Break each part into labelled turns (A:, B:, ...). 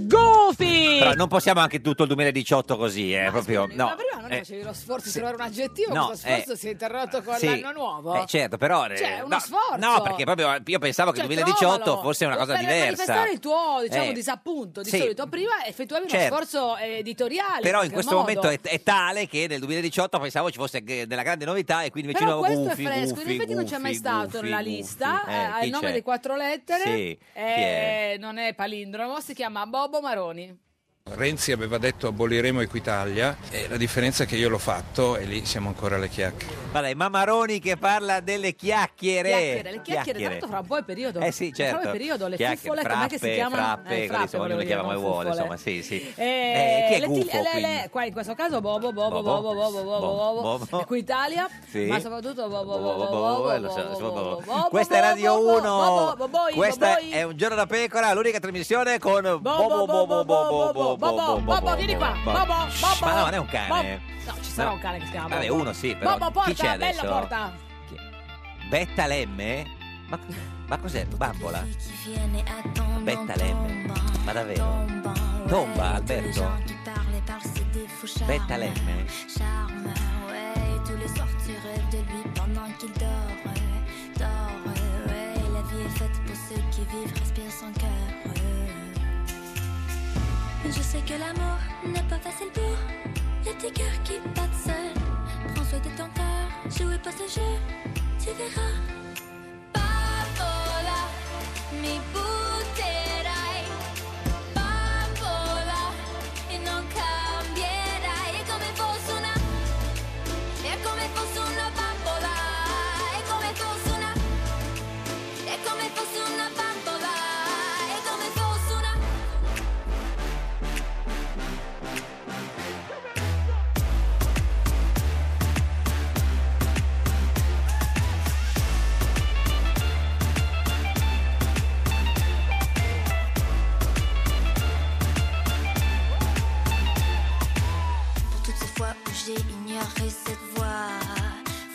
A: Goofy!
B: Però non possiamo anche tutto il 2018 così, eh, proprio. No.
A: Ma prima Ah, non
B: Eh,
A: facevi lo sforzo di trovare un aggettivo,
B: No,
A: questo sforzo
B: eh,
A: si è interrotto con
B: sì.
A: l'anno nuovo.
B: Eh, certo, però... eh,
A: Cioè, uno
B: no,
A: sforzo.
B: No, perché proprio io pensavo che il
A: Cioè,
B: 2018
A: trovalo.
B: fosse una cosa
A: per
B: diversa.
A: manifestare il tuo diciamo,
B: Eh.
A: disappunto di
B: Sì.
A: solito prima effettuavi
B: Certo.
A: uno sforzo eh, editoriale
B: Però in
A: qualche
B: questo
A: modo.
B: momento è, è tale che nel 2018 pensavo ci fosse eh, della grande novità e quindi invece
A: però
B: nuovo
A: questo
B: gufi,
A: è fresco,
B: gufi,
A: in effetti non c'è mai
B: gufi,
A: stato
B: gufi,
A: nella
B: gufi.
A: lista,
B: Eh,
A: eh, ha
B: chi
A: il nome
B: c'è?
A: di quattro lettere,
B: Sì, chi
A: eh,
B: è?
A: non è palindromo, si chiama Bobo Maroni.
C: Renzi aveva detto aboliremo Equitalia e la differenza è che io l'ho fatto e lì siamo ancora alle chiacchiere.
B: Ma lei, Mamaroni che parla delle chiacchiere.
A: Chiacchiere, le chiacchiere, tra l'altro fra un po' è periodo.
B: Eh sì, certo.
A: Fra un po' è periodo, le
B: Chiacchiere,
A: fuffole, com'è che si
B: frappe,
A: chiamano?
B: Frappe,
A: Eh,
B: quelli
A: frappe,
B: sono,
A: volevo
B: le
A: dire,
B: chiama come
A: non
B: vuole,
A: fuffole.
B: insomma, sì, sì.
A: Eh,
B: Eh, chi è
A: le
B: gufo,
A: ti- le- le-
B: quindi? Boh,
A: qua in questo caso boh, Bobo,
B: Bobo?
A: Bobo, Bobo, Bobo, Bobo,
B: Bobo,
A: Bobo,
B: Bobo.
A: Equitalia,
B: boh, Sì.
A: boh. ma soprattutto Bobo, Bobo,
B: Boh, boh,
A: Bobo,
B: boh, lo so,
A: Bobo,
B: so, boh, boh.
A: Bobo, Bobo,
B: Questa è Radio
A: Bobo, Bobo,
B: 1.
A: Bobo, Bobo,
B: Questa
A: Bobo.
B: è un giorno da pecora, l'unica trasmissione con Bobo Bobo Bobo Bobo Bobo
A: Bobo, Bobo, vieni qua. Bobo, Bobo.
B: Ma no, non è un cane.
A: No, ci sarà
B: No.
A: un cane che si chiama
B: boh. Vabbè,
A: Bobo.
B: uno sì, però
A: Bobo,
B: chi c'è
A: porta,
B: adesso?
A: bello, porta.
B: Betta Lemme? Ma, ma cos'è? Bambola? Betta Lemme? Ma davvero? Tomba Alberto? Betta Lemme?
D: Ouais, tous les soirs tu rêves de lui pendant qu'il dort. ouais, dort, ouais, ouais. La vie est faite pour ceux qui vivent, respirent son cœur. ouais. Je sais que l'amour n'est pas facile pour les petits cœurs qui battent seuls. Prends soin de ton cœur, jouez pas ce jeu, tu verras. Papola, mi butterai. Papola, e non cambierai. È come fosse una è come fosse una bambola, è come fosse una, è come fosse una bambola, è come fosse una. Pour toutes ces fois où j'ai ignoré cette voix,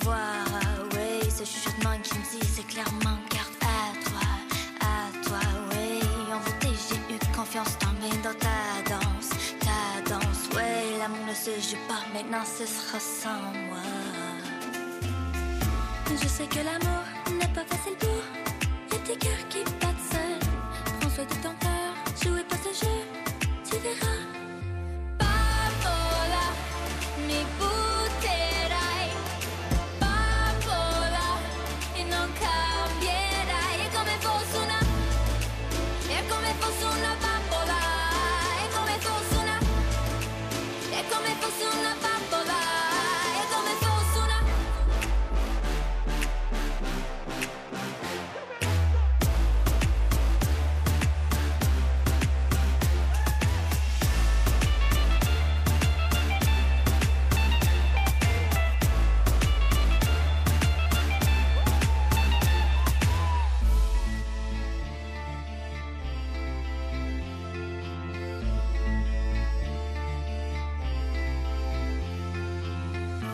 D: voix, ouais, ce chuchotement qui me disait clairement garde à toi, à toi, ouais. En vérité, j'ai eu confiance dans mes dans ta danse, ta danse, ouais. L'amour ne se joue pas, maintenant ce sera sans moi. Je sais que l'amour n'est pas facile pour les petits cœurs qui battent seuls. Prends soin de ton cœur, jouez pas ce jeu, tu verras. Bambola, mi butterai. Bambola, e non cambierai. È come fosse una, è come fosse una bambola. È come fosse una, è come fosse una bambola. È come fosse una.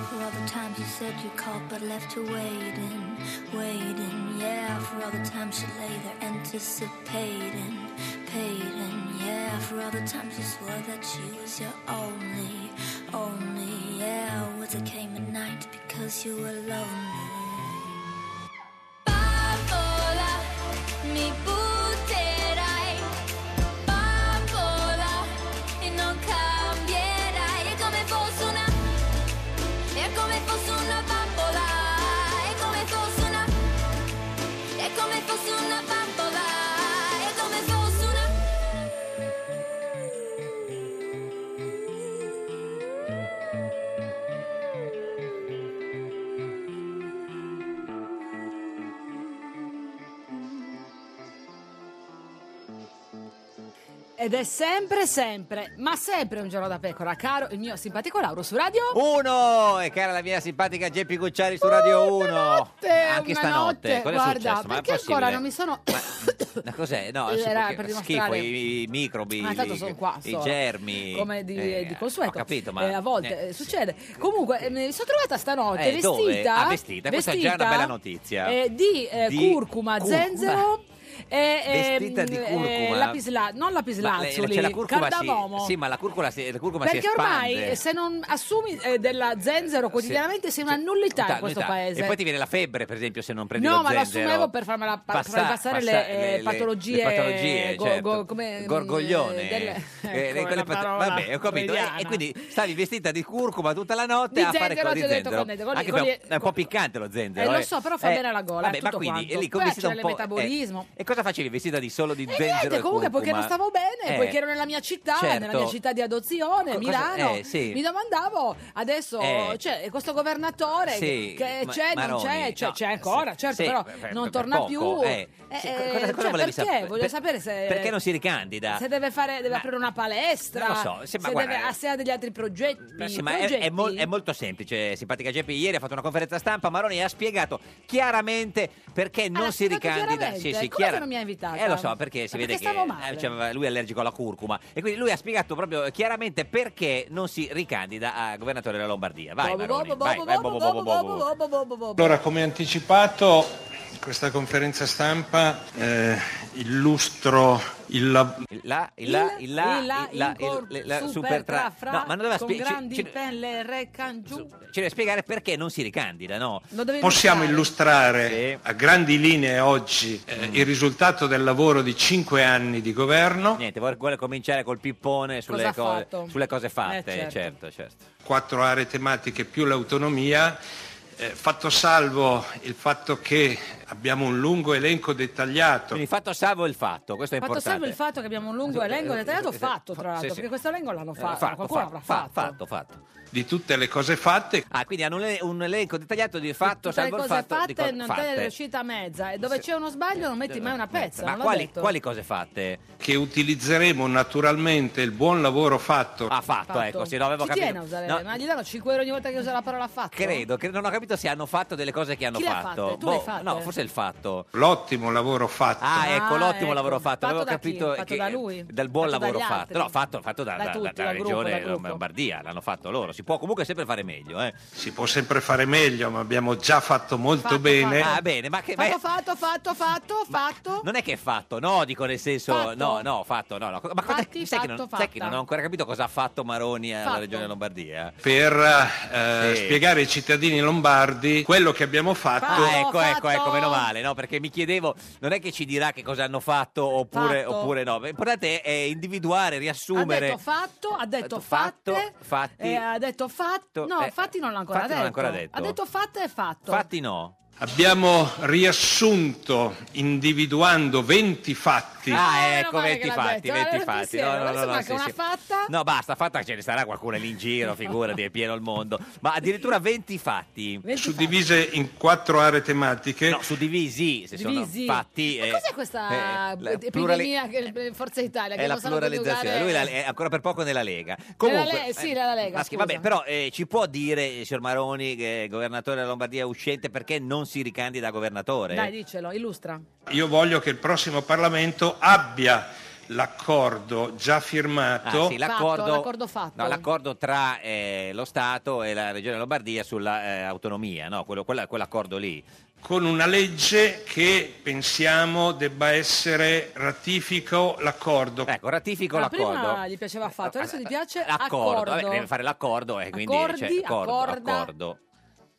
D: For all the times you said you called but left her waiting, waiting, yeah. For all the times she lay there anticipating, paying, yeah. For all the times you swore that she was your only, only, yeah. Was it came at night because you were lonely? Bambola, mi butterai. Bambola, e non cambierai. È come fosse una è come fosse una bambola, è come fosse una, è come fosse una bambola, è come fosse una.
A: Ed è sempre, sempre, ma sempre un giorno da pecora, caro il mio simpatico Lauro su radio.
B: Oh, Uno! E cara la mia simpatica Geppi Gucciari su Radio 1. Anche
A: una
B: stanotte.
A: notte,
B: Cosa è
A: guarda,
B: successo? Ma è
A: perché
B: possibile?
A: ancora non mi sono...
B: Ma cos'è? No,
A: Era
B: sì, perché-
A: per
B: schifo
A: dimostrare-
B: i, i microbi,
A: Ah, tanto sono qua,
B: i
A: so,
B: germi.
A: come di,
B: Eh,
A: di consueto.
B: Ho capito, ma
A: Eh, a volte
B: eh,
A: eh, succede. Comunque, eh, mi sono trovata stanotte
B: Eh, dove?
A: vestita,
B: Ah, vestita, questa è già una bella notizia.
A: eh, di, eh,
B: Di
A: curcuma,
B: curcuma.
A: zenzero. E, ehm,
B: Vestita di curcuma?
A: lapisla, non
B: ma le-
A: lapislazzuli,
B: c'è la curcuma, sì,
A: cardamomo.
B: sì, ma la curcuma si, la curcuma si
A: Perché
B: espande.
A: ormai eh, se non assumi eh, della zenzero quotidianamente sei una nullità in questo
B: Nullità.
A: paese.
B: E poi ti viene la febbre, per esempio, se non prendi
A: No,
B: lo
A: ma lo
B: zenzero.
A: assumevo per farmela pa-
B: Passa-
A: far passare
B: passa-
A: le, eh, patologie, eh,
B: le patologie,
A: go-
B: certo.
A: go- come,
B: gorgoglione.
A: eh, delle-
B: Eh,
A: ecco,
B: quelle
A: la
B: pat-
A: parola
B: vabbè, ho capito. E,
A: freudiana.
B: e quindi stavi vestita di curcuma tutta la notte
A: Di
B: a fare
A: zenzero,
B: quello
A: ti
B: di
A: ho detto,
B: zenzero.
A: con le- con le-
B: Anche
A: con
B: però
A: le-
B: è un po' piccante lo zenzero.
A: Eh, lo so, però fa bene alla gola,
B: Vabbè,
A: è
B: ma
A: tutto
B: quindi
A: quanto.
B: e lì come
A: Poi
B: vestita un
A: accelera il
B: po', eh,
A: metabolismo.
B: e cosa facevi vestita di solo di
A: E
B: zenzero
A: niente,
B: e
A: comunque poiché non
B: curcuma?
A: stavo bene,
B: Eh,
A: poiché ero nella mia città,
B: certo.
A: nella mia città di adozione,
B: Co- cosa-
A: Milano,
B: eh, sì.
A: mi domandavo adesso
B: Eh.
A: cioè, questo governatore
B: Sì,
A: che
B: ma-
A: c'è, non
B: Maroni,
A: c'è, c'è,
B: no, eh,
A: c'è ancora,
B: sì,
A: certo,
B: sì,
A: però
B: per- per-
A: non
B: per
A: torna
B: poco,
A: più.
B: eh.
A: Eh,
B: Sì, cosa- cosa
A: cioè,
B: volevi
A: perché?
B: sapere?
A: Voglio
B: Per-
A: sapere se
B: Perché non si ricandida?
A: se deve, fare, deve
B: Ma-
A: aprire una palestra,
B: Non lo so, sì, ma
A: se,
B: guarda,
A: deve- se ha degli altri progetti.
B: Sì, ma è,
A: progetti.
B: è mol- è molto semplice, simpatica Geppi. Ieri ha fatto una conferenza stampa. Maroni ha spiegato chiaramente perché non
A: l'ha
B: si
A: spiegato
B: ricandida.
A: chiaramente? Come che non mi ha invitata?
B: Eh, lo so, perché si
A: Ma
B: vede
A: perché
B: che
A: stavo male.
B: eh, cioè, lui è allergico alla curcuma. E quindi lui ha spiegato proprio chiaramente perché non si ricandida a governatore della Lombardia. Vai,
A: Bobo,
B: Maroni.
A: bobo,
B: vai,
A: bobo,
B: vai,
A: bobo,
B: bobo, bobo,
A: bobo,
B: bobo.
A: bobo, bobo, bobo.
C: Allora, come anticipato, questa conferenza stampa eh, illustro il lavoro.
B: Il là, il là, il là, il là, il-
A: incor-
B: le- la
A: super tra, fra,
B: no, ma non doveva
A: con
B: spie- ci-
A: grandi
B: ci-
A: pelle re can giù.
B: ci deve spiegare perché non si ricandida, no?
A: Lo dovevi
C: Possiamo
A: illustrare.
C: illustrare
B: Sì. Mm.
C: a grandi linee oggi eh, il risultato del lavoro di cinque anni di governo,
B: Niente, vuole, vuole cominciare col pippone
A: Cosa
B: sulle,
A: ha
B: cose,
A: fatto?
B: sulle cose fatte,
A: Eh, certo.
B: certo, certo.
C: quattro aree tematiche più l'autonomia, eh, fatto salvo il fatto che abbiamo un lungo elenco dettagliato
B: Quindi fatto salvo il fatto, questo è
A: Fatto
B: importante. eh,
A: salvo il fatto che abbiamo un lungo elenco dettagliato fatto, tra l'altro,
B: Sì, sì.
A: perché questo elenco l'hanno
B: Eh,
A: fatto, qualcuno l'avrà
B: fa-
A: fatto.
B: fatto, fatto.
C: di tutte le cose fatte,
B: Ah, quindi hanno un ele- un elenco dettagliato di fatto
A: Tutte le
B: salvo il
A: cose
B: fatto
A: fatte
B: di cose
A: non te
B: fatte.
A: ne è riuscita a mezza e dove c'è uno sbaglio non metti mai una pezza,
B: Ma
A: non l'ho
B: quali,
A: detto.
B: quali cose fatte?
C: che utilizzeremo naturalmente il buon lavoro fatto
B: Ha fatto,
A: Fatto.
B: ecco, sì, no, avevo
A: Ci
B: capito.
A: tiene a usare,
B: No,
A: ma gli danno 5 euro ogni volta che usa la parola fatto?
B: credo, che non ho capito se hanno fatto delle cose che hanno
A: Chi le ha
B: fatto.
A: fatte? Tu le hai
B: Boh,
A: fatte?
B: No, forse il fatto.
C: l'ottimo lavoro fatto.
B: Ah, ecco,
A: Ah,
B: l'ottimo
A: ecco.
B: lavoro fatto.
A: Fatto
B: Avevo
A: da
B: capito
A: chi? Fatto
B: che-
A: da lui?
B: Dal buon
A: Fatto
B: lavoro
A: dagli
B: fatto.
A: altri?
B: No, fatto, fatto da,
A: Da
B: da-
A: tutti,
B: dalla
A: dal gruppo,
B: regione eh,
A: dal gruppo.
B: Lombardia, l'hanno fatto loro. Si può comunque sempre fare meglio, eh.
C: Si può sempre fare meglio, ma abbiamo già fatto molto
A: Fatto,
C: bene.
A: fatto.
B: Ah, bene, ma che.
A: Fatto,
B: ma-
A: fatto, fatto, fatto, fatto.
B: Non è che è fatto, no, dico nel senso,
A: Fatto.
B: no, no, fatto, no, no. Ma cosa,
A: Fatti,
B: sai, che
A: fatto,
B: non, sai che
A: fatta.
B: non ho ancora capito cosa ha fatto Maroni alla
A: Fatto.
B: regione Lombardia?
C: per eh,
B: Sì.
C: spiegare ai cittadini lombardi quello che abbiamo fatto.
A: Fatto,
B: ah, ecco, ecco,
A: fatto.
B: ecco, meno male, no, perché mi chiedevo, non è che ci dirà che cosa hanno fatto oppure,
A: Fatto.
B: oppure no, l'importante è individuare,
A: Ha
B: riassumere.
A: detto fatto, ha detto
B: Fatto,
A: fatte,
B: fatti.
A: eh, ha detto fatto, no,
B: Eh,
A: fatti non l'ha ancora,
B: fatti
A: detto.
B: non l'ha ancora detto.
A: Ha detto fatta e fatto.
B: Fatti no.
C: Abbiamo riassunto individuando 20 fatti.
A: Ah, meno
B: ecco,
A: male
B: 20
A: che l'ha
B: fatti,
A: detto, eh,
B: 20
A: allora
B: fatti.
A: pensiero, adesso manca una fatta.
B: No, basta, fatta ce ne sarà qualcuno lì in giro, figurati, è pieno il mondo. Ma addirittura 20 fatti.
A: 20
C: Suddivise in quattro aree tematiche.
B: No, suddivisi, se
A: Divisi.
B: sono fatti.
A: Ma
B: eh,
A: cos'è questa
B: eh, la
A: epidemia
B: plurali-
A: che Forza Italia che
B: È la
A: non sanno più
B: pluralizzazione,
A: usare-
B: lui la- è ancora per poco nella Lega. Comunque, eh,
A: Le- sì, la Lega,
B: ma schi-
A: scusa.
B: vabbè, però eh, ci può dire, eh, signor Maroni, che è governatore della Lombardia uscente, perché non si ricandida a governatore?
A: Dai, dicelo, illustra.
B: Ah,
C: Io voglio che il prossimo Parlamento abbia l'accordo già firmato
B: Ah, sì, l'accordo,
A: Fatto, l'accordo fatto.
B: No, l'accordo tra eh, lo Stato e la Regione Lombardia sull'autonomia, no? Quello- quella- quell'accordo lì.
C: con una legge che pensiamo debba essere ratifico l'accordo.
B: Ecco, ratifico
A: Ah,
B: l'accordo.
A: prima gli piaceva fatto, adesso gli piace
B: Accordo, vabbè,
A: accordo.
B: deve fare l'accordo e quindi
A: Accordi,
B: cioè, accordo,
A: accorda.
B: accordo.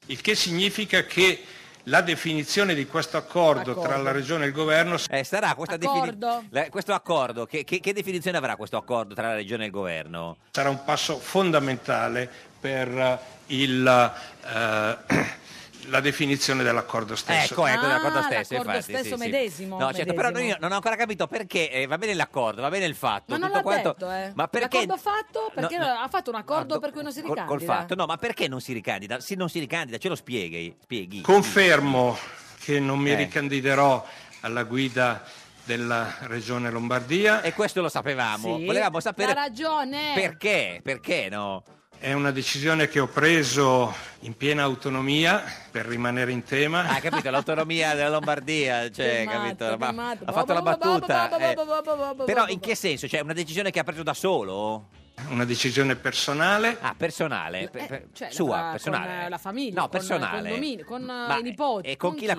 C: Il che significa che la definizione di questo accordo, tra
A: Accordo.
C: la regione e il governo
B: Eh, sarà questa
A: Accordo.
B: la- questo accordo, che, che- che definizione avrà questo accordo tra la regione e il governo?
C: sarà un passo fondamentale per eh, il, eh, la definizione dell'accordo stesso.
B: Ecco, ecco
A: Ah,
B: l'accordo stesso.
A: l'accordo
B: infatti,
A: stesso
B: sì, sì.
A: medesimo,
B: No, certo, però
A: medesimo.
B: io non ho ancora capito perché eh, va bene l'accordo, va bene il fatto.
A: Ma non
B: tutto
A: l'ha
B: quanto,
A: detto, eh.
B: Ma perché...
A: L'accordo fatto, perché ha fatto un accordo
B: do-
A: per cui non si
B: col- Col,
A: ricandida.
B: fatto, no, ma perché non si ricandida? Se non si ricandida, ce lo spieghi. spieghi.
C: Confermo che non mi
B: Eh.
C: ricandiderò alla guida della regione Lombardia.
B: E questo lo sapevamo.
C: Sì.
B: Volevamo sapere
A: Ha ragione.
B: perché, perché no?
C: È una decisione che ho preso in piena autonomia per rimanere in tema.
B: Ah, capito, l'autonomia della Lombardia, cioè,
C: Filmato,
B: capito? Ma-
C: filmato.
B: ha fatto la battuta. eh. Però
A: Però
B: in che senso? Cioè, una decisione che ha preso da solo?
C: Una decisione personale.
B: Ah, personale. per- per-
A: cioè,
B: sua,
A: la-
B: personale.
A: Con eh, la famiglia,
B: No,
A: con
B: personale.
A: il condominio, con eh,
B: Ma-
A: i nipoti.
B: E con chi l'ha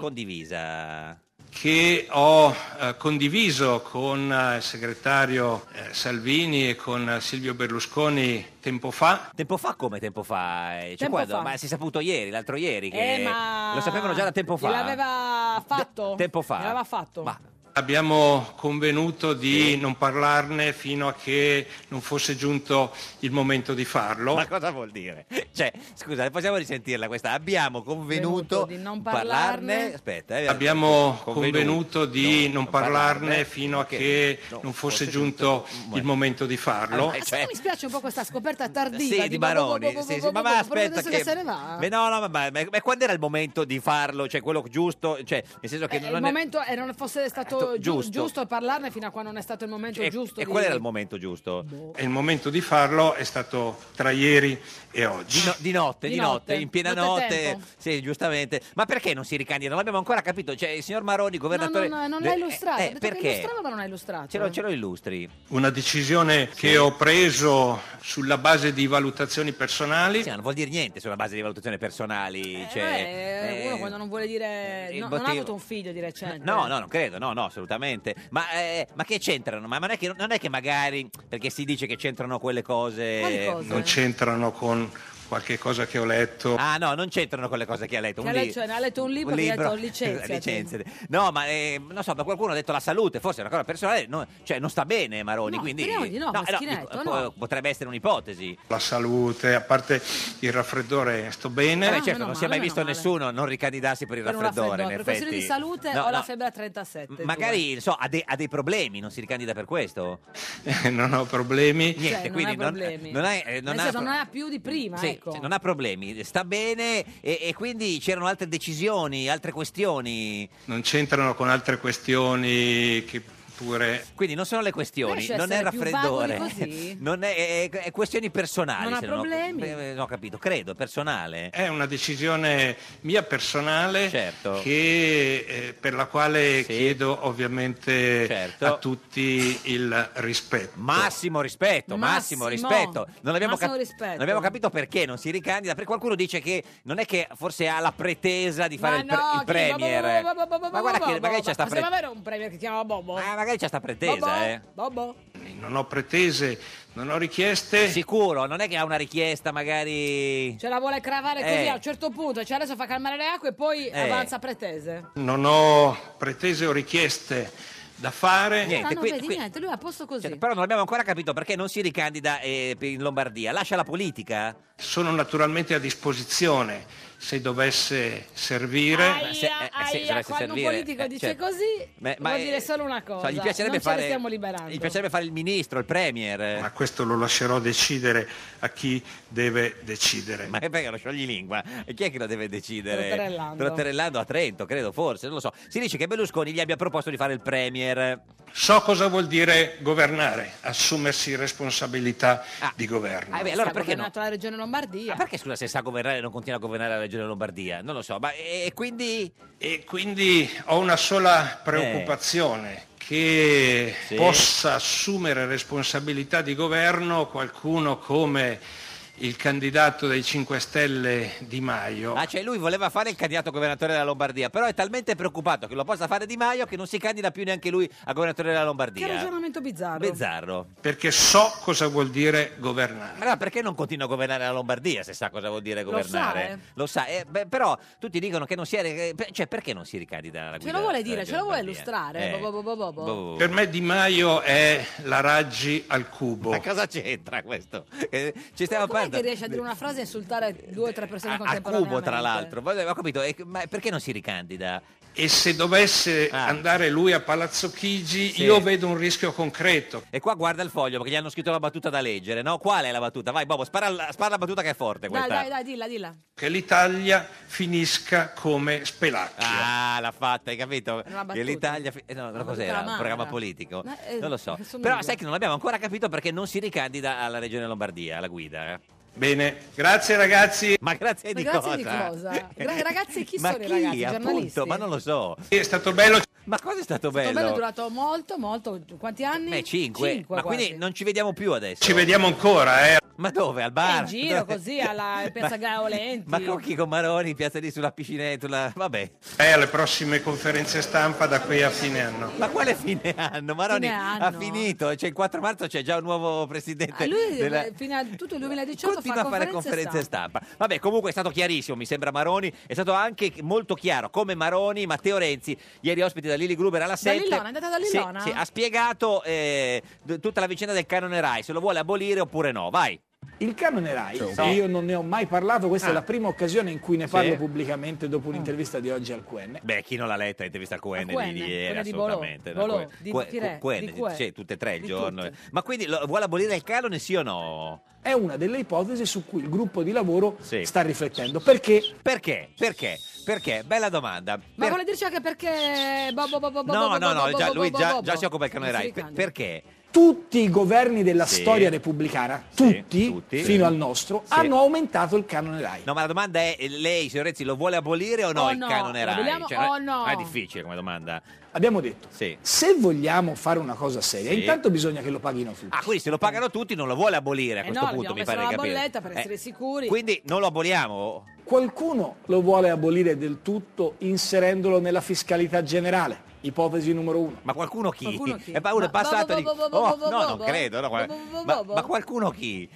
B: condivisa?
C: che ho eh, condiviso con eh, il segretario eh, Salvini e con eh, Silvio Berlusconi tempo fa.
B: Tempo fa come tempo fa? Eh, Cioè,
A: Tempo
B: quando?
A: fa.
B: Ma si è saputo ieri, l'altro ieri, che
A: Eh, ma-
B: lo sapevano già da tempo fa.
A: L'aveva fatto.
B: tempo fa.
A: L'aveva fatto.
C: Abbiamo convenuto di non parlarne fino a che non fosse giunto il momento di farlo.
B: Ma cosa vuol dire? Cioè, scusa, possiamo risentirla questa? Abbiamo convenuto
A: di non
B: parlarne.
A: parlarne.
B: Aspetta, eh,
C: Abbiamo
B: convenuto.
C: convenuto di non, parlarne,
B: parlarne
C: fino a che non fosse giunto il momento di farlo.
A: Ah, sai che mi spiace un po' questa scoperta tardiva.
B: cioè Sì, di Baroni.
A: boh, boh,
B: Sì,
A: boh,
B: sì, ma
A: boh,
B: va,
A: boh,
B: aspetta
A: adesso
B: che...
A: se ne va.
B: Beh, no, no, ma, ma- ma- ma quando era il momento di farlo? Cioè, quello giusto? Cioè, nel senso che
A: Eh, il
B: non è-
A: momento eh, non fosse stato
B: stato
A: giu-
B: giusto.
A: giusto. parlarne fino a quando non è stato il momento
B: E,
A: giusto.
B: e
A: di- Boh.
B: qual era il momento giusto?
C: E il momento di farlo è stato tra ieri e oggi.
B: Di, no- di notte, di,
C: Di
B: notte,
C: notte.
B: in piena
C: Notte
B: notte.
C: e
B: Sì, giustamente. Ma perché non si ricandida? Non l'abbiamo ancora capito. Cioè, il signor Maroni,
A: No,
B: governatore...
A: no, no, non
B: de-
A: l'ha illustrato.
B: eh,
A: Ha detto che
B: perché?
A: illustrava, ma non ha illustrato.
B: Ce lo, ce lo illustri.
C: Una decisione che ho preso sulla base di valutazioni personali.
B: non vuol dire niente sulla base di valutazioni personali. cioè,
A: Eh, uno quando non vuole dire...
B: eh, il
A: no, non
B: motivo-
A: ha avuto un figlio di recente. eh.
B: No, no, non credo, no, no, assolutamente. Ma, eh, ma che c'entrano? Ma non è che, non è che magari, perché si dice che c'entrano quelle cose...
C: Non c'entrano con qualche cosa che ho letto.
B: Ah no, non c'entrano con le cose che ha letto.
A: Che ha
B: un li-
A: letto- cioè, ne ha letto un libro,
B: un
A: che ha
B: libro.
A: detto licenziati.
B: Licenziati. No, ma eh, non so, ma qualcuno ha detto la salute, forse è una cosa personale, no, cioè non sta bene Maroni,
A: No,
B: quindi...
A: speriamo di no, maschietto,
B: dico,
A: no.
B: po- potrebbe essere un'ipotesi.
C: La salute, a parte il raffreddore, sto bene.
A: Ah,
B: Vabbè, certo, non si è mai visto nessuno non ricandidarsi per il
A: Per un
B: raffreddore,
A: raffreddore.
B: in
A: Per
B: effetti.
A: questioni di salute
B: No,
A: ho la
B: no,
A: febbre a 37.
B: Magari non so, ha, de- ha dei problemi, non si ricandida per questo.
C: Eh, non ho problemi.
B: Niente,
A: Cioè, non
B: quindi
A: ha problemi.
B: non, hai- eh, non
A: Nel
B: ha
A: senso, non ha più di prima,
B: Sì,
A: ecco.
B: cioè, non ha problemi, sta bene e, e quindi c'erano altre decisioni, altre questioni.
C: Non c'entrano con altre questioni che pure...
B: Quindi non sono le questioni,
C: Riesci a
B: non è il
C: essere più vago di
B: raffreddore,
C: così?
B: non è, è- è questioni personali.
C: Non ha
B: se
C: problemi?
B: beh, non ho capito, credo, è personale.
C: È una decisione mia personale
B: Certo.
C: che, eh, per la quale chiedo ovviamente a tutti il rispetto.
B: Certo. Massimo rispetto, massimo,
C: Massimo.
B: rispetto. Non abbiamo,
A: Massimo rispetto.
B: non abbiamo capito perché non si ricandida. Perché qualcuno dice che non è che forse ha la pretesa di fare
A: Ma
B: il, pre-
A: no,
B: il
A: chi-
B: premier.
A: bo- bo- bo- bo- bo-
B: Ma guarda
A: bo-
B: che
A: bo-
B: magari
A: bo-
B: c'è sta
A: Ma sembra
B: pre-
A: avere un premier che si chiama Bobo.
B: Ah, magari c'è sta
A: Bobo,
B: pretesa, eh.
A: Bobo.
C: Non ho pretese, non ho richieste.
B: Sicuro, non è che ha una richiesta magari...
A: Ce la vuole cravare così
C: Eh.
A: a un certo punto, cioè adesso fa calmare le acque e poi
C: Eh.
A: avanza pretese.
C: Non ho pretese o richieste da fare.
A: Ah, non vedi niente, lui è a posto così.
B: Cioè, Però non abbiamo ancora capito perché non si ricandida eh, per- in Lombardia. Lascia la politica?
C: Sono naturalmente a disposizione se dovesse servire.
A: Aia,
B: eh, se
A: aia,
B: dovesse
A: quando
B: servire,
A: un politico
B: eh,
A: dice
B: certo.
A: così,
B: Ma- ma,
A: vuol
B: eh,
A: dire solo una cosa.
B: so, gli piacerebbe
A: non ce
B: fare-
A: ne stiamo liberando.
B: Gli piacerebbe fare il ministro, il premier.
C: Ma questo lo lascerò decidere a chi deve decidere.
B: Ma è perché lo sciogli lingua? E chi è che lo deve decidere?
C: Trotterellando.
B: Trotterellando a Trento, credo, forse, non lo so. Si dice che Berlusconi gli abbia proposto di fare il premier.
C: So cosa vuol dire governare, assumersi responsabilità di governo.
B: Ah, beh, allora
A: Ha
B: perché no?
A: governato la regione Lombardia.
B: Perché scusa se sa governare non continua a governare la regione Lombardia? Non lo so, ma e, e quindi...
C: E quindi ho una sola preoccupazione, che
B: Eh. Sì.
C: possa assumere responsabilità di governo qualcuno come il candidato dei 5 Stelle Di Maio.
B: Ah, cioè lui voleva fare il candidato governatore della Lombardia, però è talmente preoccupato che lo possa fare Di Maio che non si candida più neanche lui a governatore della
A: Che
B: Lombardia.
A: ragionamento bizzarro.
B: Bizzarro.
C: Perché so cosa vuol dire governare.
B: Ma allora perché non continua a governare la Lombardia se sa cosa vuol dire
A: Lo
B: governare?
A: sa, eh.
B: Lo sa, eh, beh, però tutti dicono che non si è... eh, per- Cioè perché non si ricandida la
A: Ce
B: guida
A: lo vuole
B: della
A: dire, ce
B: regione
A: lo vuole
B: Lombardia?
A: illustrare.
B: Eh.
A: Boh, boh, boh, boh, boh.
B: Boh.
C: Per me Di Maio è la Raggi al cubo.
B: Ma cosa c'entra questo? Eh, ci stiamo
A: Com'è che
B: parlando...
A: riesce a dire una frase e insultare due o tre persone
B: A
A: contemporaneamente?
B: cubo, tra l'altro, Vabbè, ho capito, eh, ma perché non si ricandida? Ah.
C: E se dovesse andare lui a Palazzo Chigi,
B: Sì.
C: io vedo un rischio concreto.
B: E qua guarda il foglio perché gli hanno scritto la battuta da leggere, no? Qual è la battuta? Vai Bobo, spara la, spara la battuta che è forte
A: Dai,
B: questa.
A: dai, dai, dilla, dilla.
C: Che l'Italia finisca come Spelacchio.
B: Ah, l'ha fatta, hai capito?
A: Era una
B: Che l'Italia. fi- eh, no,
C: Una
B: cos'era?
C: battuta
B: Un
C: amara.
B: programma politico?
C: Ma, eh,
B: non lo so.
C: adesso non
B: Però
C: lo-
B: sai che non l'abbiamo ancora capito perché non si ricandida alla regione Lombardia, alla guida. eh.
C: Bene, grazie ragazzi.
B: Ma grazie di
A: Ragazzi, di
B: cosa? Eh,
A: cosa? Gra- ragazzi, chi
B: Ma
A: sono
B: chi,
A: i ragazzi? I giornalisti?
B: appunto, ma non lo so.
C: È stato bello.
B: Ma cosa è stato bello?
A: Tutto bello, è durato molto, molto. Quanti anni?
B: Beh, 5.
A: Cinque
B: ma
A: quasi.
B: quindi non ci vediamo più adesso.
C: Ci vediamo ancora, eh.
B: Ma dove? Al
A: Eh,
B: bar?
A: in giro
B: Dove?
A: così alla Piazza Gaolenti.
B: Ma con chi? Con Maroni, piazza lì sulla piscinetta, sulla- vabbè.
C: Eh, alle prossime conferenze stampa da qui a fine anno.
B: Ma quale fine anno? Maroni
A: Fine anno?
B: ha finito, cioè il 4 marzo c'è già un nuovo presidente.
A: Ah, lui
B: della-
A: eh, fino a tutto il 2018
B: Continua
A: fa
B: a fare conferenze stampa. Vabbè, comunque è stato chiarissimo, mi sembra Maroni. È stato anche molto chiaro come Maroni, Matteo Renzi, ieri ospiti da Lili Gruber alla 7.
A: Lillona, è andata da
B: Sì,
A: Lillona?
B: sì, ha spiegato eh, d- tutta la vicenda del canone Rai, se lo vuole abolire oppure no. Vai.
E: Il canone Rai,
B: Sì.
E: e io non ne ho mai parlato, questa
B: Ah.
E: è la prima occasione in cui ne parlo
B: Sì. Mm.
E: pubblicamente dopo un'intervista di oggi al QN.
B: Beh, chi non l'ha letta l'intervista a QN,
E: A QN,
B: di ieri,
E: quella di
B: assolutamente.
E: Bolò,
B: No,
E: Bolò,
B: que-
E: di
B: que-
E: Tirè,
B: QN,
E: di Que.
B: sì, cioè, tutte e tre il giorno. Ma quindi lo- vuole abolire il canone, sì o no?
E: È una delle ipotesi su cui il gruppo di lavoro sta riflettendo. Perché?
B: Perché? Perché? Perché? Bella domanda.
A: Ma vuole dirci anche perché... Bo, bo, bo, bo, bo,
B: No,
A: bo,
B: no,
A: bo,
B: no,
A: bo,
B: già-
A: bo,
B: lui
A: bo,
B: già,
A: bo,
B: già
A: bo.
B: si occupa del canone
A: Non si
B: Rai. Per-
A: ricandida.
B: Perché?
E: Tutti i governi della
B: Sì.
E: storia repubblicana, tutti, fino al nostro,
B: Sì.
E: hanno aumentato il canone Rai.
B: No, ma la domanda è, lei, signor Renzi, lo vuole abolire o no
E: Oh
B: il
E: no, lo
B: canone Rai?
E: vogliamo o no?
B: ma È difficile come domanda.
E: Abbiamo detto,
B: Sì.
E: se vogliamo fare una cosa seria,
B: Sì.
E: intanto bisogna che lo paghino tutti.
B: Ah, quindi se lo pagano tutti non lo vuole abolire a
A: Eh
B: questo
A: no,
B: punto,
A: abbiamo
B: mi
A: messo
B: pare di
A: la
B: capire.
A: bolletta per
B: Eh,
A: essere sicuri.
B: Quindi non lo aboliamo?
E: Qualcuno lo vuole abolire del tutto inserendolo nella fiscalità generale, ipotesi numero uno.
B: Ma qualcuno chi?
E: Qualcuno chi?
B: Eh, ma uno è
E: Ma-
B: passato e
E: bo- bo- bo-
B: dice,
E: bo-
B: "Oh,
E: bo- bo-
B: no,
E: bo-
B: non
E: bo-
B: credo. no, guarda."
E: bo- bo- bo-
B: Ma-
E: bo-
B: ma qualcuno chi?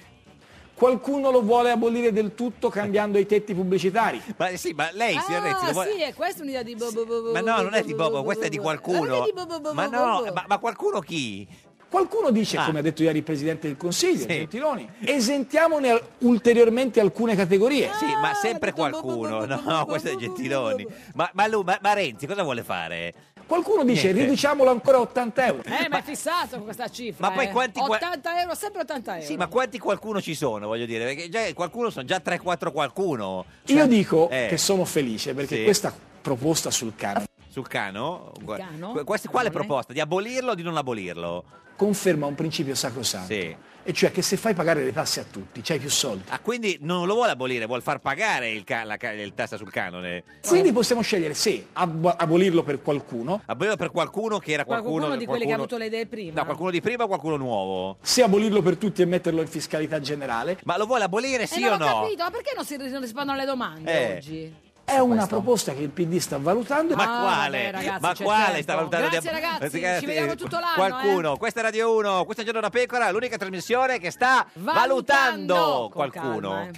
E: Qualcuno lo vuole abolire del tutto cambiando i tetti pubblicitari.
B: Ma sì, ma lei, signor Renzi,
A: Ah,
B: lo vuole...
A: sì, è questa un'idea di bo, bo, bo, bo,
B: Ma no,
A: bo,
B: non è
A: bo,
B: di
A: bo,
B: Bobo,
A: bo,
B: questa è di
A: bo.
B: qualcuno.
A: Ah, di bo, bo, bo,
B: Ma
A: bo,
B: no, eh,
A: bo.
B: ma, ma qualcuno chi? Ah.
E: Qualcuno dice, come ha detto ieri il Presidente del Consiglio, Gentiloni, esentiamone al- ulteriormente alcune categorie.
B: Sì, ma sempre qualcuno. No, no, questo è Gentiloni. Ma, ma lui- ma- ma Renzi cosa vuole fare?
E: Qualcuno dice,
B: Niente.
E: riduciamolo ancora a 80 euro.
A: Eh, ma è fissato con questa cifra.
B: Ma poi
A: eh.
B: quanti qua-
A: 80 euro, sempre 80 euro.
B: Sì, ma quanti qualcuno ci sono, voglio dire? Perché già qualcuno sono già 3-4 qualcuno.
E: Io dico
B: eh.
E: che sono felice perché
B: Sì.
E: questa proposta sul canone
B: Sul cano? Gua-
E: cano?
B: que- questa- quale proposta? Di abolirlo o di non abolirlo?
E: conferma un principio sacrosanto.
B: Sì.
E: E cioè che se fai pagare le tasse a tutti, c'hai più soldi.
B: Ah, quindi non lo vuole abolire, vuole far pagare il, ca- la ca- il tassa sul canone.
E: Quindi possiamo scegliere se ab- abolirlo per qualcuno,
B: Abolirlo per qualcuno che era
A: qualcuno,
B: qualcuno...
A: di quelli che ha
B: qualcuno-
A: avuto le idee prima.
B: No, qualcuno di prima o qualcuno nuovo?
E: se abolirlo per tutti e metterlo in fiscalità generale.
B: Ma lo vuole abolire
A: Eh, non ho capito, ma perché non si non rispondono alle domande
E: Eh.
A: oggi?
E: È una proposta che il PD sta valutando.
A: Ah,
B: Ma quale? ma quale sta valutando?
A: Grazie,
B: Abbiamo-
A: ragazzi, ci
B: ragazzi,
A: vediamo tutto l'anno, eh.
B: Qualcuno, questa è Radio 1, questa è Giorno da Pecora, l'unica trasmissione che sta valutando,
A: Valutando, con eh.
B: qualcuno.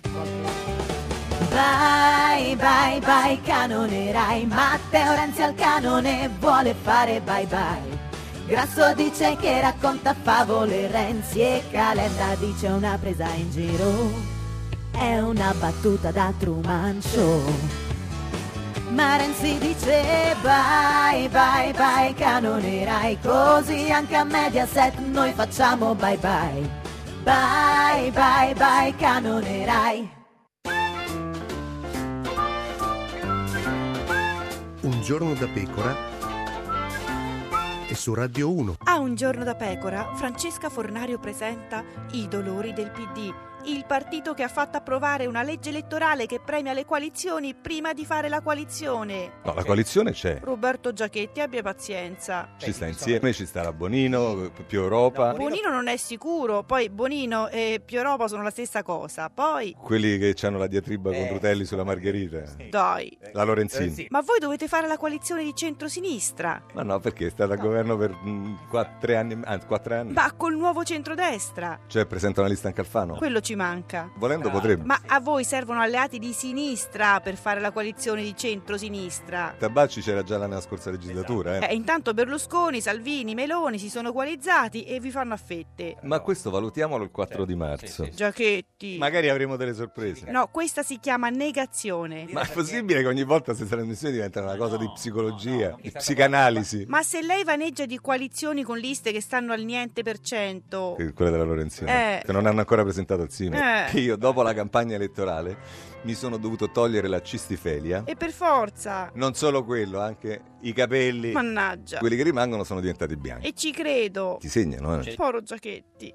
F: Bye bye bye canone Rai Matteo Renzi al canone vuole fare bye bye Grasso dice che racconta favole Renzi e Calenda dice una presa in giro È una battuta da Truman Show Ma Renzi dice bye bye bye canone Rai Così anche a Mediaset noi facciamo bye bye Bye bye bye canone Rai
G: Un giorno da pecora e su Radio 1.
H: A un giorno da pecora, Francesca Fornario presenta I dolori del PD, il partito che ha fatto approvare una legge elettorale che premia le coalizioni prima di fare la coalizione.
I: No, la coalizione c'è.
H: Roberto Giachetti abbia pazienza.
I: Ci sta insieme, ci starà Bonino, più Europa.
H: Bonino non è sicuro, poi Bonino e Più Europa sono la stessa cosa. Poi,
I: Quelli che hanno la diatriba
H: Eh,
I: con Rutelli sulla Margherita.
H: dai.
I: La Lorenzini.
H: Ma voi dovete fare la coalizione di centrosinistra,
I: Ma no, perché è stata al governo per mh, quattro anni, anzi quattro anni.
H: ma col nuovo centrodestra.
I: Cioè presenta una lista anche Alfano.
H: Quello ci ci manca.
I: Volendo potremmo.
H: Ma a voi servono alleati di sinistra per fare la coalizione di centrosinistra.
I: Tabacci c'era già la scorsa legislatura, eh.
H: Eh, intanto Berlusconi, Salvini, Meloni si sono coalizzati e vi fanno a fette.
I: Ma questo valutiamolo il 4
H: Certo.
I: di marzo.
H: Giachetti.
I: Magari avremo delle sorprese.
H: No, questa si chiama negazione.
I: Eh. Ma è possibile che ogni volta queste trasmissioni diventano una cosa di psicologia, di psicanalisi?
H: Ma se lei vaneggia di coalizioni con liste che stanno al niente per cento.
I: Eh, Quella della Lorenzina,
H: Oh. Eh.
I: che non hanno ancora presentato al Cime.
H: Eh.
I: Che io, dopo la campagna elettorale, mi sono dovuto togliere la cistifelia.
H: E per forza.
I: Non solo quello, anche i capelli.
H: Mannaggia.
I: Quelli che rimangono sono diventati bianchi.
H: E ci credo.
I: Ti segnano, eh?
H: Poro Giachetti.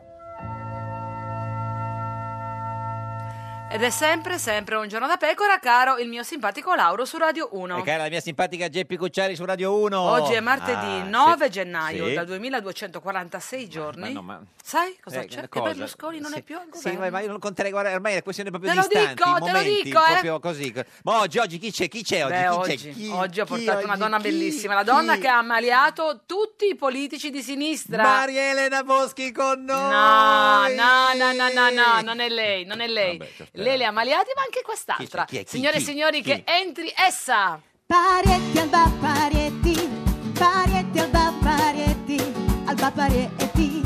A: Ed è sempre, sempre un giorno da pecora, caro il mio simpatico Lauro su Radio 1.
B: E cara la mia simpatica Geppi Cucciari su Radio 1.
A: Oggi è martedì
B: Ah,
A: 9
B: sì.
A: gennaio,
B: Sì.
A: da 2246 giorni.
B: no, ma-
A: Sai cosa
B: Eh,
A: c'è? Che
B: cosa?
A: Berlusconi non
B: Sì.
A: è più al
B: Sì,
A: governo.
B: ma- ma io non conterei, guarda, ormai è questione proprio
A: Te
B: di
A: lo
B: istanti,
A: dico, te lo
B: momenti,
A: dico, eh.
B: proprio così. Ma oggi, oggi chi c'è? Chi c'è oggi?
A: Beh,
B: chi c'è?
A: oggi,
B: Chi?
A: oggi ho
B: chi
A: portato una
B: oggi?
A: donna
B: Chi?
A: bellissima, la donna che ha ammaliato tutti i politici di sinistra.
B: Maria Elena Boschi con
A: No,
B: noi!
A: no, no, no, no, no, non è lei, non è lei.
B: Vabbè, ci speriamo.
A: lei le ha ammaliate, ma anche quest'altra.
B: Chi c'è? Chi è? Chi?
A: Signore e
B: Chi?
A: signori,
B: Chi?
A: che entri essa.
F: Parietti alba parietti, parietti alba parietti, alba parietti,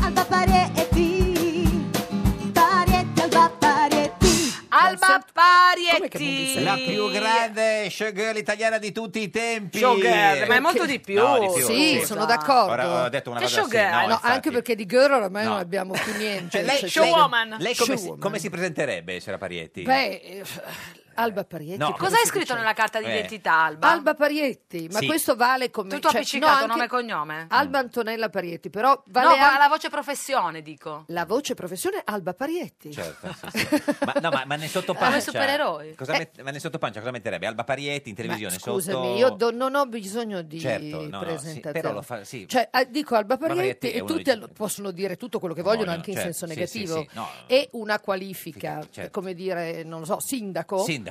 F: alba parietti, parietti alba parietti.
A: Alba Parietti.
B: La più grande showgirl italiana di tutti i tempi.
A: Showgirl, ma è molto di più.
B: No, di più, esatto.
J: Sì, sono d'accordo.
B: Ora ho detto una
J: che
B: cosa
J: showgirl?
B: Sì, no,
J: No,
B: infatti.
J: anche perché di girl ormai
B: No.
J: non abbiamo più niente.
B: Cioè, lei,
J: Cioè,
B: showwoman. Lei come, si,
J: Showwoman.
B: come si presenterebbe, Sera Parietti?
J: Beh, eh, Alba Parietti.
B: No,
J: come
B: cos'hai
J: si
A: scritto
J: dice?
A: nella carta
B: Eh.
A: d'identità, Alba?
J: Alba Parietti, ma
A: Sì.
J: questo vale come...
A: Tutto
J: cioè,
A: appiccicato,
J: no, anche
A: nome e cognome?
J: Alba Antonella Parietti, però vale
A: no,
J: anche-
A: la voce professione, dico.
J: la voce professione Alba Parietti.
B: Certo, sì, sì. Ma, no, ma, ma nel sottopancia.
J: Come supereroi.
B: Cosa
J: Eh.
B: met- ma nel sottopancia cosa metterebbe? Alba Parietti in televisione
J: Scusami,
B: sotto.
J: io do- non ho bisogno di
B: Certo, no, no, sì,
J: presentazione.
B: però lo fa. Sì.
J: Cioè, ah, dico Alba
B: Alba
J: Parietti
B: Parietti è
J: e
B: uno
J: tutti
B: dei-
J: allo- possono dire tutto quello che vogliono,
B: Vogliono,
J: anche in
B: certo,
J: senso
B: sì, sì,
J: negativo.
B: sì, no.
J: E una qualifica,
B: certo.
J: come dire, non lo so, sindaco.
B: Sindaco.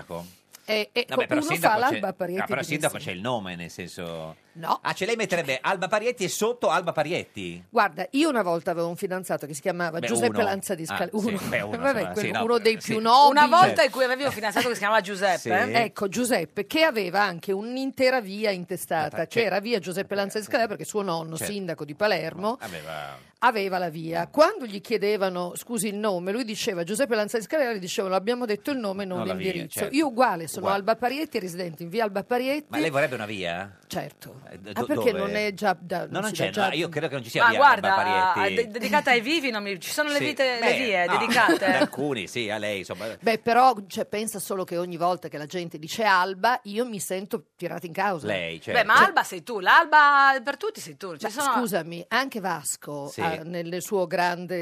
J: E, e
B: Vabbè, però
J: uno
B: sindaco
J: fa
B: c'è-
J: l'Alba Parietti.
B: Ah, però
J: di
B: sindaco
J: Messina.
B: c'è il nome, nel senso.
J: No.
B: Ah, ce lei metterebbe Alba Parietti e sotto Alba Parietti.
J: Guarda, io una volta avevo un fidanzato che si chiamava
B: Beh,
J: Giuseppe
B: uno.
J: Lanza di Scalini.
B: Ah, sì,
J: uno.
B: beh, uno,
J: Vabbè,
B: insomma,
J: quello-
B: sì, no,
J: uno dei
B: sì.
J: più nobili.
A: Una volta
B: Cioè,
A: in cui
B: eh,
A: avevo un fidanzato che si chiamava Giuseppe. eh.
J: Ecco, Giuseppe, che aveva anche un'intera via intestata, che era via Giuseppe Lanza di Scalera, perché suo nonno,
B: cioè Certo.
J: sindaco di Palermo,
B: Aveva.
J: aveva la via. Quando gli chiedevano, scusi il nome, lui diceva Giuseppe Lanza di Scalera, gli dicevano abbiamo detto il nome, non
B: Non la via,
J: l'indirizzo.
B: certo.
J: Io uguale, sono
B: Uguale.
J: Alba Parietti, residente in via Alba Parietti.
B: Ma lei vorrebbe una via?
J: Certo.
B: Eh, do-
J: Ah, perché
B: dove?
J: non è già... Da,
B: No, non
J: si
B: c'è,
J: dà già- eh,
B: no, io credo che non ci sia
A: Ma
B: via Alba
A: guarda,
B: Parietti.
A: de- dedicata ai vivi, non mi- ci sono le,
B: Sì.
A: vite- le
B: Beh,
A: vie
B: no, ad
A: dedicate.
B: alcuni, sì, a lei, insomma.
J: Beh, però cioè, pensa solo che ogni volta che la gente dice Alba, io mi sento tirata in causa.
B: Lei, certo.
A: Beh, ma Alba sei tu, l'Alba per tutti sei tu. Ci
J: Ma
A: sono-
J: Scusami, anche Vasco
B: Sì. Eh,
J: ah, nel suo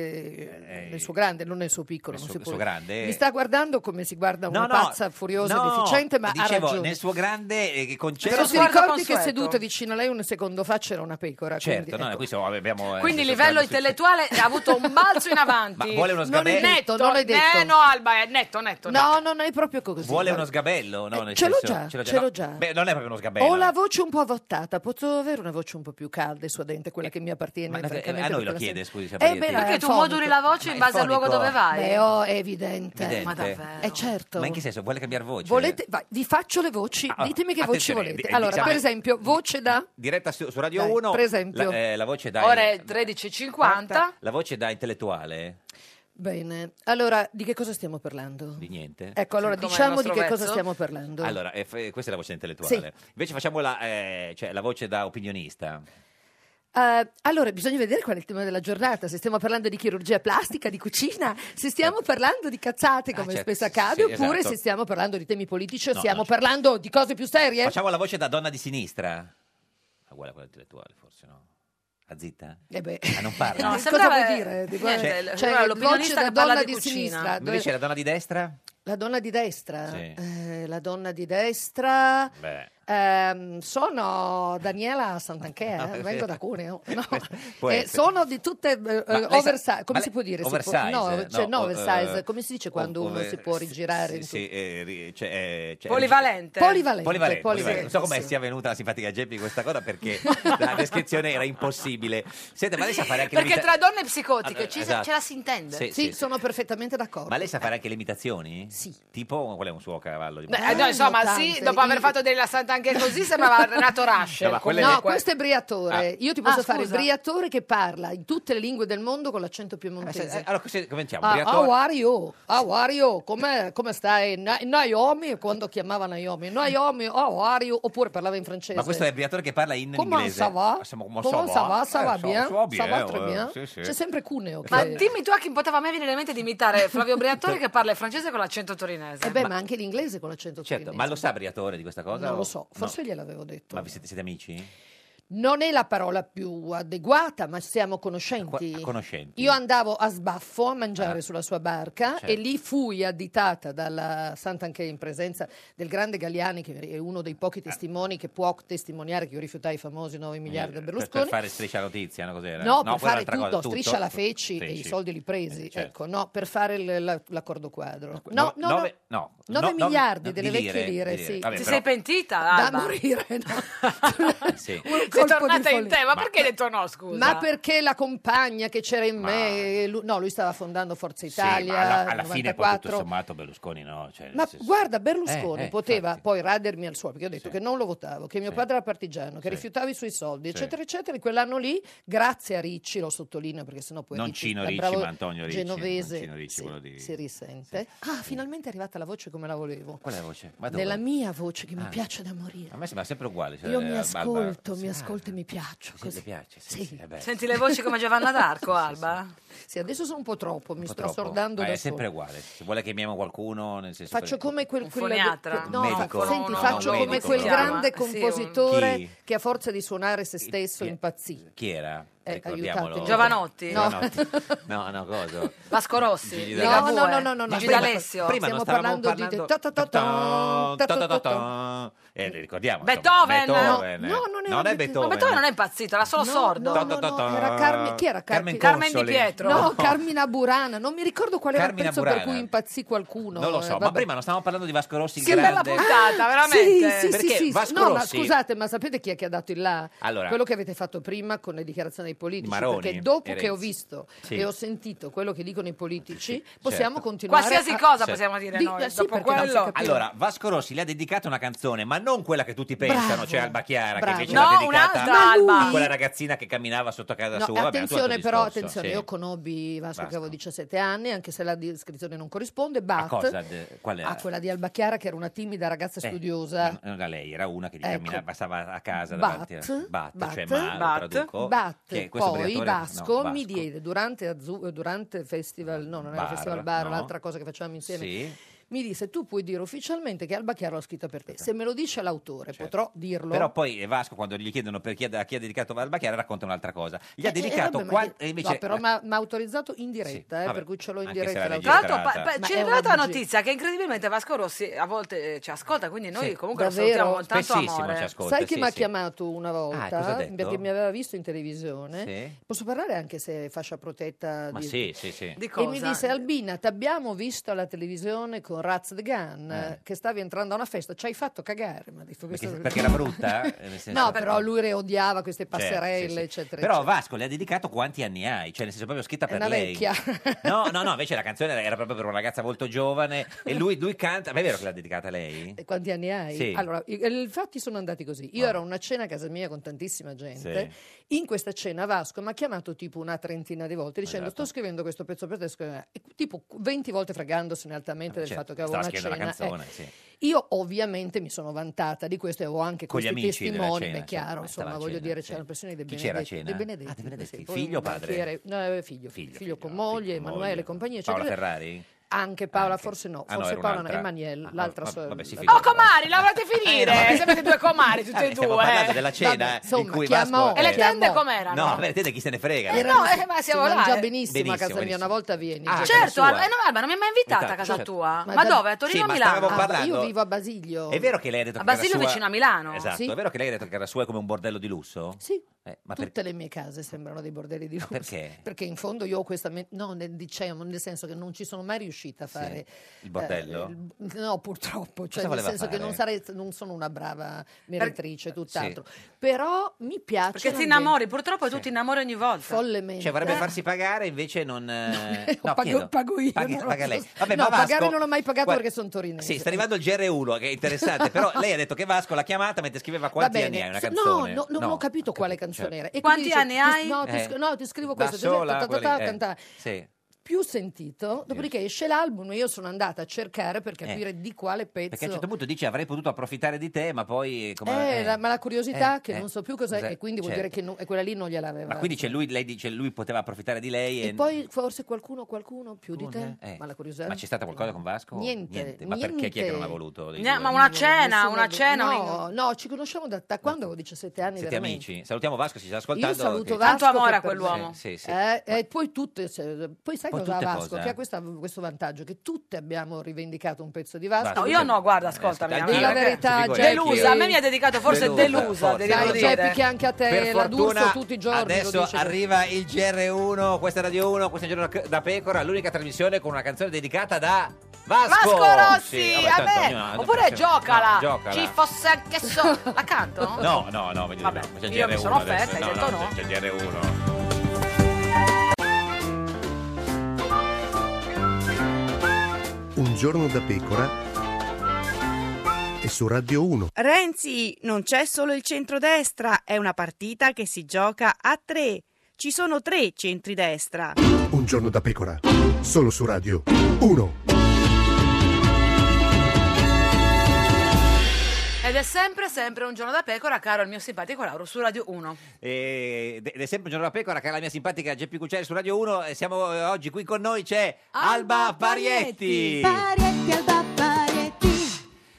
J: grande, nel suo grande, non nel suo piccolo,
B: nel
J: non
B: suo-
J: si può-
B: suo grande-
J: mi sta guardando come si guarda
B: No, no,
J: una pazza furiosa
B: no,
J: e deficiente, ma
B: dicevo,
J: ha ragione.
B: nel suo grande eh, concetto...
J: Però ti ricordi che seduta vicino a lei un secondo fa c'era una pecora.
B: Certo,
J: quindi,
B: no,
J: ecco.
B: qui siamo- abbiamo... eh,
A: Quindi il
B: questo
A: livello
B: grande successo.
A: intellettuale ha avuto un balzo in avanti.
B: Ma vuole uno
J: Non è
B: sgabello?
J: detto, non è detto.
A: Eh, no, Alba è netto, netto.
J: No, non è proprio così.
B: Vuole uno
J: guarda.
B: sgabello? No, nel
J: Eh, ce l'ho
B: senso-
J: già, ce l'ho
B: no,
J: già.
B: Beh, non è proprio uno sgabello.
J: Ho la voce un po' avottata, posso avere una voce un po' più calda e suadente, quella che mi appartiene.
B: Ma- eh,
J: francamente,
B: a noi
J: per
B: lo
J: quella
B: chiede,
J: sera.
B: scusi, se
J: Eh,
B: Parietti.
J: beh,
A: Perché
J: è
A: tu
J: fonico.
A: moduli la voce in base al luogo
B: fonico.
A: dove vai.
J: Beh, oh, è evidente.
B: Evidente.
J: Ma davvero? Eh, certo.
B: Ma in che senso? Vuole cambiare voce?
J: Volete- vai, vi faccio le voci,
B: Ah,
J: ditemi che voci
B: attenzione,
J: volete.
B: di-
J: Allora,
B: diciamo-
J: per esempio, voce da...
B: Diretta su, su Radio
J: Dai,
B: 1.
J: per esempio.
B: La, eh, la voce da...
A: Ora è 13.50.
B: La voce da intellettuale?
J: Bene, allora, di che cosa stiamo parlando?
B: Di niente?
J: Ecco, allora,
A: Come il
J: diciamo di
A: nostro
J: che cosa
A: pezzo?
J: stiamo parlando.
B: Allora, eh, f- questa è la voce da intellettuale. Invece facciamo la, eh, cioè, la voce da opinionista.
J: Eh, allora, bisogna vedere qual è il tema della giornata, se stiamo parlando di chirurgia plastica, di cucina, se stiamo parlando di cazzate come
B: certo,
J: spesso
B: sì,
J: accade,
B: sì,
J: oppure
B: esatto.
J: se stiamo parlando di temi politici o
B: No,
J: stiamo
B: no,
J: parlando di cose più serie.
B: Facciamo la voce da donna di sinistra. Ma uguale a quella intellettuale, forse, no? A zitta?
J: Eh beh.
B: Ah, non parla.
J: No,
A: No,
J: cosa
A: sembrava-
J: vuol dire? Di-
A: niente,
J: guarda,
A: l-
J: cioè,
A: allora,
J: voce
A: l'opinionista
J: da
A: che parla
J: donna
A: di
J: di
B: Ah,
A: cucina.
J: sinistra.
B: Invece la donna di destra?
J: La donna di destra?
B: Sì.
J: Eh, la donna di destra...
B: Beh.
J: Ehm, sono Daniela Santanchea,
B: No,
J: eh,
B: è
J: vengo
B: vero.
J: da Cuneo. No.
B: può
J: Eh,
B: essere.
J: sono di tutte
B: Ma lei sa-
J: oversize, come
B: ma
J: si
B: lei-
J: può dire? Si può-
B: Oversize,
J: no, cioè,
B: no,
J: no,
B: o-
J: oversize,
B: eh,
J: come si dice quando
B: o-
J: uno
B: over-
J: si può rigirare? in
B: Sì, sì, eh, ri- cioè, eh, cioè-
A: Polivalente.
J: Polivalente.
B: Polivalente,
J: polivalente,
B: non so come
J: sì.
B: sia venuta la simpatica Geppi questa cosa perché la descrizione era impossibile. Senta, ma lei sa fare anche
A: Perché
B: l'imita-
A: tra donne psicotiche
B: Allora,
A: ci-
B: esatto.
A: ce la si intende.
B: Sì,
J: Sì,
B: sì,
J: sono perfettamente d'accordo.
B: Ma lei sa fare anche le imitazioni? Sì. Tipo qual è un suo cavallo di
A: Beh,
B: battaglia?
A: Eh,
J: Ah,
A: no, insomma, sì,
J: tante.
A: dopo aver
J: Il-
A: fatto della Santa anche così sembrava Renato Rasce.
B: No, ma quelle-
J: No, questo è Briatore.
B: Ah.
J: Io ti posso
A: Ah,
J: fare
A: scusa.
J: Briatore che parla in tutte le lingue del mondo con l'accento
B: Eh,
J: piemontese.
B: se- eh, Allora, così cominciamo.
J: Ah,
B: Briatore-
J: how are you? How are you? Come, come stai? Na- Naomi, quando chiamava Naomi. Naomi, how are you? Oppure parlava in francese.
B: Ma questo è il briatore che parla in
J: Come
B: inglese.
J: ça va?
B: Ah, siamo- Come
J: Comment ça va? Ça
B: Eh,
J: va
B: so-
J: bien?
B: so
J: Ça va très
B: eh,
J: bien?
B: sì, sì.
J: C'è sempre Cuneo.
A: Ma
J: che-
A: dimmi tu a chi poteva mai venire in mente di imitare Flavio Briatore che parla il francese con l'accento torinese.
J: Eh beh, ma... anche l'inglese con l'accento
B: Certo, ma lo sa Briatore di questa cosa?
J: Non
B: o-
J: lo so,
B: no?
J: forse gliel'avevo detto.
B: Ma vi siete, siete amici?
J: Non è la parola più adeguata, ma siamo
B: Ah,
J: conoscenti.
B: Conoscenti?
J: Io andavo a sbaffo a mangiare sulla sua barca
B: Ah. Certo.
J: e lì fui additata dalla Sant'Anchè in presenza del grande Galliani, che è uno dei
B: Ah.
J: pochi testimoni che può testimoniare che io rifiutai i famosi 9 miliardi a
B: Eh, Per-
J: Berlusconi.
B: Per fare striscia notizia, no? Cos'era?
J: No, per
B: quella
J: fare
B: un'altra
J: tutto,
B: cosa,
J: striscia la feci e i
B: Feci.
J: soldi li presi,
B: certo.
J: ecco, no, per fare il- la- l'accordo quadro. No, no, no,
B: nove, no,
J: 9
B: no, nove-
J: miliardi
B: no,
J: delle
B: di
J: vecchie lire,
B: di
J: sì.
B: Vabbè,
A: Ti
B: però-
A: sei pentita,
J: da
A: Alba?
J: morire,
B: sì.
J: Un
A: Sei
J: colpo di
A: tornata in
J: follia.
A: te, ma perché hai detto no, scusa?
J: Ma perché la compagna che c'era in
B: Ma-
J: me, lui- no, lui stava fondando Forza
B: Sì, ma
J: Italia,
B: alla, alla fine poi tutto
J: 94.
B: sommato Berlusconi no, cioè, nel
J: Ma
B: senso-
J: guarda, Berlusconi
B: Eh, eh,
J: poteva poi radermi al suo, perché ho detto che non lo votavo, che mio padre era partigiano,
B: Sì.
J: che rifiutava i suoi soldi,
B: Sì.
J: eccetera, eccetera. In quell'anno lì, grazie a Ricci, lo sottolineo perché sennò poi.
B: Non
J: Ricci,
B: Cino
J: da
B: Ricci,
J: bravo
B: ma Antonio Ricci,
J: Genovese.
B: non Cino Ricci,
J: sì,
B: quello di-
J: Si risente. Ah, finalmente è arrivata la voce come la volevo.
B: Qual è la voce? Ma dove?
J: Nella mia voce che mi
B: Ah.
J: piace da morire.
B: A me sembra sempre uguale. cioè,
J: Io mi
B: Alba-
J: ascolto,
B: Sì,
J: mi
B: ah,
J: ascolto e mi piaccio.
B: sì,
J: così.
B: le piace, sì, sì, vabbè.
A: Senti le voci come Giovanna d'Arco, Alba?
J: Eh. Sì, adesso sono un po' troppo, mi
B: Un po'
J: sto
B: troppo.
J: assordando
B: Ma
J: da
B: è sempre
J: sola.
B: uguale. Se vuole che chiamiamo qualcuno, nel senso
J: Faccio
B: per-
J: come quel,
A: Un
J: quel-
A: foniatra?
J: quel-
B: Un
J: no,
B: medico.
J: senti,
B: No,
J: faccio
B: no,
J: come
B: medico,
J: quel
B: no.
J: grande
A: Sì, un-
J: compositore
B: Chi?
J: che a forza di suonare se stesso impazzì.
B: chi era?
J: Eh,
B: Ricordiamolo.
J: aiutatemi.
A: Giovanotti?
J: No.
B: Giovanotti. No, no, cosa?
A: Vasco Rossi?
B: Gigi
J: No,
A: Ligabue?
J: no, no, no, no, no.
A: Gigi
J: prima-
A: D'Alessio?
B: prima
J: stiamo
B: non stavamo
J: parlando di
B: parlando-
J: ta- ta- ta- ta- ta- ta- ta- ta-
B: Eh, li ricordiamo.
A: Beethoven?
B: insomma. Beethoven.
J: No, no, non
B: è
J: era Beethoven.
B: Beethoven.
A: Ma Beethoven non è impazzito, era solo
J: No,
A: sordo.
J: no, no, no, era Carmi- chi era Carmi-
B: Ah, Carmen,
A: Carmen Di
B: Consoli.
A: Pietro.
J: No, Carmina Burana, non mi ricordo qual era
B: Carmina
J: il pezzo per
B: Burana.
J: cui impazzì qualcuno.
B: Non lo so,
J: eh,
B: ma
J: vabbè.
B: prima non stavamo parlando di Vasco Rossi il
A: Che bella
B: grande.
A: puntata,
J: Sì,
A: veramente.
J: sì, sì,
B: Perché
J: sì, sì.
B: Vasco
J: no, ma
B: Rossi-
J: scusate, ma sapete chi è che ha dato il là?
B: Allora.
J: quello che avete fatto prima con le dichiarazioni dei politici.
B: Maroni
J: perché dopo
B: e
J: che ho
B: Renzi.
J: visto
B: Sì.
J: e ho sentito quello che dicono i politici, possiamo
B: certo.
J: continuare.
A: Qualsiasi
J: a-
A: cosa possiamo dire
J: Di- eh,
A: noi,
J: sì,
A: dopo
J: perché non si
A: quello-
J: capiva.
B: Allora, Vasco Rossi le ha dedicato una canzone, ma non quella che tutti pensano,
J: Bravo,
B: cioè Alba Chiara,
J: bravo.
B: che invece
J: No,
B: l'ha dedicata
A: un'altra
J: Ma lui-
B: a quella ragazzina che camminava sotto casa
J: No,
B: sua. vabbè, è un
J: attenzione
B: altro
J: però,
B: discorso,
J: attenzione,
B: sì.
J: io conobbi Vasco, che
B: Vasco.
J: avevo 17 anni, anche se la descrizione non corrisponde,
B: Ma
J: but
B: cosa? De- qual era?
J: a quella di Alba Chiara che era una timida ragazza
B: Eh,
J: studiosa.
B: non- Non era lei, era una che gli
J: Ecco.
B: camminava, passava a casa
J: But,
B: davanti a Bat, cioè
J: but,
B: ma
J: but,
B: lo traduco.
J: but,
B: che questo
J: poi
B: briatore- no,
J: Vasco,
B: Vasco.
J: mi diede durante, Azzu- durante Festival, no, non era
B: Bar,
J: Festival Bar,
B: no.
J: l'altra cosa che facevamo insieme,
B: Sì.
J: mi disse tu puoi dire ufficialmente che Alba Chiara l'ha scritta per te. Se me lo dice l'autore, potrò
B: Certo.
J: dirlo.
B: Però poi Vasco, quando gli chiedono per chi ha, a chi ha dedicato Alba Chiara, racconta un'altra cosa. Gli ha
J: Eh, eh,
B: dedicato...
J: vabbè, ma
B: qua-
J: che-
B: e invece- eh,
J: no, però mi ha mi ha autorizzato in diretta, eh,
B: vabbè,
J: per cui ce l'ho in
B: anche se la
J: diretta.
B: regia-
A: Tra l'altro, pa-
B: Registrata.
A: pa-
J: Ma
A: ci
J: è
A: è
J: una
A: arrivata la
J: bugia.
A: notizia che incredibilmente Vasco Rossi a volte eh, ci ascolta, quindi noi
B: Sì,
A: comunque lo
J: davvero?
A: salutiamo con tanto
B: Spessissimo
A: amore.
B: ci ascolta,
J: Sai chi
B: sì,
J: mi ha
B: sì. Ah,
J: chiamato una volta?
B: cosa ha detto?
J: Perché mi aveva visto in televisione.
B: Sì.
J: Posso parlare anche se è fascia protetta?
B: Ma
J: di-
B: sì, sì, sì.
A: Di
J: E mi
A: cosa?
J: disse Albina, ti abbiamo visto alla televisione con Raz the Gun
B: Eh.
J: che stavi entrando a una festa, ci hai fatto cagare. Mi ha detto
B: Perché,
J: questo-
B: perché era brutta? eh, nel senso-
J: No, però lui re- odiava queste
B: Certo, sì,
J: passerelle,
B: sì.
J: eccetera.
B: Però Vasco le ha dedicato quanti anni hai, cioè nel senso proprio scritta
J: eccetera. È
B: per
J: una
B: lei.
J: vecchia.
B: No, no, no, invece la canzone era- era proprio per una ragazza molto giovane e lui, lui canta. Ma è vero che l'ha dedicata lei?
J: E Quanti anni hai?
B: Sì. Ah.
J: Allora, i, i fatti sono andati così. Io ero a una cena a casa mia con tantissima gente. In questa cena Vasco mi ha chiamato tipo una trentina di volte dicendo
B: Esatto.
J: sto scrivendo questo pezzo per te, scrivendo- e tipo 20 volte fregandosene altamente del
B: Cioè,
J: fatto che avevo
B: stava
J: una
B: scrivendo
J: cena.
B: la canzone,
J: eh.
B: sì.
A: Oh,
J: Io ovviamente mi sono vantata di questo e ho anche
B: Con gli
J: questi
B: amici della
J: testimoni,
B: cena,
J: beh, chiaro,
B: sì.
J: insomma,
B: Stava a
J: voglio
B: cena,
J: dire
B: sì.
J: c'era la pressione dei
B: Chi
J: Benedetti.
B: c'era a cena?
J: Dei Benedetti,
B: Ah, dei Benedetti.
J: sì. Poi
B: Figlio
J: un
B: o padre?
J: banchiere- no, eh, figlio, figlio, con moglie, Emanuele e compagnia,
B: Paola
J: eccetera.
B: Ferrari?
J: Anche Paola, forse no,
B: Ah, no,
J: forse
B: era
J: Paola
B: un'altra.
J: e Maniel, l'altra
B: va-
J: sua.
B: vabbè, si
K: Oh, comari, la volete finire?
B: Eh,
J: vabbè.
K: Siamo due comari, tutte
B: Vabbè,
K: e
B: stiamo
K: due.
B: Eh, parlando della cena
J: Vabbè,
B: eh,
J: insomma,
B: in cui
J: chiamò,
B: Vasco è-
K: E le tende com'erano?
B: no
J: Ah,
B: vabbè, le tende chi se ne frega
J: Era-
K: no, eh, ma siamo
J: si
K: là,
J: mangia
K: eh.
J: benissimo, a casa
B: Benissimo,
J: mia, una volta vieni.
B: Ah,
A: certo,
B: sua.
A: al- eh, no, Alba, non mi hai mai invitata a casa
B: Certo.
A: tua. Ma,
J: Ma da- Ah,
A: dove? A Torino
B: Sì,
A: o a
B: ma
A: Milano?
B: stavamo parlando-
J: Io vivo a Basiglio.
B: è vero che lei ha detto
A: A
B: che casa
A: Basilio
B: sua-
A: vicino a Milano.
B: esatto
J: Sì.
B: è vero che lei ha detto che era sua è come un bordello di lusso
J: Sì.
B: Eh, ma per-
J: Tutte le mie case sembrano dei bordelli di lusso.
B: perché?
J: Perché in fondo io ho questa... men- no, nel, diciamo, nel senso che non ci sono mai riuscita a fare...
B: il bordello?
J: eh, il- no, purtroppo.
B: Cosa
J: Cioè, nel
B: voleva
J: senso che
B: fare?
J: non, sarei, non sono una brava meretrice, tutt'altro.
B: Sì.
J: Però mi piace...
A: Perché ti
J: l'ambiente.
A: innamori, purtroppo tu ti innamori ogni volta.
J: Follemente. Eh,
B: cioè vorrebbe farsi pagare invece non eh, no,
J: pago-
B: chiedo.
J: pago io,
B: Paghi-
J: non lo
B: paga
J: so.
B: lei Vabbè,
J: no,
B: ma Vasco-
J: pagare non l'ho mai pagato
B: Guarda-
J: perché sono torinese.
B: Sì, sta arrivando il GR1 che è interessante, però lei ha detto che Vasco l'ha chiamata mentre scriveva quanti
J: Va
B: anni
J: bene.
B: hai una
J: So-
B: canzone.
J: No, no, non ho capito quale canzone era. E quindi
A: Quanti
J: dice,
A: anni hai?
J: ti- No, ti,
B: Eh.
J: sc- no, ti scrivo
B: Da
J: questo. ti-
B: sola,
J: ta- ta- ta-
B: quella-
J: ta-
B: eh,
J: canta-
B: Sì.
J: Più sentito, dopodiché esce l'album e io sono andata a cercare per
B: Eh.
J: capire di quale pezzo.
B: Perché a un certo punto dice avrei potuto approfittare di te, ma poi come
J: Eh,
B: eh.
J: la- ma la curiosità
B: eh,
J: che
B: eh,
J: non so più cos'è,
B: cos'è,
J: e quindi vuol
B: certo.
J: dire che no- e quella lì non gliel'aveva.
B: Ma quindi c'è lui, lei dice lui poteva approfittare di lei e,
J: E poi forse qualcuno, qualcuno più di te?
B: eh.
J: Ma la curiosità.
B: Ma c'è stata qualcosa con Vasco?
J: Niente,
B: Ma perché chi è che non ha
J: niente.
B: voluto? dei
A: Ne-
B: due?
A: ma una cena,
J: Nessuno
A: una
J: di-
A: cena,
J: No, no, ci conosciamo da, da quando avevo 17 anni.
B: Siete
J: veramente.
B: amici? Salutiamo Vasco, si sta
J: Io
B: ascoltando.
J: saluto
B: che-
J: Vasco.
A: amore
J: che
A: a
J: per
A: quell'uomo.
J: me-
B: Sì, sì.
J: Eh, e poi tutte, se- poi sai
B: Poi
J: cosa ha
B: tutte
J: Vasco?
B: cosa,
J: Che
B: eh?
J: ha questa- questo vantaggio che tutte abbiamo rivendicato un pezzo di Vasco.
A: No,
B: cioè,
A: io no,
B: eh,
A: guarda, ascoltami.
J: Della
A: ma perché?
J: verità, Geppi.
A: delusa, a me mi ha dedicato forse
B: Delusa,
A: delusa,
B: forse.
A: devi
B: Dai,
A: dire.
J: Geppi, che cioè, anche a te
B: Per
J: la d'Urso
B: fortuna
J: tutti i giorni lo
B: adesso
J: dice.
B: arriva il GR1, questa è Radio 1, questo è Giorno da Pecora, l'unica trasmissione con una canzone dedicata da Vasco,
K: Vasco Rossi,
B: Sì, vabbè,
K: a
B: tanto
K: me.
B: ognuno ha una
K: Oppure
B: canzone.
K: giocala.
B: No, giocala.
K: Ci fosse anche solo. La canto?
B: No, no, no, voglio dire, no, c'è il
K: io mi
B: GR1
K: sono offerta,
B: adesso.
K: hai detto no.
B: C'è il GR1.
G: Un giorno da pecora e su Radio 1.
H: Renzi, non c'è solo il centrodestra, è una partita che si gioca a tre. Ci sono tre centri-destra.
G: Un giorno da pecora, solo su Radio 1.
A: Ed è sempre, sempre un giorno da pecora, caro il mio simpatico Lauro, su Radio 1.
B: E- Ed è sempre Giorno da Pecora, cara la mia simpatica Geppi Cucciari su Radio 1 e siamo eh, oggi qui con noi c'è Alba, Parietti.
F: Parietti, Alba Parietti.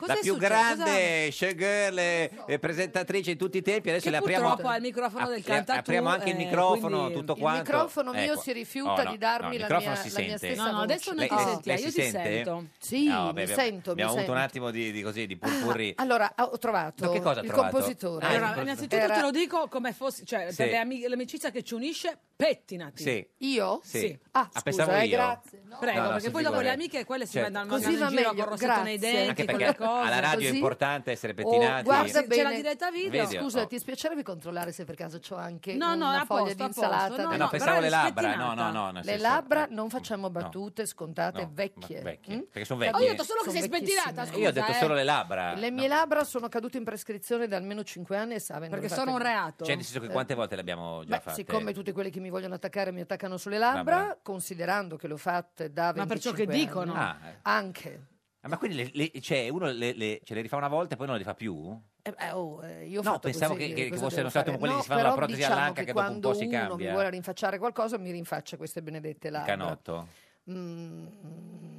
B: la più grande showgirl eh, eh, presentatrice in tutti i tempi. Adesso le apriamo.
A: purtroppo ha il microfono del
B: ap-
A: canta
B: apriamo
A: tu,
B: anche il
A: eh,
B: microfono,
A: quindi-
B: tutto
A: Il
B: quanto. Ecco.
J: microfono mio si rifiuta di darmi
B: il
J: la
B: microfono
J: mia-
B: si
J: la mia
B: sente.
J: stessa No, no, voce. adesso non
B: Lei-
J: ti
B: lei-
J: senti,
B: lei
J: eh, io
B: si
J: ti
B: sente?
J: sento. Sì,
B: No,
J: mi
B: abbiamo-
J: sento, mi
B: Abbiamo avuto un
J: sento.
B: attimo di, di così, di
J: Ah,
B: purpurri.
J: allora, ho trovato
B: Ma che cosa ha
J: il
B: trovato?
J: compositore.
B: Ah, il
J: Allora,
B: compositore.
L: Innanzitutto
J: Era-
L: te lo dico come fosse, cioè
B: Sì.
L: per le ami- l'amicizia che ci unisce, pettinati.
B: Sì.
J: Io?
B: Sì.
L: Sì.
B: Ah,
J: scusa,
B: pensavo
J: eh,
B: io.
J: grazie. No.
L: Prego,
B: No, no,
L: perché
B: si
L: poi dopo
B: figuri.
L: le amiche quelle si
B: Certo.
L: mandano,
J: Così
L: mandano in
J: va
L: giro
J: meglio,
L: con rossetto nei
J: grazie.
L: denti,
B: Anche
L: con
B: perché
L: le cose.
B: alla radio è
J: Così.
B: importante essere
J: Oh,
B: pettinati.
J: guarda
L: Sì, c'è
J: bene.
L: la diretta video.
B: Video,
J: Scusa,
B: oh.
J: ti spiacerebbe controllare se per caso c'ho anche
L: No, no,
J: una
L: a
J: foglia
L: posto,
J: di
L: a posto.
J: insalata?
L: No,
B: Eh,
J: del-
B: no, pensavo le labbra. No, no, no. nel
J: Le
B: senso- eh,
J: labbra non facciamo battute scontate vecchie.
B: vecchie,
J: mm?
B: perché sono
J: Capito?
B: vecchie. Ho detto
L: solo che
J: Sono
L: sei spettinata,
J: vecchissime.
B: Io ho detto
L: eh.
B: solo le labbra.
J: Le mie labbra sono cadute in prescrizione da almeno 5 anni e sa, avendo
L: Perché
J: fatte- Eh.
L: sono un reato.
B: Cioè, nel senso che quante volte l'abbiamo già
J: Beh,
B: fatta?
J: siccome tutti quelli che mi vogliono attaccare mi attaccano sulle labbra,
B: Vabbè.
J: considerando che l'ho fatte da 25
L: Ma per ciò che
J: anni,
L: dicono.
B: Ah,
J: Anche.
B: Ah, ma quindi le, le- cioè, uno le, le- ce le rifà una volta e poi non le fa più?
J: Eh, eh, oh, eh, io ho
B: No,
J: fatto
B: pensavo
J: così,
B: che- che- che
J: cosa
B: fossero
J: devo
B: stati
J: fare?
B: quelli che
J: No,
B: si fanno la
J: però
B: protesi
J: diciamo
B: all'anca che dopo un
J: quando
B: po' si
J: uno mi
B: cambia.
J: vuole rinfacciare qualcosa, mi rinfaccia queste benedette
B: Il
J: labbra.
B: canotto?
J: Mm,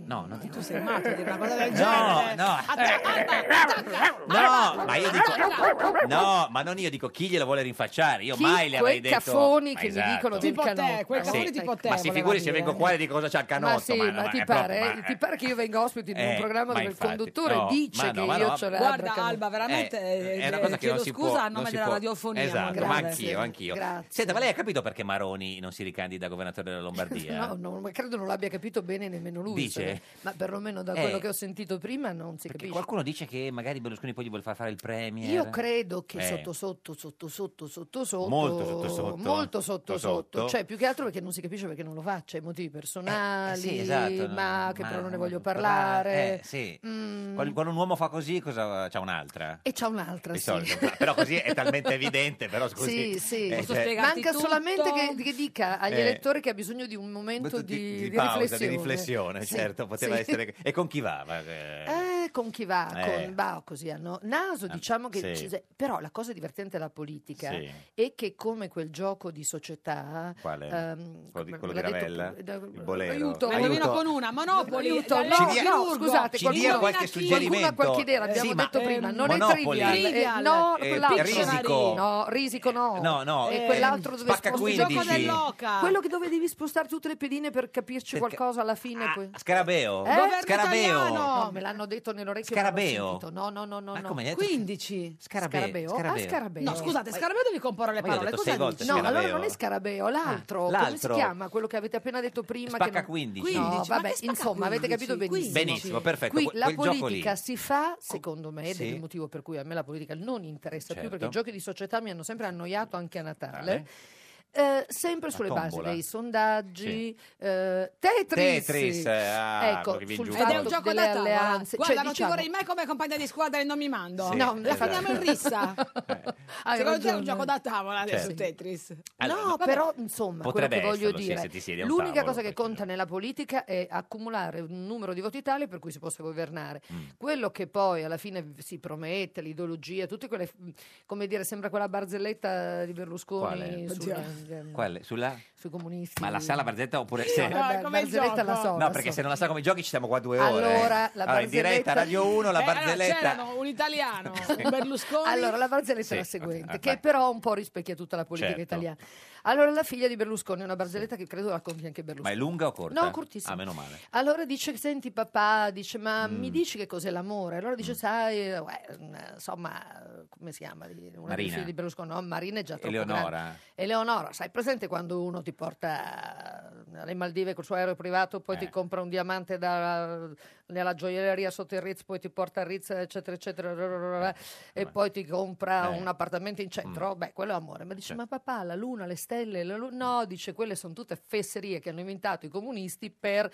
B: No, non ti
L: Tu sei matto a dire una cosa del
B: No,
L: genere.
B: no. No, ma io dico No, ma non io dico chi glielo vuole rinfacciare, io
J: Chi?
B: mai le avrei
J: Quei
B: detto.
J: cafoni
B: Ma
J: che mi
B: esatto.
J: dicono eh, del
L: Tipo te,
J: canotto.
L: quei cafoni
B: Sì.
L: tipo te,
B: Ma si
L: voleva
B: figuri se
L: dire.
B: vengo qua e di cosa c'ha il canotto,
J: ma sì, ma,
B: no,
J: ti,
B: è proprio-
J: pare,
B: ma-
J: ti pare che io venga ospite in un
B: Eh,
J: programma
B: ma
J: dove il
B: infatti,
J: conduttore
B: no,
J: dice
B: ma no,
J: che
B: ma
J: io
B: no.
J: ho la
L: Guarda Alba, veramente
B: Eh,
L: eh,
B: è una cosa che
L: chiedo
B: non si
L: scusa
B: può,
L: a
B: non
L: nome
B: si
L: della
B: può.
L: radiofonia.
B: Esatto, ma
J: Grazie.
B: anch'io, anch'io.
J: Grazie.
B: Senta, ma lei ha capito perché Maroni non si ricandida a governatore della Lombardia?
J: No, no, ma credo non l'abbia capito bene nemmeno lui.
B: Dice?
J: sai. Ma perlomeno da
B: Eh.
J: quello che ho sentito prima non si
B: Perché
J: capisce.
B: qualcuno dice che magari Berlusconi poi gli vuole far fare il premier.
J: Io credo che
B: Eh.
J: sotto sotto sotto sotto sotto sotto
B: Molto sotto sotto.
J: molto sotto
B: Sotto
J: sotto,
B: sotto.
J: cioè più che altro perché non si capisce perché non lo faccia, i motivi personali,
B: sì, esatto, no,
J: ma che
B: ma-
J: però non ne voglio
B: Eh,
J: parlare.
B: sì.
J: Mm.
B: Qual- Quando un uomo fa così, cosa c'ha un'altra?
J: E c'è un'altra
B: Di
J: sì.
B: solito. Però così è talmente evidente, però scusi.
J: Sì, sì.
B: Eh, cioè-
J: Manca
L: tutto?
J: solamente che, che dica agli
B: Eh.
J: elettori che ha bisogno di un momento di,
B: di,
J: di
B: pausa,
J: riflessione.
B: di riflessione,
J: Sì,
B: certo, poteva
J: sì.
B: essere... E con chi va? Va, eh,
J: Eh, con chi va,
M: Eh.
J: con Bao così hanno naso, diciamo che...
M: sì.
J: ci- però la cosa divertente della politica
M: Sì.
J: è che come quel gioco di società...
M: Quale?
J: ehm,
M: Quello di, quello
J: come-
M: di
J: l'ha detto-
M: Ravella?
J: da-
M: Il bolero.
L: Aiuto, ne indovina con una, Monopoli.
J: Aiuto,
L: eh,
J: no,
L: Ci dia-
J: no,
L: chirurgo.
J: scusate,
L: Ci dia
J: qualcuno-
L: qualche
J: Qualcuno a
L: suggerimento?
J: qualche idea, l'abbiamo
L: Sì, ma,
J: detto
L: eh,
J: prima, non è
L: Monopoli.
J: trivial.
L: Trivial.
J: Eh, no,
L: Eh,
J: quell'altro.
L: Risico.
J: No, risico no.
B: No, no,
J: E
B: eh,
J: quell'altro dove
B: spacca
J: sposti-
B: 15. Il gioco dell'oca.
J: Quello che dove devi spostare tutte le pedine per capirci
B: Perché-
J: qualcosa alla fine. poi.
B: Scarabeo.
J: Eh?
B: Scarabeo.
J: No, me l'hanno detto nell'orecchio.
B: Scarabeo?
J: non l'ho sentito. No, no, no, no.
B: Ma
J: no.
B: come hai detto?
J: 15.
B: Scarabeo,
J: Scarabeo. Ah,
B: scarabeo.
J: scarabeo.
L: No, scusate, scarabeo devi comporre le
B: Ma io ho
L: parole.
B: detto
L: Cosa
B: sei volte
L: dici?
J: No, allora
B: Scarabeo. Ah,
J: non è Scarabeo, l'altro. Come si
B: l'altro.
J: chiama? Quello che avete appena detto prima.
B: Spacca
J: che non-
B: 15.
J: No,
B: 15,
J: vabbè, insomma, avete capito benissimo.
B: Benissimo, perfetto,
J: Qui
B: quel-
J: la
B: quel gioco lì.
J: politica si fa, secondo me, ed è
B: Sì.
J: il motivo per cui a me la politica non interessa più,
B: Certo.
J: perché i giochi di società mi hanno sempre annoiato anche a Natale.
B: Vale.
J: eh, sempre sulle basi
B: tombola.
J: dei sondaggi, eh, Tetris,
B: Tetris, eh, ah,
J: ecco,
B: quello che vi
J: sul
B: ingiusta.
J: fatto
L: Ed è un gioco
J: delle
L: da tavola.
J: alleanze,
L: Guarda,
J: cioè,
L: non
J: diciamo,
L: ti vorrei mai come compagna di squadra e non mi mando.
J: Sì, No, la esatto.
L: facciamo in rissa.
J: hai
L: Secondo te è un
J: ragione.
L: gioco da tavola adesso
J: Certo.
L: Tetris?
J: no,
L: Vabbè.
J: però insomma, quello
B: Potrebbe
J: che voglio
B: esserlo, sì,
J: dire,
B: se ti siedi a un
J: l'unica
B: tavolo,
J: cosa che conta nella politica è accumulare un numero di voti tale per cui si possa governare.
B: Mm.
J: Quello che poi alla fine si promette, l'ideologia, tutte quelle, mh, come dire, sembra quella barzelletta di Berlusconi eh,
B: Quale?
J: sul-
B: Quale? Sulla?
J: sui comunisti.
B: Ma la sala barzetta oppure
J: Sì,
B: se...
J: no, la
B: no,
J: barzelletta la so. la
B: perché
J: so.
B: se non la sa come giochi ci stiamo qua due ore. eh.
J: Allora, la
B: Allora, in diretta
J: barzelletta-
B: Radio 1, la
J: Eh, allora,
B: barzelletta.
L: C'erano un italiano, un Berlusconi.
J: Allora, la barzelletta
B: Sì,
J: è la seguente,
B: ok, ah,
J: che
B: vai.
J: però un po' rispecchia tutta la politica
B: Certo.
J: italiana. Allora, la figlia di Berlusconi è una barzelletta che credo racconti anche
B: Ma
J: Berlusconi.
B: è lunga o corta?
J: No, cortissima.
B: Ah, meno male.
J: Allora dice, senti papà, dice, ma
B: Mm.
J: mi dici che cos'è l'amore? Allora dice, sai, eh, eh, insomma, eh, come si chiama? Di- Una dei
B: Marina.
J: figli di Berlusconi, no, Marina è già troppo grande.
B: Eleonora.
J: Eleonora, sai presente quando uno ti porta alle Maldive col suo aereo privato, poi ti compra un diamante da, dalla gioielleria sotto il Ritz, poi ti porta a Ritz, eccetera, eccetera, rah, rah, rah, e poi ti compra
M: Eh.
J: un appartamento in centro. Beh, quello è amore. Ma dici, ma papà, la luna, le stelle, la luna... No, dice, quelle sono tutte fesserie che hanno inventato i comunisti per...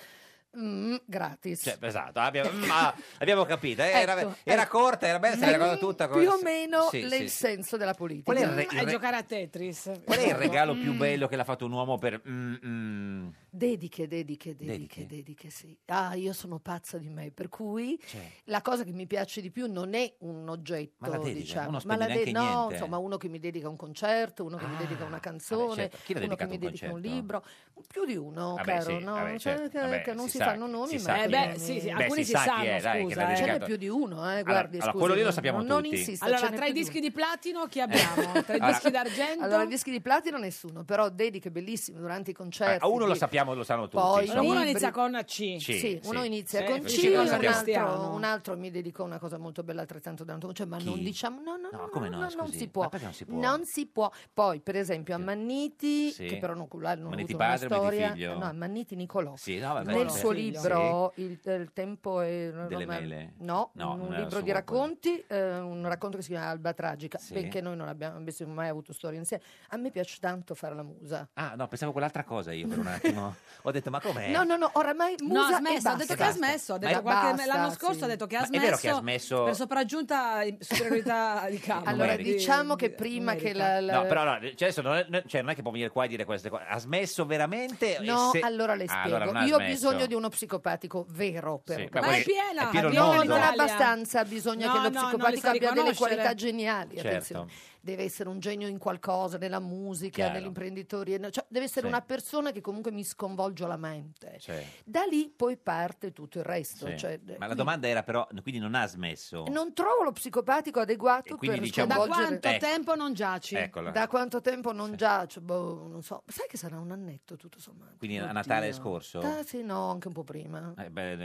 J: mm, gratis.
B: Cioè, esatto, abbiamo, ma abbiamo capito. eh, Era,
J: Ecco,
B: era
J: ecco.
B: corta, era bella, era
J: Mm,
B: cosa tutta. con-
J: Più o meno
B: Sì,
J: le-
B: sì,
J: il
B: sì.
J: senso della politica.
B: Qual è il re- il re-
L: giocare a Tetris.
B: Qual è il regalo più
J: Mm.
B: bello che l'ha fatto un uomo per... mm, mm,
J: Dediche, dediche, dediche,
B: Dediche?
J: dediche, sì. Ah, io sono pazza di me, per cui
B: cioè,
J: la cosa che mi piace di più non è un oggetto,
B: Ma la dedica?
J: diciamo,
B: Uno
J: ma
B: spendi neanche
J: no,
B: niente. Ah,
J: insomma, uno che mi dedica un concerto, uno che mi dedica una canzone,
B: certo. Chi l'ha
J: uno che
B: dedicato
J: mi
B: un
J: dedica un
B: concerto?
J: libro, più di uno,
B: Vabbè,
J: caro,
B: sì,
J: no?
B: vabbè,
J: Cioè,
B: certo,
J: che,
B: vabbè,
J: che non
B: si
J: si,
B: sa
J: fanno
B: chi-
J: nomi,
B: si
J: ma
B: sa Eh, chi beh, è.
L: sì, sì,
B: Beh,
L: alcuni
B: si
L: si
B: sa chi
L: sanno,
B: è, dai, che
L: scusa.
B: l'ha
J: ce n'è
B: dedicato.
J: eh, più di uno, eh,
B: Allora,
J: guardi,
B: allora,
J: scusi,
B: quello lì lo
J: non-
B: sappiamo
J: non, non
B: tutti.
J: insista, ce
L: Allora,
J: n'è
L: tra
J: più
L: i
J: di
L: dischi
J: uno.
L: di platino chi abbiamo? Tra i
B: Allora-
L: dischi d'argento?
J: Allora, dischi di platino nessuno, però dediche bellissime durante i concerti.
B: a uno lo
J: di-
B: sappiamo, lo sanno tutti.
J: Poi
B: insomma.
J: libri.
L: Uno inizia con C.
B: Sì,
J: sì, uno
B: sì.
J: inizia
B: Sì,
J: con
B: sì,
J: C,
B: sì, lo
J: un
B: sappiamo.
J: altro,
L: Cristiano.
J: un altro mi dedicò una cosa molto bella altrettanto durante un concerto, ma non
B: Chi?
J: diciamo no, no,
B: No,
J: no,
B: come
J: no,
B: no,
J: no, non
B: scusi?
J: si può.
B: Ma perché non si può?
J: può. Poi, per esempio, a Manniti,
B: Sì.
J: che però non, là non ho
B: Manniti
J: avuto
B: padre,
J: una
B: Manniti
J: storia,
B: figlio?
J: no, a Manniti Nicolò.
B: Sì, no, vabbè,
J: Nel
B: sì.
J: suo
B: Sì.
J: libro Il, il tempo è
B: Delle
J: Roma-
B: mele?
J: No,
B: No, non
J: un
B: era
J: libro
B: suo,
J: di
B: quello.
J: racconti, eh, un racconto che si chiama Alba tragica,
B: Sì.
J: perché noi non abbiamo abbiamo mai avuto storie insieme. A me piace tanto fare la musa.
B: Ah, no, pensavo quell'altra cosa io per un attimo. Ho detto, ma com'è?
J: No, no, no, oramai
L: No,
J: musa
L: ha smesso,
J: e
L: ha detto
J: basta.
L: che ha smesso, ha
J: Ma
L: detto
J: è
L: qualche-
J: basta,
L: l'anno scorso
J: sì.
L: ha detto che ha
B: Ma è
L: smesso,
B: vero che ha smesso-
L: per sopraggiunta in superiorità di campo.
J: Allora,
B: Numerica.
J: diciamo che prima che la... la-
B: No, però no, cioè, adesso non è, cioè, non è che può venire qua e dire queste cose. Ha smesso veramente? E
J: No,
B: se-
J: allora le
B: Ah,
J: spiego.
B: non ha
J: Io ho
B: smesso.
J: bisogno di uno psicopatico vero. Per
B: Sì,
J: capire.
B: poi È pieno il
J: No,
B: mondo.
J: non abbastanza, bisogna
L: No,
J: che lo
L: no, non le
J: psicopatico
L: sa
J: abbia delle
L: riconoscere.
J: qualità geniali.
B: Certo.
J: attenzione. Deve essere un genio in qualcosa, nella musica,
B: Chiaro.
J: nell'imprenditoria, cioè, deve essere
B: Sì.
J: una persona che comunque mi sconvolge la mente.
B: Cioè,
J: Da lì poi parte tutto il resto.
B: sì.
J: cioè,
B: ma la
J: quindi
B: domanda era però, quindi non ha smesso?
J: Non trovo lo psicopatico adeguato
B: Certo. E quindi
J: per
B: diciamo-
L: da
J: sconvolgere
L: quanto
B: Ecco.
L: tempo non giaci?
B: Eccola.
J: Da quanto tempo non giaccio? Boh, non so. Sai che sarà un annetto tutto sommato.
B: Quindi a
J: Oddio.
B: Natale scorso?
J: Ah, sì, no, anche un po' prima.
B: Eh, beh, eh,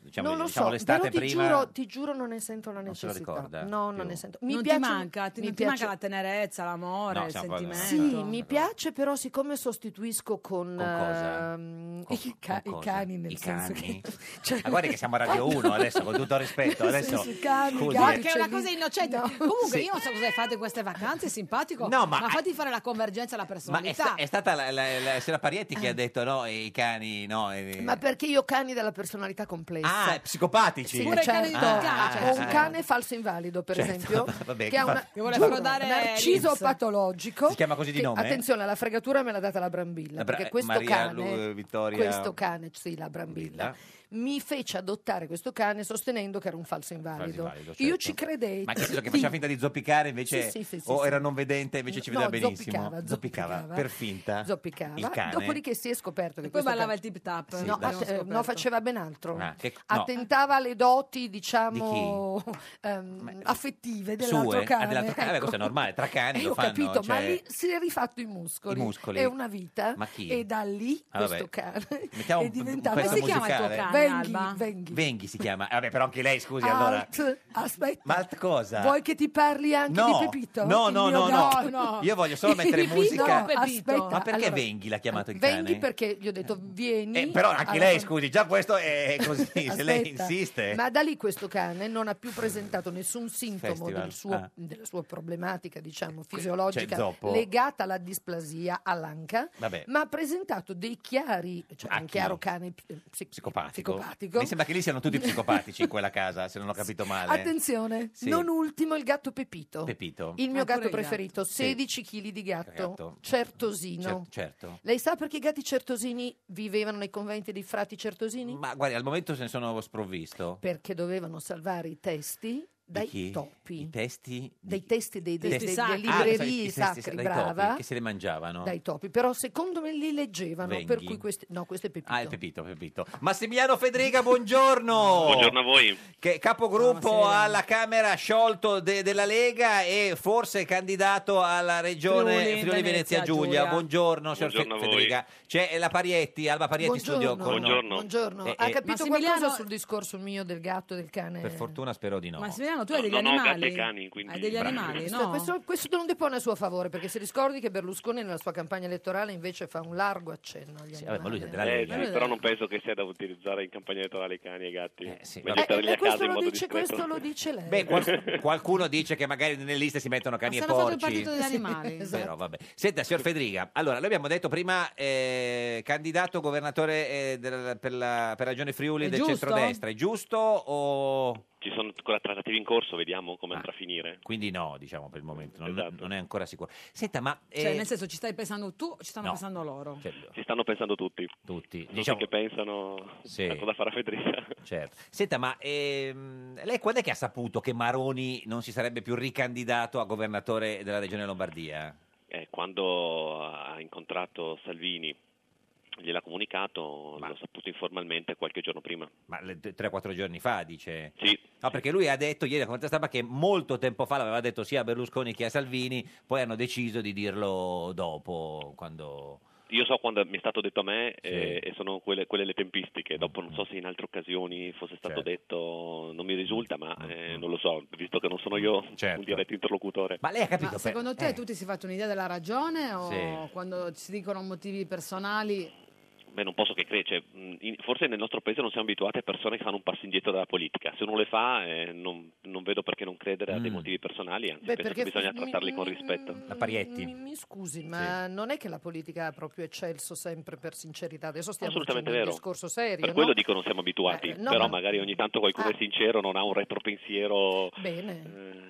B: diciamo,
J: non lo
B: diciamo
J: so,
B: l'estate
J: però ti,
B: prima.
J: giuro, ti giuro non ne sento la
B: se lo
J: necessità.
B: ricorda
J: no, non
B: più.
J: ne sento.
L: non
J: piace,
L: ti manca, ti,
J: mi
L: non ti manca
J: piace-
L: la tenerezza, l'amore,
B: No,
L: il
B: siamo-
L: sentimento.
J: Sì, mi piace, però siccome sostituisco con,
B: cosa?
J: ehm,
B: Con-
J: i, ca-
B: con
J: i
B: cosa?
J: cani nel
B: I
J: senso
B: cani?
J: che... cioè-
B: Ma guardi che siamo a Radio 1 adesso, con tutto rispetto.
J: Nel
B: Adesso,
J: senso, cani,
B: scusi,
J: gatti,
B: eh.
L: Che è una cosa innocente. Comunque,
B: Sì.
L: io non so cosa hai fatto in queste vacanze, è simpatico.
B: No, ma-
L: ma, fatti fare la convergenza alla
B: Ma è,
L: personalità.
B: sta- è stata la, la, la signora Parietti che ha detto no, i cani no. eh,
J: Eh. Ma perché io cani della personalità complessa.
B: Ah, psicopatici. Cioè, ah,
J: Sì,
L: Pure
J: certo.
L: cani di caccia,
J: Ho un
L: certo.
J: cane falso invalido, per
B: Certo,
J: esempio,
B: vabbè,
J: che ha
B: fa-
J: una-
B: Che vuole
J: giuro,
L: frodare
J: un narciso
L: Ritz.
J: patologico.
B: Si chiama così di
J: che-
B: nome, eh?
J: Attenzione, la fregatura me l'ha data la Brambilla,
B: La Bra-
J: perché questo
B: Maria
J: cane
B: Lu- Vittoria-
J: questo cane, sì, la Brambilla. mi fece adottare questo cane sostenendo che era un falso invalido.
B: invalido,
J: Io
B: certo.
J: ci credei.
B: Ma che senso che
J: Sì.
B: faceva finta di zoppicare invece
J: Sì, sì, sì, sì,
B: o
J: sì.
B: era non vedente invece ci
J: No,
B: vedeva benissimo.
J: zoppicava, zoppicava.
B: per finta. eh?
J: zoppicava,
B: Il cane.
J: dopodiché si è scoperto che
L: poi
J: questo
L: ballava
J: cane-
L: il tip tap.
J: no,
B: dai.
J: att- eh, no, faceva ben altro.
B: Ah, che- no.
J: Attentava alle doti, diciamo, ehm, affettive dell'altro
B: eh, Sue,
J: cane.
B: ah, dell'altro cane. Vabbè,
J: ecco.
B: questo è normale, tra cani
J: Eh,
B: lo
J: ho
B: fanno.
J: capito, ma
B: cioè-
J: lì si è rifatto i muscoli.
B: I muscoli?
J: È una vita.
B: Ma chi?
J: E da lì
B: Ah, vabbè.
J: questo cane
B: Mettiamo
J: è
B: un- un
J: diventato...
B: pezzo Come si chiama il tuo musicale? cane,
J: Venghi, Venghi.
B: Venghi si chiama. Eh, Vabbè, però anche lei, scusi, allora.
J: Alt, aspetta.
B: Ma alt cosa?
J: Ah, Vuoi che ti parli anche
B: No,
J: di Pepito?
B: no,
J: Il
B: no,
J: mio
B: no, no.
J: gatto.
B: Io voglio solo mettere
J: Pepito,
B: musica.
J: no,
B: Pepito.
J: aspetta,
B: Ma perché
J: allora,
B: Venghi l'ha chiamato il cane?
J: Venghi perché gli ho detto vieni.
B: Eh, però anche
J: alla
B: lei,
J: con-
B: scusi, già questo è così, se lei
J: Aspetta,
B: insiste.
J: Ma da lì questo cane non ha più presentato nessun sintomo
B: Festival,
J: del suo-
B: ah.
J: della sua problematica, diciamo, fisiologica
B: cioè, zoppo.
J: legata alla displasia all'anca,
B: Vabbè.
J: ma ha presentato dei chiari, cioè un chiaro cane eh, sì,
B: Psicopatico.
J: Psicopatico.
B: Mi sembra che lì siano tutti psicopatici in quella casa, se non ho capito male.
J: Attenzione,
B: Sì.
J: non ultimo il gatto Pepito.
B: Pepito.
J: Ah, Il mio
B: Ancora
J: gatto
B: il gatto.
J: preferito,
B: Sì.
J: 16 kg di gatto,
B: Gatto.
J: certosino.
B: Cer- certo.
J: Lei sa perché i gatti certosini vivevano nei conventi dei frati certosini?
B: Ma Ah, guardi, al momento se ne sono sprovvisto.
J: Perché dovevano salvare i testi
B: Di
J: dai
B: chi?
J: topi.
B: I testi
J: Dei testi dei, dei-
B: Testi
J: dei-
B: sacri.
J: delle
B: Ah, pensavo i- i
J: librerie
B: testi
J: sacri,
B: dai topi,
J: brava.
B: che se le mangiavano.
J: Dai topi, però secondo me li leggevano, per
B: Venghi.
J: cui questi... No, questo è Pepito.
B: Ah, il Pepito, Pepito. Massimiliano Federica, buongiorno.
M: Buongiorno a voi.
B: Che capogruppo alla Camera sciolto de- della Lega e forse candidato alla regione
M: Friuli,
B: Friuli, Venezia
M: Venezia
B: Giulia.
M: Giulia.
B: Buongiorno, signor Fe-
M: Buongiorno a voi.
B: Federica. C'è la Parietti, Alba Parietti in studio con noi.
J: Buongiorno.
B: Eh,
J: ha
B: eh,
J: capito
L: Massimiliano-
J: qualcosa sul discorso mio del gatto e del cane?
B: Per fortuna spero di no.
J: Massimiliano, tu
L: hai degli
B: non ho
L: animali?
B: gatti e cani, quindi-
L: Hai degli
B: Bravi.
L: animali,
J: Questo-
L: no?
J: Questo, questo non depone a suo favore, perché se riscordi che Berlusconi nella sua campagna elettorale invece fa un largo accenno agli
B: Sì,
J: animali.
B: vabbè, ma lui è della
M: Eh,
B: Lega.
M: sì, però non penso che sia da utilizzare in campagna elettorale i cani e i gatti.
J: Eh,
M: Metterli
J: eh,
M: a casa
J: questo,
M: in
J: lo
M: modo
J: dice,
M: discreto.
J: questo lo dice lei.
B: Beh, qual- qualcuno dice che magari nelle liste si mettono cani e porci.
J: animali.
L: Certo.
B: Però vabbè. Senta, signor Federica, allora, noi abbiamo detto prima eh, candidato governatore eh, del- per, la, per Regione Friuli
M: È
B: del
M: giusto?
B: centrodestra, è giusto o... Ah.
M: Ci sono ancora trattative in corso, vediamo come andrà a finire.
B: Quindi no, diciamo per il momento, non, non è ancora sicuro. Senta, ma... eh,
L: Cioè, nel senso, ci stai pensando tu o ci stanno
B: No. Cioè,
L: pensando loro?
M: Ci stanno pensando tutti.
B: Tutti. Diciamo-
M: che pensano a cosa farà Federica.
B: Certo. Senta, ma ehm, lei quando è che ha saputo che Maroni non si sarebbe più ricandidato a governatore della Regione Lombardia?
M: Eh, quando ha incontrato Salvini gliel'ha comunicato, l'ho saputo informalmente qualche giorno prima.
B: Ma 3-4 giorni fa, dice.
M: Sì.
B: No, perché lui ha detto ieri a conferenza stampa che molto tempo fa l'aveva detto sia a Berlusconi che a Salvini, poi hanno deciso di dirlo dopo, quando...
M: Io so quando mi è stato detto a me eh, e sono quelle, quelle le tempistiche, dopo non so se in altre occasioni fosse stato
L: Certo.
M: detto, non mi risulta, ma
L: Mm,
M: eh, non lo so, visto che non sono io un diretto interlocutore.
B: Ma lei ha
L: Certo.
B: eh.
L: Ma secondo te tu ti sei fatto un'idea della ragione o
M: Sì.
L: quando si dicono motivi personali?
M: Beh, non posso che credere, cioè, mh, in- forse nel nostro paese non siamo abituati a persone che fanno un passo indietro dalla politica, se uno le fa eh, non, non vedo perché non credere
L: Mm.
M: a dei motivi personali, anzi
J: Beh,
M: penso che
J: perché mm,
M: bisogna
J: mi-
M: trattarli con rispetto.
B: La Parietti.
J: Mi, mi scusi, ma non è che la politica ha proprio eccelso sempre per sincerità. Adesso stiamo
M: Assolutamente
J: facendo un
M: vero.
J: discorso serio.
M: per
J: no?
M: quello dico non siamo abituati,
J: Eh, no,
M: però
J: ma- ah.
M: magari ogni tanto qualcuno è sincero, non ha un retropensiero.
J: Bene.
M: eh,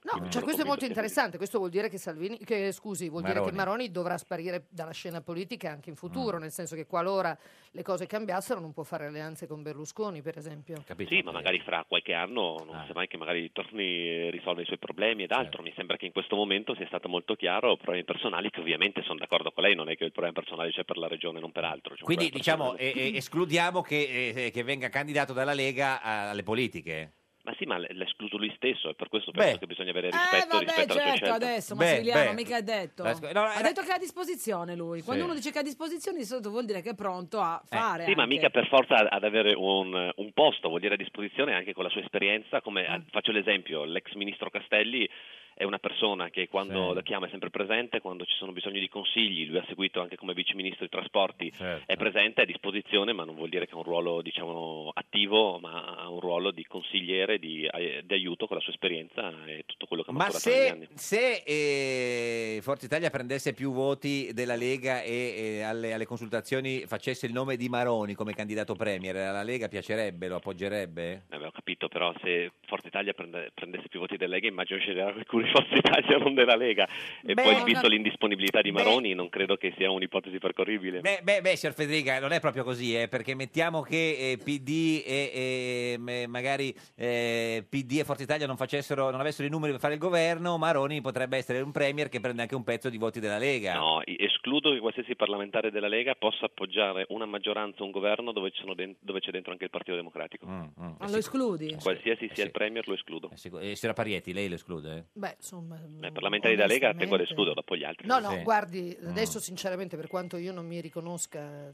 J: No, cioè, questo è molto interessante. Questo vuol dire che Salvini, che, scusi, vuol dire
M: Maroni.
J: che Maroni dovrà sparire dalla scena politica anche in
B: Mm.
J: futuro, nel senso che qualora le cose cambiassero non può fare alleanze con Berlusconi, per esempio.
M: Sì,
B: Eh,
M: ma
B: cioè.
M: magari fra qualche anno,
B: Ah.
M: non so mai che magari torni e risolve i suoi problemi ed
B: Certo.
M: altro. Mi sembra che in questo momento sia stato molto chiaro problemi personali che ovviamente sono d'accordo con lei, non è che il problema personale c'è per la regione, non per altro. cioè. C'è un
B: Quindi
M: problema
B: diciamo,
M: personale.
B: eh, eh, escludiamo che, eh, che venga candidato dalla Lega a- alle politiche.
M: Ma sì, ma l- l'ha escluso lui stesso, e per questo penso
B: Beh.
M: che bisogna avere
L: Eh
M: rispetto
L: vabbè,
M: rispetto alla sua
L: certo,
M: scelta.
L: adesso
B: Beh,
L: Massimiliano
B: beh.
L: mica ha detto.
B: La scu- no, eh,
L: ha detto che è a disposizione lui. Quando
M: Sì.
L: uno dice che è a disposizione di solito vuol dire che è pronto a
M: Eh,
L: fare.
M: sì, ma
L: anche.
M: mica per forza ad- ad avere un, un posto, vuol dire a disposizione anche con la sua esperienza. Come a- faccio l'esempio, l'ex ministro Castelli è una persona che quando la chiama è sempre presente, quando ci sono bisogno di consigli, lui ha seguito anche come vice ministro dei trasporti, è presente, è a disposizione, ma non vuol dire che ha un ruolo diciamo, attivo, ma ha un ruolo di consigliere, di, ai- di aiuto con la sua esperienza e tutto quello che ha
B: Ma
M: maturato negli anni.
B: se, se, eh, Forza Italia prendesse più voti della Lega e eh, alle, alle consultazioni facesse il nome di Maroni come candidato premier, alla Lega piacerebbe, lo appoggerebbe?
M: Eh beh, ho capito, però se Forza Italia prende- prendesse più voti della Lega, immagino sceglierà qualcuno di Forza Italia non della Lega e
B: Beh,
M: poi visto
B: no-
M: l'indisponibilità di Maroni non credo che sia un'ipotesi percorribile
B: Beh, Eh, beh, beh, signor Federica, non è proprio così, eh, perché mettiamo che eh, PD e, e, m- magari eh, PD e Forza Italia non, facessero, non avessero i numeri per fare il governo, Maroni potrebbe essere un premier che prende anche un pezzo di voti della Lega.
M: No, i- escludo che qualsiasi parlamentare della Lega possa appoggiare una maggioranza o un governo dove, ci sono den- dove c'è dentro anche il Partito Democratico.
B: Mm,
M: Eh
L: Ma lo escludi?
M: Qualsiasi
B: Eh
M: sia il Premier lo escludo.
B: E Eh signora Parietti, lei lo esclude?
J: Beh, insomma.
M: I parlamentari della Lega tengo ad
J: onestamente.
M: escluderlo, poi gli altri.
J: No, no, guardi,
B: Mm.
J: adesso sinceramente per quanto io non mi riconosca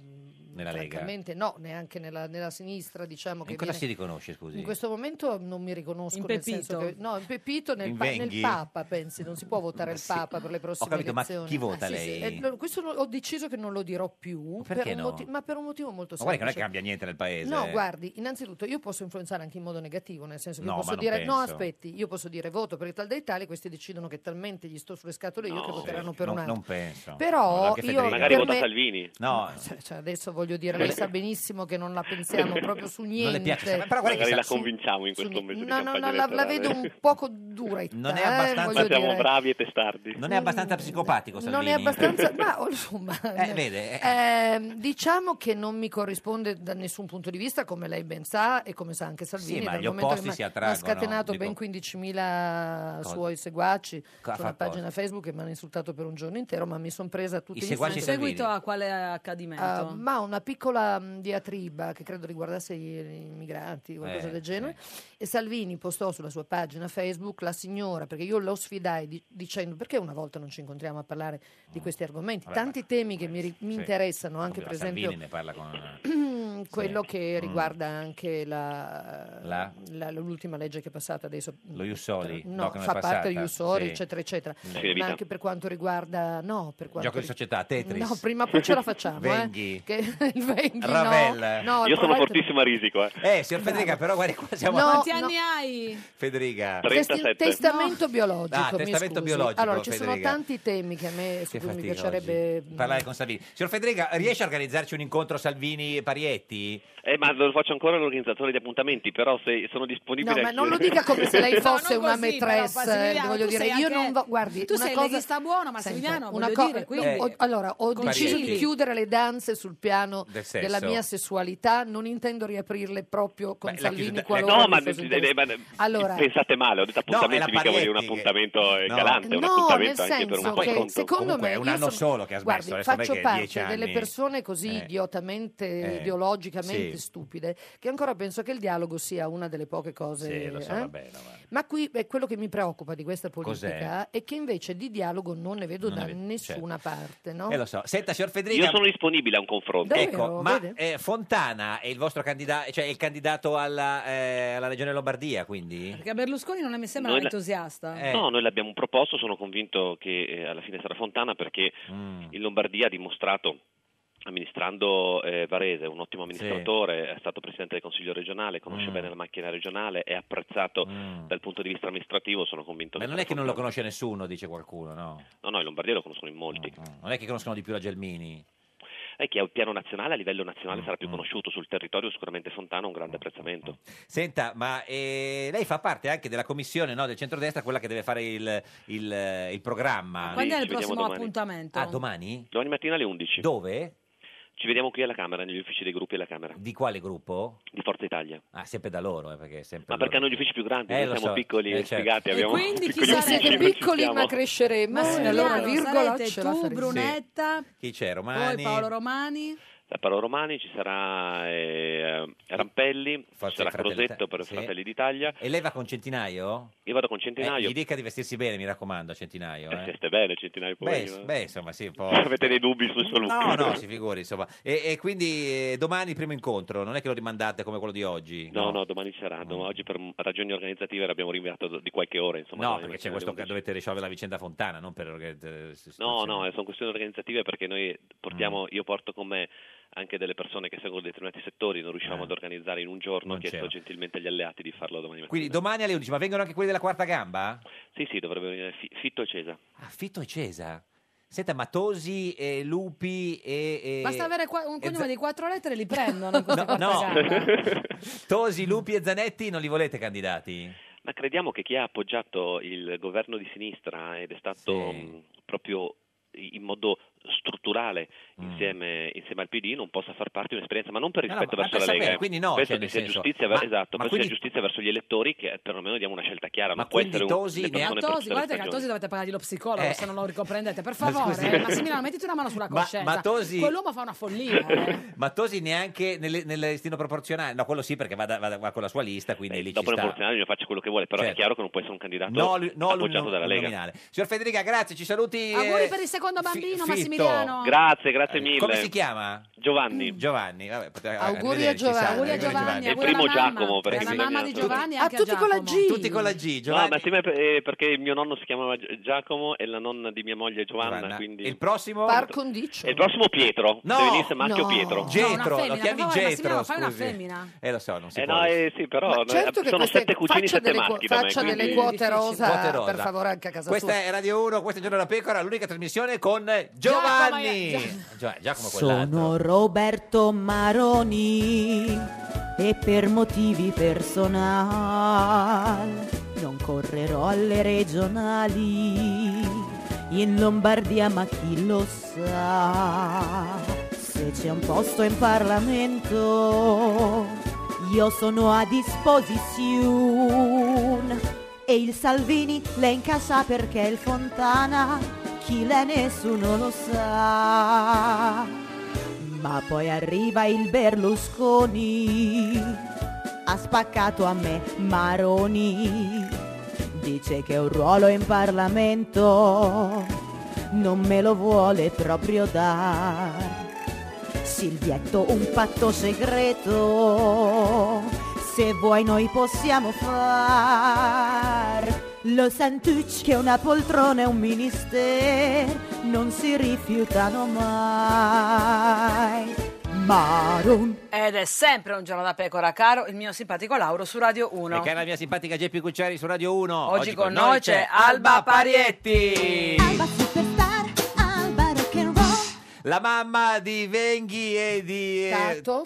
B: Nella Lega.
J: francamente, no, neanche nella, nella sinistra, diciamo che
B: In cosa
J: viene-
B: si riconosce, scusi?
J: In questo momento non mi riconosco nel senso
L: Impepito.
J: che no, impepito nel,
B: In
J: pa- nel
B: Venghi?
J: Papa, pensi, non si può votare
B: Ma
J: il
B: sì.
J: Papa per le prossime
B: capito, ma
J: elezioni.
B: chi vota
J: sì, sì.
B: lei?
J: Eh, lo- questo no- ho deciso che non lo dirò più, per
B: perché
J: un
B: no?
J: moti- ma per un motivo molto
B: Ma guarda che non è
J: semplice.
B: che cambia niente nel paese.
J: No,
B: eh.
J: guardi, innanzitutto io posso influenzare anche in modo negativo, nel senso che
B: No,
J: io posso
B: ma non
J: dire no,
B: penso.
J: aspetti, io posso dire voto perché tal dei tali questi decidono che talmente gli sto sulle scatole io che
B: No,
J: voteranno
B: sì,
J: per
B: non-
J: un altro.
B: non penso.
J: Però
B: Guarda che
J: io
B: Federica.
M: Magari
J: per
M: vota
J: me-
M: Salvini.
B: No,
J: Cioè, adesso voglio dire, lei sa benissimo che non la pensiamo proprio su niente.
B: Non le piace, ma- però guarda che
M: Magari
B: sa-
M: la
B: su-
M: convinciamo in questo
J: Su-
M: momento
J: no,
M: di
J: no,
M: campagna
J: no, la, la
M: elettorale.
J: vedo un poco duretta.
B: Non è
J: eh,
B: abbastanza-
J: voglio
M: Ma siamo
J: dire.
M: bravi e testardi.
B: non è abbastanza psicopatico Salvini.
J: Non è abbastanza, ma oh, insomma,
B: Eh, vede, eh.
J: ehm, diciamo che non mi corrisponde da nessun punto di vista, come lei ben sa e come sa anche Salvini.
B: Sì, ma
J: dal
B: gli
J: momento che
B: opposti
J: mi ha-
B: si
J: mi
B: attraggono,
J: Ha scatenato
B: dico.
J: ben 15.000
B: Cosa?
J: suoi seguaci
B: Cosa
J: su una
B: fa cosa?
J: pagina Facebook che mi hanno insultato per un giorno intero, ma mi sono presa tutti
B: I
J: gli
B: seguaci
J: insulti.
B: Salvini. Seguito
L: a quale accadimento?
J: Ah, ma una piccola mh, diatriba che credo riguardasse gli immigrati o qualcosa
L: Eh,
J: del genere. E Salvini postò sulla sua pagina Facebook la signora, perché io lo sfidai di- dicendo perché una volta non ci incontriamo a parlare di questi argomenti.
B: Mm. Vabbè, eh,
J: Tanti temi che mi, ri- mi
B: Sì.
J: interessano, anche
B: Vabbè,
J: per
B: ma
J: esempio
B: Salvini ne parla con...
J: quello
B: Sì.
J: che
B: Mm.
J: riguarda anche la-
B: La?
J: la- l'ultima legge che è passata adesso.
B: Lo Jussoli?
J: No,
B: No, che non è
J: fa parte
B: passata.
J: di Jussoli,
B: Sì.
J: eccetera, eccetera.
B: Sì, evita.
J: Ma anche per quanto riguarda... No, per quanto
B: Gioco di società, Tetris.
J: No, prima o poi ce la facciamo. eh.
B: Venghi.
J: Che- il Venghi, no.
B: Ravel.
J: No,
M: Io sono
J: provate-
M: fortissimo a risico. Eh.
B: Eh, signor Federica, però guardi qua siamo...
J: No,
L: Quanti
J: no.
L: anni hai?
B: Federica.
J: Testi- testamento biologico.
B: Ah,
J: mi
B: testamento
J: scusi.
B: biologico,
J: Allora, ci sono
B: Federica.
J: tanti temi che a me su
B: Che
J: cui mi
B: fatica
J: piacerebbe
B: oggi parlare con Salvini. Signor Federica, riesce a organizzarci un incontro Salvini-Parietti?
M: Eh, ma lo faccio ancora l'organizzatore di appuntamenti, però se sono disponibile...
J: No, ma
M: anche-
J: non lo dica come se lei
L: No,
J: fosse
L: non
J: una
L: così, però,
J: maîtresse,
L: Massimiliano,
J: voglio
L: tu
J: dire,
L: sei
J: io
L: anche-
J: non vo- guardi,
L: tu
J: una
L: sei
J: cosa
L: leghista buono, Massimiliano, voglio
J: cosa-
L: dire, quindi-
J: ho- eh, allora, ho
L: Con
J: deciso di
L: Parietti.
J: chiudere le danze sul piano
M: Del sesso.
J: della mia sessualità, non intendo riaprirle proprio con
M: Beh, la
J: Salvini
M: chiusa- eh,
J: qualora
M: no,
J: mi
M: ma,
J: fosse
M: eh,
J: interessato.
M: ma-
J: Allora-
M: pensate male, ho detto appuntamenti,
B: è la
M: mica voglio un
B: Parietti che-
M: appuntamento eh,
B: No.
M: galante, un
J: No,
M: appuntamento
J: nel
M: anche per un
J: senso
M: po'
J: che
M: incontro.
J: secondo
B: Comunque,
J: me
B: è un
J: io
B: anno
J: sono-
B: solo che ha smesso, adesso
J: guardi,
B: non è
J: faccio
B: che è
J: parte
B: dieci anni.
J: delle persone così
B: Eh.
J: idiotamente
B: Eh.
J: ideologicamente
B: Sì.
J: stupide che ancora penso che il dialogo sia una delle poche cose
B: Sì, lo so,
J: eh?
B: vabbè, no, vabbè.
J: ma qui beh, quello che mi preoccupa di questa politica è che invece di dialogo non ne vedo
M: Non ne
J: da
M: vedo,
J: nessuna parte no?
B: Eh, lo so. Senta, signor Federica...
M: Io sono disponibile a un confronto.
B: Ecco, ma eh, Fontana è il vostro candidato, cioè è il candidato alla, eh, alla regione Lombardia, quindi?
L: Perché Berlusconi non mi sembra
M: Noi
L: un
M: la-
L: entusiasta.
B: Eh.
M: No, noi l'abbiamo proposto, sono convinto che eh, alla fine sarà Fontana perché
B: Mm.
M: in Lombardia ha dimostrato amministrando eh, Varese, un ottimo amministratore, è stato presidente del Consiglio regionale, conosce
B: Mm.
M: bene la macchina regionale, è apprezzato dal punto di vista amministrativo, sono convinto
B: Ma
M: che
B: non è che non lo conosce nessuno, dice qualcuno, no?
M: No, no, in Lombardia lo conoscono in molti.
B: Non è che conoscono di più la Gelmini.
M: È che a piano nazionale, a livello nazionale sarà
B: Mm,
M: più conosciuto sul territorio, sicuramente Fontana ha un grande apprezzamento.
B: Senta, ma eh, lei fa parte anche della commissione no, del centrodestra, quella che deve fare il, il- il programma.
L: Quando è il
M: ci
L: prossimo
M: vediamo domani.
L: appuntamento?
B: Ah, domani?
M: Domani mattina alle 11.
B: Dove?
M: Ci vediamo qui alla Camera, negli uffici dei gruppi alla Camera.
B: Di quale gruppo?
M: Di Forza Italia.
B: Ah, sempre da loro, eh, perché è sempre
M: Ma perché
B: loro.
M: hanno gli uffici più grandi,
B: Eh,
M: noi
B: lo
M: siamo
B: so.
M: piccoli
B: Eh,
M: e
B: certo.
M: sfigati,
B: E
M: abbiamo
L: quindi
M: piccoli
L: chi
M: uffici,
L: sarà-
M: non ci
J: piccoli
M: stiamo.
J: ma cresceremo e
L: Massimiliano,
J: allora virgola
L: Eh, sarete
J: ce la
L: tu,
J: faremo.
L: Brunetta,
B: Chi c'è?
L: poi
B: Romani?
L: Paolo Romani.
M: Da Paolo Romani ci sarà eh, Rampelli, ci sarà
B: Fratelli
M: Crosetto per
B: d'Ita- sì.
M: Fratelli d'Italia.
B: E lei va con Centinaio?
M: Io vado con
B: Eh,
M: Centinaio.
B: gli dica di vestirsi bene, mi raccomando, a Centinaio.
M: Eh,
B: eh.
M: se siete bene, Centinaio
B: Beh,
M: poverino.
B: s- beh, insomma, sì, un po'.
M: Avete dei dubbi sul suo look?
B: No, no, si figuri, insomma. E, e quindi eh, domani primo incontro, non è che lo rimandate come quello di oggi?
M: No, no, domani ci sarà.
B: Mm.
M: Dom- Oggi per ragioni organizzative l'abbiamo rinviato do- di qualche ora. Insomma,
B: No,
M: domani
B: perché c'è
M: mattina
B: questo
M: alle
B: che dovete risolvere la vicenda Fontana, non per organizzare...
M: No, no, eh, sono questioni organizzative perché noi
B: Mm.
M: portiamo, io porto con me anche delle persone che seguono determinati settori, non riusciamo ad organizzare in un giorno, ho
B: Eh. Non
M: chiesto
B: c'era.
M: gentilmente agli alleati di farlo domani mattina.
B: Quindi domani alle 11, ma vengono anche quelli della quarta gamba?
M: Sì, sì, dovrebbe venire Fi- Fitto e Cesa.
B: Ah, Fitto e Cesa. Senta, ma Tosi e Lupi e... e-
L: Basta avere qua- un
B: e
L: cognome
B: Za-
L: di quattro lettere, li prendono in queste
B: No,
L: quattro
B: no.
L: gambe.
B: Tosi, Lupi e Zanetti non li volete candidati?
M: ma crediamo che chi ha appoggiato il governo di sinistra ed è stato mh, proprio in modo strutturale insieme, insieme al PD non possa far parte di un'esperienza, ma non per
B: Mm. No, no,
M: rispetto
B: ma- ma
M: verso
B: per
M: la
B: sapere,
M: Lega. eh.
B: quindi no,
M: penso
B: cioè,
M: che
B: nel
M: sia
B: senso-
M: giustizia,
B: ma-
M: esatto,
B: ma
M: penso sia
B: quindi-
M: giustizia verso gli elettori che perlomeno diamo una scelta chiara, ma, può
B: quindi
M: essere un,
B: Tosi
M: le persone
L: A
M: per
L: Tosi,
M: tutte le
L: guardate che a
M: stagioni.
L: Tosi dovete pagare lo psicologo,
M: Eh.
L: se non lo ricomprendete. Per
B: Ma
L: favore,
B: scusi.
L: eh, Massimiliano, mettiti una mano sulla
B: Ma-
L: coscienza.
B: ma Tosi-
L: Quell'uomo fa una follia. eh.
B: Ma Tosi neanche nel, nel destino proporzionale, no, quello sì perché va, da- va da- va con la sua lista, quindi lì
M: Dopo il
B: ci sta. Certo.
M: funzionario ne faccia quello che vuole, però è chiaro che non può essere un candidato
B: No, lui- no, lui
M: appoggiato
B: no-
M: dalla Lega. Ah,
B: nominale. Signor Federica, grazie, ci saluti.
L: Auguri
B: eh,
L: per il secondo bambino,
B: Fitto.
L: Massimiliano.
M: Grazie, grazie
B: Eh,
M: mille.
B: Come si chiama?
M: Giovanni.
B: Giovanni, vabbè, poteva-
M: Eh,
L: Auguri a
B: arrivederci,
L: Giovanni.
B: salve,
L: Auguri a
B: arrivederci,
L: Giovanni,
M: Il
L: auguri alla
M: primo
L: mamma.
M: Giovanni, perché
L: alla
M: bisogna-
L: mamma di Giovanni e anche
B: tutti con la
L: Giovanni.
B: G. Tutti con la G,
M: No,
B: Giovanni.
M: ma sì, ma eh, perché mio nonno si chiamava Gi- Giacomo e la nonna di mia moglie Giovanna,
B: Giovanna.
M: quindi...
B: Il prossimo?
J: Par condicio.
M: E il prossimo Pietro,
B: No,
M: deve venisse Macchio
J: no.
M: Pietro.
B: Getro,
J: No, una
B: lo
J: femmina,
B: chiami
J: per favore,
B: Getro,
J: Massimiliano, fai una
B: scusi.
J: femmina.
B: Eh lo so, non si
M: Eh,
B: può.
M: no, eh, sì, però
J: Ma certo che
M: sono
J: queste-
M: sette cucini,
J: faccia
M: sette
J: delle,
M: maschi da me,
J: faccia delle
M: quindi-
J: quote rosa,
B: Quote rosa.
J: per favore anche a casa
B: Questa
J: sua
B: è Radio 1, questo è Giorno della Pecora, l'unica trasmissione con Giovanni. Gio- Giacomo quell'altro.
F: Sono Roberto Maroni e per motivi personali non correrò alle regionali in Lombardia, ma chi lo sa? Se c'è un posto in Parlamento, io sono a disposizione. E il Salvini le incassa perché il Fontana, chi l'è nessuno lo sa. Ma poi arriva il Berlusconi, ha spaccato a me Maroni, dice che un ruolo in Parlamento non me lo vuole proprio dar. Silvietto, un patto segreto, se vuoi noi possiamo far. Lo Santucci che una poltrona e un ministero non si rifiutano mai. Maron.
A: Ed è sempre un giorno da pecora, caro il mio simpatico Lauro su Radio 1.
B: E cara la mia simpatica Geppi Cucciari su Radio 1.
A: Oggi con noi c'è Alba
B: Parietti.
F: superstar, Alba rock and roll.
B: La mamma di Venghi e di eh,
J: Tato,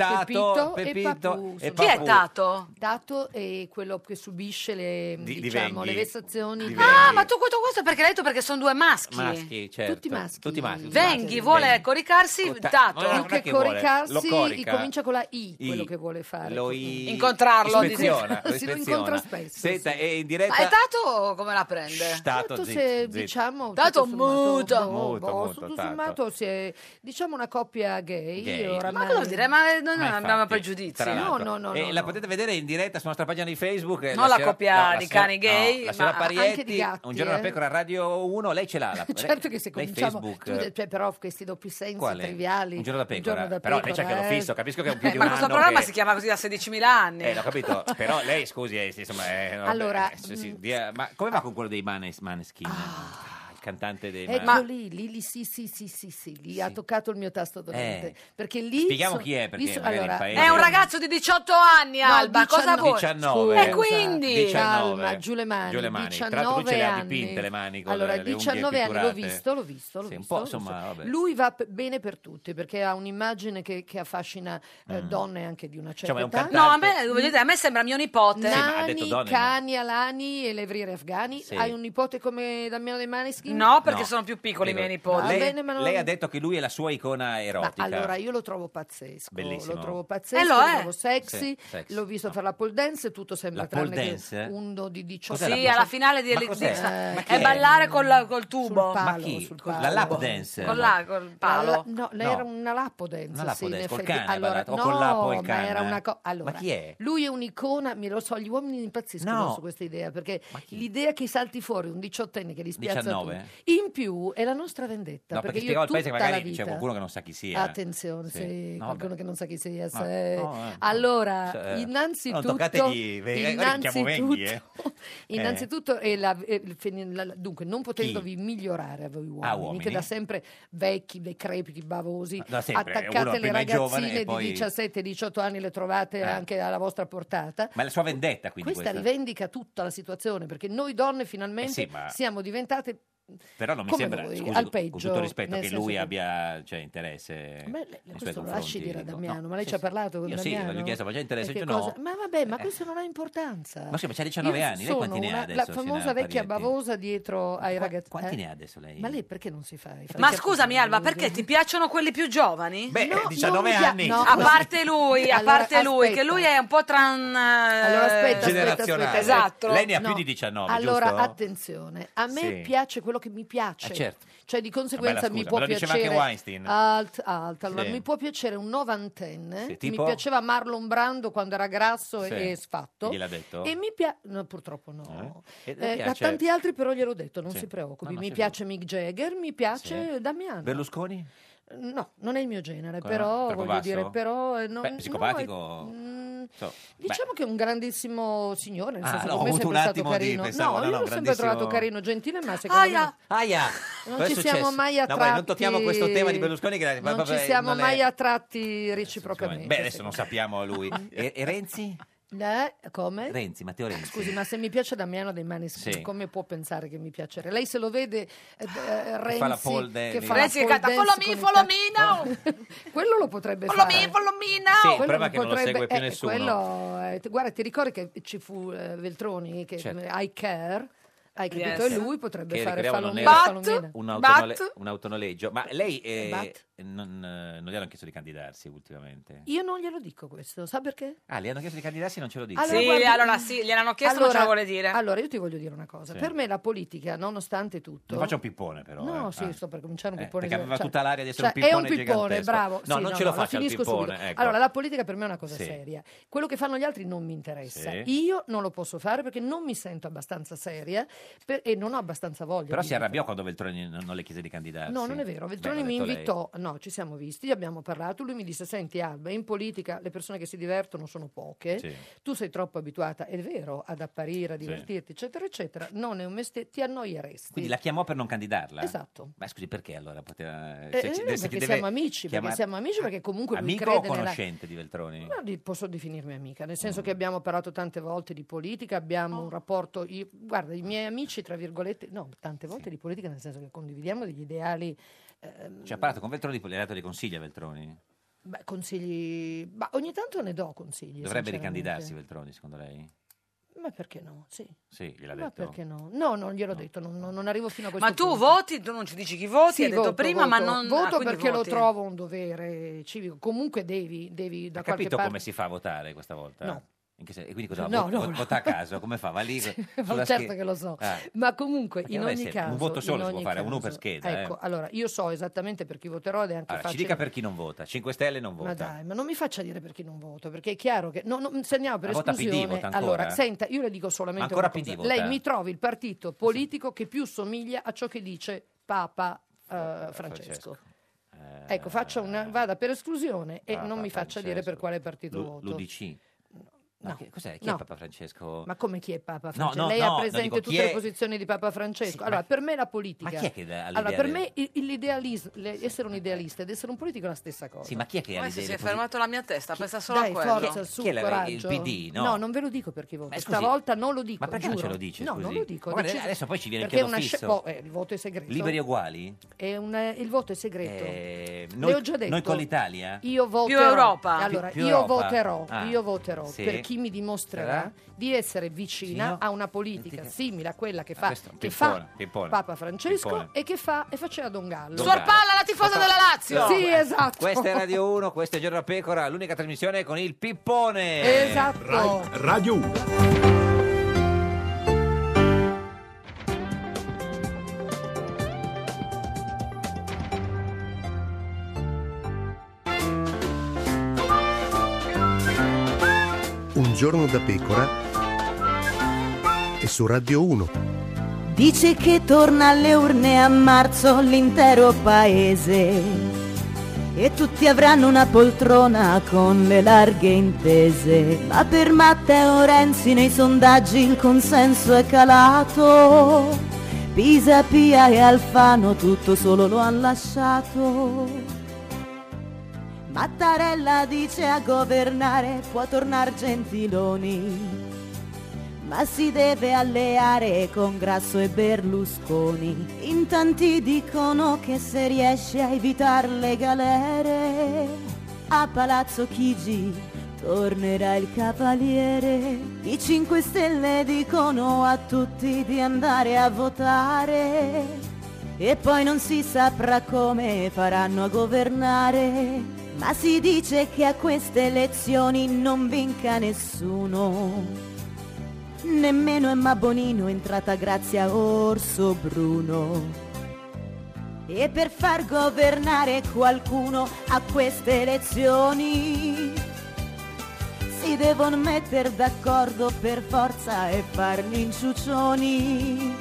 J: Pepito e Papù,
B: e
J: sono- Chi è
B: Papù.
A: Tato?
J: Dato è quello che subisce le,
B: Di- di
J: diciamo,
B: Venghi.
J: le vessazioni
B: Di
A: Ah,
B: Venghi.
A: ma tu questo, questo perché l'hai detto perché sono due maschi.
B: Maschi, certo.
J: Tutti maschi.
B: Tutti maschi. tutti
A: Venghi
B: maschi.
A: vuole
B: Venghi.
A: coricarsi
B: Con ta-
A: Tato.
B: no, no, non è
J: più che
B: che vuole, lo
J: coricarsi
B: corica.
J: comincia con la I,
B: I.
J: quello che vuole fare.
B: Lo i-
A: Incontrarlo,
B: ispeziona,
J: dice. Si lo
B: ispeziona.
J: incontra spesso,
B: Senta, è in
A: Ma
B: diretta.
A: è Tato come la prende?
B: Shh, Tato,
J: Tanto
B: zitto,
J: Certo, se
B: zitto.
J: diciamo
A: Dato
J: tutto sommato,
A: muto.
J: boh,
B: Muto,
J: boh,
B: muto,
J: tutto
B: tanto.
J: sommato si è diciamo una coppia gay,
B: Gay.
J: oramai-
A: Ma cosa vuol dire? Ma eh, noi non
B: Ma
A: abbiamo
B: infatti,
A: pregiudizi.
B: tra l'altro.
J: No, no, no,
B: E
J: no,
B: la
J: no.
B: potete vedere in diretta sulla nostra pagina di Facebook. eh,
A: Non la
B: signora-
A: coppia
B: la
A: di
B: signora-
A: cani gay,
B: no, la signora
A: ma anche
B: Parietti,
J: di gatti,
B: un giorno la
J: eh.
B: pecora Radio 1, lei ce l'ha. La,
J: Certo che se
B: lei
J: cominciamo
B: Facebook,
J: tu-
B: eh,
J: cioè, però questi doppi sensi
B: quale?
J: triviali.
B: Un giorno da pecora.
J: da
B: Però lei c'ha
J: pecora,
B: che lo
J: eh.
B: fisso, capisco che è un più
A: Eh,
B: di un
A: ma questo
B: anno
A: programma
B: che-
A: si chiama così da 16.000 anni.
B: Eh, l'ho capito, però lei, scusi, eh, sì, insomma, eh, no,
J: Allora, ah.
B: eh, sì, sì, dia- ma come va con quello dei Manes, Maneskin? Ah, il cantante dei
J: Ecco
B: Ma-
J: lì, lì, lì, sì, sì, sì, sì, sì, lì ha toccato il mio tasto dolente.
B: Eh.
J: Perché lì...
B: Spieghiamo
J: so-
B: chi è, perché
J: lì so-
B: magari il paese-
A: È un ragazzo di 18 anni, Alba. Cosa vuoi?
B: 19.
A: E quindi?
B: 19.
J: Calma, giù le mani.
B: Giù le mani. Tra l'altro lui
J: 19
B: ce le ha
J: anni.
B: dipinte le mani con
J: allora,
B: le- le unghie
J: 19 anni, l'ho
B: pitturate.
J: visto, l'ho visto, l'ho
B: Sì, un
J: visto,
B: po',
J: l'ho visto.
B: insomma, vabbè.
J: Lui va p- bene per tutti, perché ha un'immagine che, che affascina eh, donne anche di una certa
B: Mm. Diciamo, è un
J: età.
A: No, a me, voglio dire, a me sembra mio nipote.
B: ha detto
J: Nani,
B: donne,
J: cani, alani e levriere afghani.
B: Sì.
J: Hai un nipote come Damiano De Maneschi?
A: No, perché
B: No.
A: sono più piccoli i miei
B: Lei-
A: nipoti.
J: Va bene, ma non-
B: Lei ha detto che lui è la sua icona
J: Ma
B: erotica.
J: allora io lo trovo pazzesco,
B: Bellissimo.
J: lo trovo pazzesco,
A: Eh, lo
J: lo,
A: è.
J: trovo sexy,
B: Sì, sexy,
J: l'ho visto fare la pole dance, tutto sembra
B: La
J: tranne
B: pole dance, eh?
J: che uno di 18
B: Cos'è la
A: Sì,
B: cosa-
A: alla finale di
B: Ma cos'è?
A: di-
B: Ma chi
A: è
B: è?
A: ballare col, col tubo.
B: Ma chi? La lap dance?
A: Con la, col palo.
J: La- no, lei
B: No.
J: era una lappo dance,
B: Una lappo
J: sì, in
B: dance, col
J: effetti.
B: cane
J: allora,
B: ballate, o
J: no,
B: col lapo e il
J: ma
B: cane?
J: era una cosa. Allora,
B: Ma chi è?
J: Lui è un'icona, mi lo so, gli uomini impazziscono
B: No.
J: su questa idea, perché l'idea che salti fuori un diciottenne che li spiazza
B: 19?
J: tutti, in più è la nostra vendetta,
B: No, perché
J: perché,
B: spiegavo
J: io
B: al paese
J: tutta
B: che
J: la
B: magari
J: vita
B: c'è qualcuno che non sa chi sia.
J: Attenzione, sì,
B: eh. No,
J: qualcuno che non sa chi sia.
B: Ah,
J: se-
B: no, eh.
J: allora,
B: Cioè, eh,
J: innanzitutto,
B: non toccategli, ve- guarda che chiamo Venghi, eh.
J: innanzitutto- innanzitutto, eh, la- eh, il fen- la- dunque, non potendovi migliorare a voi uomini,
B: Ah, uomini?
J: che da sempre vecchi, decrepiti, bavosi,
B: Da sempre, uno
J: attaccate le
B: prima è giovane e
J: ragazzine
B: poi- Eh.
J: di 17-18 anni, le trovate anche alla vostra portata.
B: Ma è la sua vendetta, quindi
J: Questa,
B: questa.
J: rivendica tutta la situazione perché noi donne finalmente
B: Eh sì, ma-
J: siamo diventate
B: Però non mi
J: Come
B: sembra,
J: voi,
B: scusi,
J: al
B: con- con
J: peggio,
B: tutto rispetto,
J: nel
B: che
J: senso
B: lui
J: che-
B: abbia cioè, interesse.
J: Beh, lei-
B: nei suoi
J: questo lo
B: confronti,
J: lasci dire a
B: dico.
J: Damiano,
B: No,
J: ma lei ci ha parlato con
B: Io sì,
J: Damiano?
B: l'ho chiesto, ma già interessa,
J: E che
B: io no. Eh.
J: cosa- Ma vabbè, ma questo non ha importanza.
B: Ma scusi, ma c'ha 19 anni, lei
J: sono
B: quanti ne ha
J: una-
B: adesso,
J: La
B: signora
J: famosa vecchia
B: Parietti?
J: bavosa dietro ai ragazzi.
B: Quanti
J: eh?
B: ne ha adesso lei?
J: Ma lei perché non si fa? i
A: Ma
J: fatti-
A: scusami Alba, perché ti piacciono quelli più giovani?
B: Beh, No, 19 non mi pia- anni. no,
A: a
B: no.
A: parte lui, a
J: Allora,
A: parte lui, che
J: aspetta.
A: lui è un po' tran... eh, Esatto.
J: Allora aspetta, aspetta, aspetta.
B: Generazionale. Lei ne ha più di 19,
J: Allora,
B: giusto?
J: attenzione, a me
B: Sì.
J: piace quello che mi piace.
B: Eh, certo.
J: Cioè, di conseguenza
B: Una bella
J: mi
B: scusa,
J: può
B: me lo diceva
J: piacere...
B: anche Weinstein.
J: Alt, alt, allora,
B: Sì.
J: mi può piacere un novantenne.
B: Sì, tipo?
J: Mi piaceva Marlon Brando quando era grasso
B: Sì.
J: e sfatto.
B: E gliel'ha detto?
J: E mi piace... No, purtroppo no.
B: Eh? E le
J: Eh, a
B: piace-
J: tanti altri però gliel'ho detto, non
B: Sì.
J: si preoccupi.
B: No, no,
J: mi
B: sì,
J: piace Mick Jagger, mi piace
B: Sì.
J: Damiano.
B: Berlusconi?
J: No, non è il mio genere,
B: Come no?
J: però
B: Troppo
J: voglio
B: basso?
J: dire, però... eh, no-
B: Beh,
J: no, è-
B: psicopatico?
J: mm,
B: So,
J: Diciamo che è un grandissimo signore, nel
B: Ah,
J: senso
B: no,
J: che
B: ho
J: per me è
B: avuto un
J: sempre stato
B: attimo di-
J: carino.
B: pensavo,
J: no,
B: no, no,
J: io l'ho sempre
B: grandissimo-
J: trovato carino, gentile, ma secondo
A: Aia,
J: me-
B: beh, aia,
J: Non
B: Cosa
J: ci
B: è
J: siamo
B: successo?
J: mai a
B: No,
J: tratti...
B: guarda, non tocchiamo questo tema di Berlusconi che ma
J: Non ci
B: vabbè,
J: siamo
B: non è-
J: mai a tratti reciprocamente.
B: Beh, adesso non sappiamo lui. E, e Renzi?
J: Eh, come?
B: Renzi, Matteo Renzi.
J: Scusi, ma se mi piace Damiano dei Maneskin,
B: Sì.
J: come può pensare che mi piacere? Lei se lo vede eh, eh, Renzi
B: la pole dance.
J: che fa
B: Renzi
J: la
B: che
J: pole
A: canta,
J: dance
A: "Follow me,
J: con il
A: follow
J: tac- Quello lo potrebbe
A: Follow
J: fare.
A: me, follow me now.
B: Sì, il
J: Quello
B: problema è che non lo
J: potrebbe-
B: segue più
J: eh,
B: nessuno.
J: quello, eh, t- guarda, ti ricordi che ci fu eh, Veltroni che
B: Certo.
J: I care hai capito?
B: Yes.
J: E lui potrebbe
B: Che
J: fare
B: ricordiamo non
J: Falomina,
B: era
J: Falomina.
B: un, autonole-
J: But-
B: un autonoleggio. Ma lei eh,
J: But?
B: non, eh, non gli hanno chiesto di candidarsi ultimamente?
J: Io non glielo dico questo, sa perché?
B: Ah, gli hanno chiesto di candidarsi e non ce lo dice.
J: Allora, guarda-
A: allora sì, gliel'hanno chiesto, non ce lo vuole dire.
J: Allora, io ti voglio dire una cosa.
B: Sì.
J: Per me la politica, nonostante tutto...
B: Non faccia un pippone però.
J: No,
B: eh.
J: sì,
B: Ah.
J: sto per cominciare un
B: Eh,
J: pippone.
B: perché aveva
J: cioè-
B: tutta l'aria di essere
J: cioè,
B: un pippone
J: È un pippone,
B: gigantesco.
J: bravo.
B: No,
J: Sì,
B: non ce lo
J: la
B: faccia il
J: finisco
B: pippone,
J: subito.
B: ecco.
J: Allora, la politica per me è una cosa
B: Sì.
J: seria. Quello che fanno gli altri non mi interessa.
B: Sì.
J: Io non lo posso fare perché non mi sento abbastanza seria per- e non ho abbastanza voglia.
B: Però
J: di-
B: si arrabbiò quando Veltroni non non le chiese di candidarsi.
J: No, non è vero.
B: Beh,
J: Veltroni
B: l'ha
J: mi
B: detto lei.
J: invitò, no, ci siamo visti, abbiamo parlato. Lui mi disse: Senti, Alba, in politica le persone che si divertono sono poche.
B: Sì.
J: Tu sei troppo abituata, è vero, ad apparire, a
B: Sì.
J: divertirti, eccetera, eccetera. Non è un mestiere, ti annoieresti.
B: Quindi la chiamò per non candidarla?
J: Esatto.
B: Ma scusi, perché allora poteva... se-
J: Eh,
B: se-
J: eh,
B: se-
J: perché
B: deve
J: siamo amici,
B: chiamare-
J: perché siamo amici, perché comunque lui
B: Amico o
J: crede nella...
B: conoscente Mm. di Veltroni?
J: Ma di- posso definirmi amica, nel senso che abbiamo parlato tante volte di politica, abbiamo un rapporto, io- guarda, i miei amici, tra virgolette, no, tante volte di politica, nel senso che condividiamo degli ideali, ehm,
B: Cioè, ha parlato con Veltroni, le ha dato dei consigli a Veltroni?
J: beh, consigli, ma ogni tanto ne do consigli.
B: Dovrebbe
J: sinceramente.
B: ricandidarsi Veltroni, secondo lei?
J: Ma perché no? Sì.
B: Sì, gliel'ha
J: Ma
B: detto.
J: perché no? No, non gliel'ho detto, non, non- non arrivo fino a questo
A: Ma tu
J: punto.
A: voti, tu non ci dici chi voti,
J: Sì,
A: hai detto
J: voto,
A: prima, ma
J: voto.
A: non... ah,
J: voto
A: quindi
J: perché lo
A: voti.
J: trovo un dovere civico. Comunque devi, devi da
B: Ha
J: qualche
B: capito
J: parte.
B: come si fa a votare questa volta?
J: No.
B: In che sen- e quindi cosa
J: No,
B: vo-
J: no,
B: vo-
J: no.
B: vota a caso? Come fa? Va lì? sulla
J: certo
B: scheda-
J: che lo so.
B: Ah.
J: Ma comunque,
B: Perché
J: in
B: vabbè,
J: ogni
B: se-
J: caso.
B: un voto solo
J: in
B: si può
J: ogni
B: fare, uno per
J: caso-
B: scheda, eh.
J: Ecco, allora io so esattamente per chi voterò ed è anche
B: Allora, ci
J: facile.
B: dica per chi non vota. 5 Stelle non
J: Ma
B: vota.
J: dai, ma non mi faccia dire perché non voto, perché è chiaro che. No, no, se andiamo per
B: Ma Ah, vota PD,
J: esclusione.
B: vota ancora?
J: allora, senta, io le dico
B: Ma
J: solamente
B: ancora
J: una cosa.
B: PD vota?
J: Lei mi trovi il partito politico che più somiglia a ciò che dice Papa eh,
B: certo.
J: Francesco. Ecco, faccia una, vada per esclusione e
B: eh, Papa
J: non mi faccia dire per
B: Francesco.
J: quale partito
B: L'U- diciamo.
J: voto.
B: L'UDC. Ma
J: No.
B: che- cos'è? Chi è
J: No.
B: Papa Francesco?
J: Ma come chi è Papa
B: No,
J: Francesco?
B: no,
J: Cioè, Lei
B: no,
J: ha
B: no,
J: presente
B: dico, chi
J: tutte le
B: è-
J: posizioni di Papa Francesco. allora,
B: ma-
J: per me la politica.
B: ma chi è che dà l'idea
J: allora, per
B: del-
J: me il- il- l'idealismo, le- essere un idealista ed essere un politico è la stessa cosa.
B: Sì, ma chi è che ha
A: Come
B: le
A: se
B: idee
A: si è
B: così-
A: fermato la mia testa, pensa solo
J: Dai,
A: a quello.
J: forza, su,
B: chi è la- il
J: coraggio.
B: PD, no?
J: non ve lo dico per chi voto.
B: Ma scusi,
J: Stavolta non lo dico.
B: ma perché non
J: giuro.
B: ce lo dice,
J: No,
B: scusi?
J: non lo dico.
B: Ma guarda,
J: deciso-
B: adesso poi ci viene il
J: Perché è
B: chiodo
J: una sce-
B: fisso.
J: boh, eh, il voto è segreto.
B: Liberi e uguali?
J: È un- eh, il voto è segreto.
B: Eh,
J: Le ho già detto.
B: Noi con l'Italia?
J: Io voterò.
A: Europa.
J: Allora,
B: Più- più
J: io
B: Europa.
J: voterò,
B: Ah,
J: io voterò
B: sì.
J: per chi mi dimostrerà di essere vicina
B: Vicino?
J: a una politica
B: Politica.
J: simile a quella che
B: Ah,
J: fa,
B: questo è un
J: che
B: pippone,
J: fa
B: pippone,
J: Papa Francesco
B: pippone.
J: e che fa e faceva Don Gallo.
B: Don Suor Gallo. Palla,
A: la tifosa della Lazio!
J: Sì, esatto.
B: Questa è Radio 1, questo è Giorno da Pecora, l'unica trasmissione con il pippone.
J: Esatto.
B: Radio 1.
G: Un giorno da pecora e su Radio 1.
F: Dice che torna alle urne a marzo l'intero paese e tutti avranno una poltrona con le larghe intese. Ma per Matteo Renzi nei sondaggi il consenso è calato. Pisa, Pia e Alfano tutto solo lo hanno lasciato. Mattarella dice a governare può tornar Gentiloni. ma si deve alleare con Grasso e Berlusconi. In tanti dicono che se riesce a evitare le galere, a Palazzo Chigi tornerà il cavaliere. I 5 Stelle dicono a tutti di andare a votare. E poi non si saprà come faranno a governare. Ma si dice che a queste elezioni non vinca nessuno. Nemmeno Emma Bonino è entrata grazie a Orso Bruno. E per far governare qualcuno a queste elezioni si devono mettere d'accordo per forza e farli inciuccioni.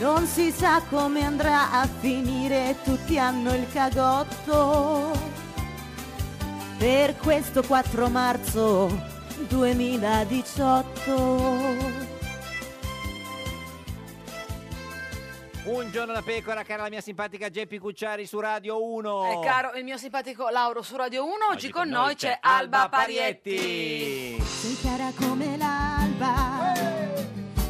F: Non si sa come andrà a finire, tutti hanno il cagotto. Per questo 4 marzo 2018.
B: Un giorno da pecora, cara la mia simpatica Geppi Cucciari su Radio 1.
J: Eh,
A: E Eh, caro il mio simpatico Lauro su Radio 1, oggi, con, noi, c'è Alba Parietti.
F: Sei chiara come l'alba,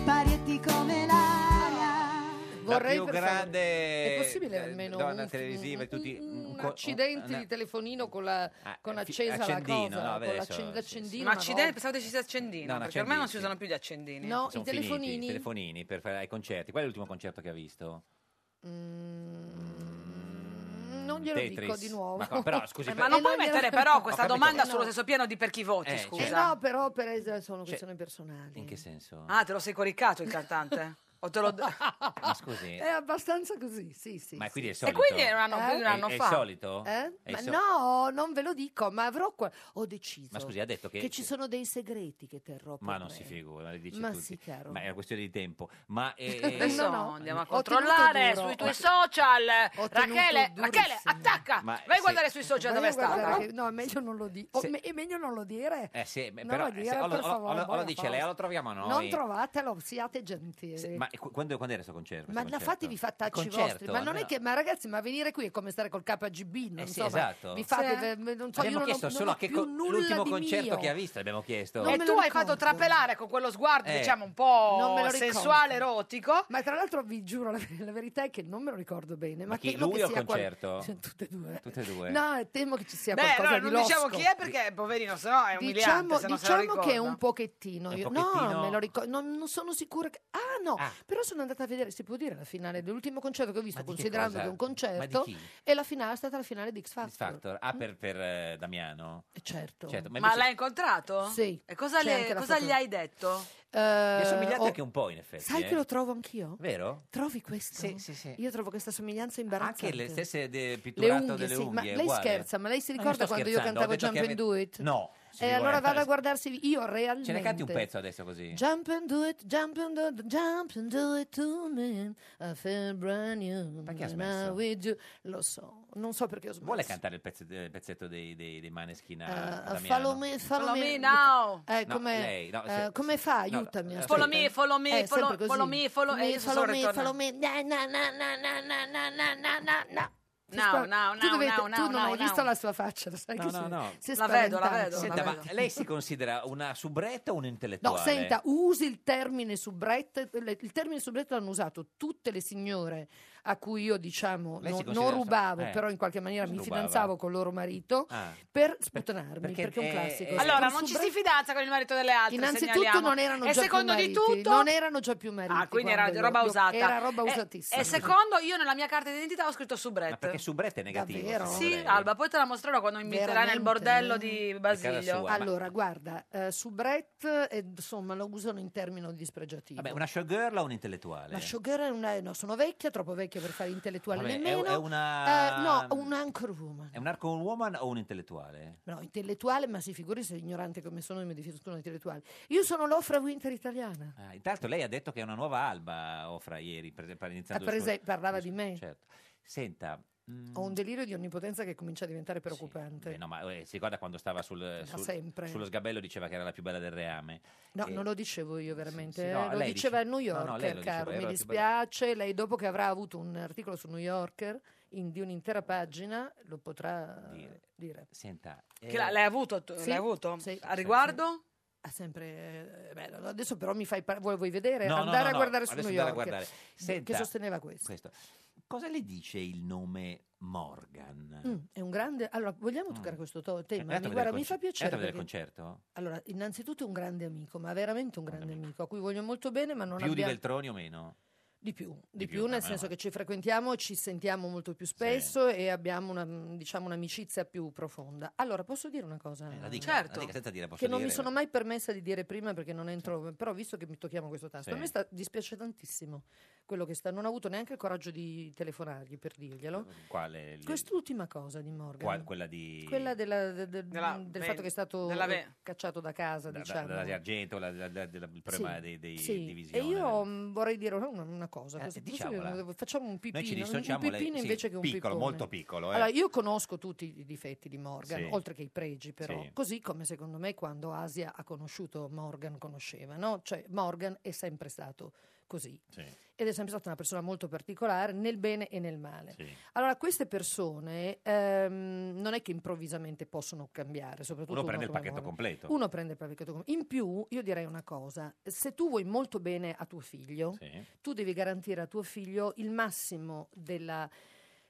F: parietti come l'aria.
J: Vorrei
B: la più
J: per favore-
B: grande eh,
J: È possibile almeno
B: donna
J: un-
B: televisiva e tutti un
J: Un
B: co-
J: accidenti
B: una- Ah, eh,
J: di telefonino con, la, con
B: fi-
J: accesa la
B: accendino,
J: cosa,
B: no,
J: con
B: adesso-
J: l'accen- l'accendino. una
A: Ma accidenti,
J: volta.
A: pensavo decisi accendino,
B: No, no,
A: perché ormai
B: accendini,
A: non si
B: sì.
A: usano più gli accendini.
J: No,
B: Sono
J: i
B: finiti,
J: telefonini.
B: i telefonini per fare ai concerti. Qual è l'ultimo concerto che ha visto?
J: Mm, Non glielo
B: Tetris.
J: dico di nuovo.
B: Ma co- però, scusi,
J: Eh,
A: Ma non
J: Eh,
A: puoi
J: no,
A: mettere
J: glielo-
A: però
J: Ho
A: questa
B: capito.
A: domanda
B: Eh,
A: sullo
B: no.
A: stesso piano di per chi voti,
B: Eh,
J: Eh,
A: scusa.
J: no, però per es- sono questioni personali.
B: In che senso?
A: Ah, te lo sei coricato il cantante? o te lo...
B: Ma scusi.
J: È abbastanza così, sì, sì.
B: Eh. Ma quindi è il
J: sì.
B: solito.
A: Eh? quindi un
B: È-
A: anno
B: è,
A: fa.
B: il solito?
J: Eh?
B: È
J: Ma
B: il so-
J: no, non ve lo dico, ma avrò qua- ho deciso
B: Ma scusi, ha detto che-
J: ci sono dei segreti che terrò per
B: Ma non
J: me.
B: si figura, le dice
J: Ma
B: tutti.
J: sì, caro.
B: Ma è una questione di tempo. Ma eh, eh,
A: Adesso
J: No, no.
A: andiamo a
J: Ho
A: controllare
J: tenuto duro.
A: sui tuoi
J: Ma-
A: social.
J: Ho tenuto
A: Rachele,
J: durissimo.
A: Rachele, attacca!
B: Ma
A: Vai a
B: se-
A: guardare sui social
J: Ma
A: dove
J: io
A: è stata.
J: guarda che- no, è meglio non lo dico.
B: Se-
J: È meglio non lo dire.
B: eh, sì, beh,
J: No,
B: però
J: lo
B: eh,
J: dia,
B: se- o lo,
J: per
B: o lo- o
J: favore,
B: lo- o lo
J: buona
B: dice lei, o lo troviamo noi.
J: Non trovatelo, siate gentili.
B: Ma certo. qu- quando, quando era questo concerto?
J: ma la
B: questo
J: fatevi i
B: concerto?
J: fattacci
B: Il concerto,
J: vostri, ma non
B: allora-
J: è che, ma ragazzi, ma venire qui è come stare col KGB, non
B: certo, Eh sì,
J: so, ma
B: esatto.
J: vi fate,
A: Sì.
J: ve- ve- non so,
B: abbiamo
J: io
B: chiesto
J: non, ho-
B: solo
J: non ho
B: a che
J: più
B: co-
J: nulla
B: l'ultimo
J: di
B: concerto
J: mio.
B: che ha visto, abbiamo chiesto.
J: Non
A: E
J: me
A: tu
J: lo
A: hai fatto
J: ricordo.
A: trapelare con quello sguardo,
B: Eh.
A: diciamo, un po'
J: Non me lo
A: sensuale,
J: ricordo.
A: erotico.
J: Ma tra l'altro vi giuro, la, la verità è che non me lo ricordo bene. Ma,
B: Ma chi,
J: temo
B: lui
J: che
B: o il
J: sia qual-
B: concerto?
J: Tutte e due.
B: Tutte e due.
J: No, temo che ci sia
A: Beh,
J: qualcosa
A: allora
J: di
A: non diciamo
J: losco.
A: chi è perché, poverino, sennò è umiliante.
J: Diciamo,
A: se non se lo
J: diciamo che è
A: ricorda.
J: un pochettino.
A: È un
J: io-
A: pochettino-
J: No, me lo ricordo. Non, non sono sicura. Che... Ah, no, però sono andata a vedere. Si può dire la finale dell'ultimo concerto che ho visto,
B: di che
J: considerando
B: cosa?
J: che è un
B: Ma
J: concerto.
B: di chi?
J: E la finale è stata la finale di X Factor.
B: X Factor. Ah, per, per eh, Damiano?
J: Certo.
A: Ma,
B: invece-
A: Ah, l'hai incontrato?
J: Sì.
A: E cosa,
J: C'è
A: le-
J: anche la
A: cosa
J: foto.
A: gli hai detto?
B: Mi
J: Eh,
B: è somigliato
J: oh,
B: anche un po', in effetti.
J: Sai
B: eh.
J: che lo trovo anch'io?
B: Vero?
J: Trovi questo?
B: Sì, sì, sì.
J: Io trovo questa somiglianza imbarazzante.
B: Anche le stesse de-
J: Le
B: pitturato
J: unghie,
B: delle
J: sì,
B: unghie.
J: ma
B: è
J: lei
B: uguale.
J: scherza, ma lei si
B: Ma non
J: ricorda
B: sto
J: quando io
B: scherzando,
J: cantavo
B: ho detto
J: Jump
B: che
J: and
B: ave-
J: Do It?
B: No. si
J: E allora
B: figuri.
J: vado a guardarsi io realmente.
B: Ce ne canti un pezzo adesso così?
J: Jump and do it, jump and do it, jump and do it to me. I feel brand new.
B: Perché ha
J: I'm
B: smesso?
J: with you. Lo so, non so perché ho smesso.
B: Vuole cantare il, pezzo- il pezzetto dei, dei, dei Maneskin a- a
J: Eh,
B: Damiano?
J: follow me, follow,
A: Follow me
J: me
A: now.
J: Eh,
B: No,
J: come,
B: lei, no, se-
J: eh, come fa?
B: no,
J: Aiutami.
B: eh,
A: Follow
J: aspetta.
A: me, follow me,
J: Eh, sempre
A: follow-
J: così.
A: follow me, follow- eh, io so
J: follow
A: solo
J: me,
A: ritornare.
J: follow me. Na, na, na, na, na, na, na, na, na, na, na. Ti
A: No,
J: spaventi.
A: no,
J: tu,
A: no, no,
J: tu
A: no,
J: non
A: no,
J: hai
A: no.
J: visto la sua faccia, lo sai
B: No,
J: che
B: no,
J: si-
B: no.
J: si è
A: La vedo, la
J: spaventata.
A: vedo,
B: Senta,
A: la
B: ma
A: vedo.
B: lei si considera una subretta o un
J: No,
B: intellettuale?
J: senta, usi il termine subrette, le- il termine subrette l'hanno usato tutte le signore a cui io diciamo
B: Lei
J: no-
B: si
J: non
B: considera-
J: rubavo,
B: eh,
J: però in qualche maniera mi
B: rubava.
J: fidanzavo con loro marito
B: Ah.
J: per sputonarmi, perché, è un
B: è-
J: classico.
B: è-
A: Eh, Allora,
J: Il
A: non ci
J: subrette-
A: si fidanza con il marito delle altre.
J: Innanzitutto
A: segnaliamo.
J: non erano
A: e
J: già
A: secondo
J: più
A: di
J: mariti,
A: tutto.
J: non erano già più mariti.
A: Ah, quindi era
J: quando
A: roba
J: io-
A: usata. Eh,
J: Era roba
A: E-
J: usatissima.
A: E, secondo, io nella mia carta d'identità ho scritto subrette.
B: Ma perché subretta è negativo?
J: Davvero?
B: secondo
A: Sì,
B: lei?
A: Alba, poi te la mostrerò quando mi inviterai
J: Veramente?
A: nel bordello di
B: casa
A: Basilio.
B: sua. ma-
J: Allora, guarda, eh, subrette, eh, insomma, lo usano in termini dispregiativo.
B: Vabbè, una showgirl o un intellettuale?
J: Ma showgirl è una... no, sono vecchia, troppo vecchia per fare intellettuale
B: Vabbè, è-
J: nemmeno.
B: è una-
J: Eh, no, un anchor woman.
B: È un arco woman o un intellettuale?
J: No, intellettuale, ma si figuri se ignorante come sono, io mi definisco una intellettuale. Io sono l'Ofra Winter italiana.
B: Ah, intanto lei ha detto che è una nuova Alba, Ofra, ieri, per esempio,
J: Ah,
B: iniziando
J: per
B: il suo-
J: esempio, parlava di me.
B: Certo. Senta, mm,
J: Ho un delirio di onnipotenza che comincia a diventare preoccupante.
B: beh, no, ma eh, si ricorda quando stava sul, sul-
J: sempre.
B: sullo sgabello diceva che era la più bella del reame?
J: No,
B: Eh,
J: non lo dicevo io veramente,
B: sì,
J: eh,
B: no,
J: lo
B: lei
J: diceva
B: dice-
J: il New
B: no, no,
J: Yorker,
B: lei lo diceva,
J: caro,
B: io
J: mi
B: ero-
J: dispiace, lei dopo che avrà avuto un articolo su New Yorker in- di un'intera pagina lo potrà dire.
B: Senta, eh,
A: Che la- l'hai avuto? tu-
J: Sì,
A: l'hai avuto?
J: sì.
A: A riguardo?
J: Ha sempre. eh, bello. Adesso però mi fai. par- vuoi, vuoi vedere?
B: No, no,
J: andare
B: no,
J: a
B: no,
J: guardare su
B: adesso
J: New
B: andare
J: York.
B: a guardare. Senta,
J: che sosteneva questo.
B: Cosa le dice il nome Morgan?
J: Mm, è un grande. Allora, vogliamo toccare questo to-
B: Mm. Eh, È
J: tema?
B: andato
J: Mi,
B: a vedere
J: guarda,
B: il
J: mi fa
B: concerto? È andato a
J: piacere.
B: vedere il
J: perché-
B: concerto?
J: Allora, innanzitutto è un grande amico, ma veramente un grande amico, a cui voglio molto bene, ma non
B: Più di
J: abbiamo
B: Veltroni o meno?
J: di più, di
B: più,
J: più,
B: ah,
J: nel
B: meno
J: senso
B: male.
J: che ci frequentiamo, ci sentiamo molto più spesso e abbiamo una, mh, diciamo, un'amicizia più profonda. Allora, posso dire una cosa?
B: la dica, Certo. la dica senza dire, posso
J: che non
B: dire.
J: mi sono mai permessa di dire prima perché non entro, però visto che mi tocchiamo questo tasto,
B: Sì.
J: a me sta, dispiace tantissimo quello che sta, non ho avuto neanche il coraggio di telefonargli per dirglielo.
B: Quale? il-
J: Quest'ultima cosa di Morgan.
B: qual- quella di...
J: Quella della- de- de- del
K: ven-
J: fatto che è stato
K: della ven-
J: cacciato da casa,
B: da- da-
J: diciamo.
B: della di Argento, la- la- la- della- il problema
J: Sì,
B: dei, dei
J: sì.
B: divisioni.
J: E io mh, vorrei dire una, una cosa.
B: Eh,
J: così,
B: diciamola.
J: forse Facciamo un
B: Noi ci
J: pipino, un
B: dissociamo, lei-
J: pipino
B: sì,
J: invece che un
B: piccolo,
J: pippone.
B: molto piccolo, eh.
J: Allora, io conosco tutti i difetti di Morgan,
B: Sì.
J: oltre che i pregi però,
B: Sì.
J: così come secondo me quando Asia ha conosciuto Morgan conosceva, no? Cioè Morgan è sempre stato così ed è sempre stata una persona molto particolare nel bene e nel male. Allora, queste persone ehm, non è che improvvisamente possono cambiare, soprattutto
B: Uno prende il
J: come
B: pacchetto
J: Morgan.
B: completo.
J: Uno prende il pacchetto completo. In più, io direi una cosa: se tu vuoi molto bene a tuo figlio,
A: Eh,
J: tu devi garantire a tuo figlio il massimo della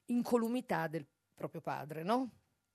J: incolumità del proprio padre, no?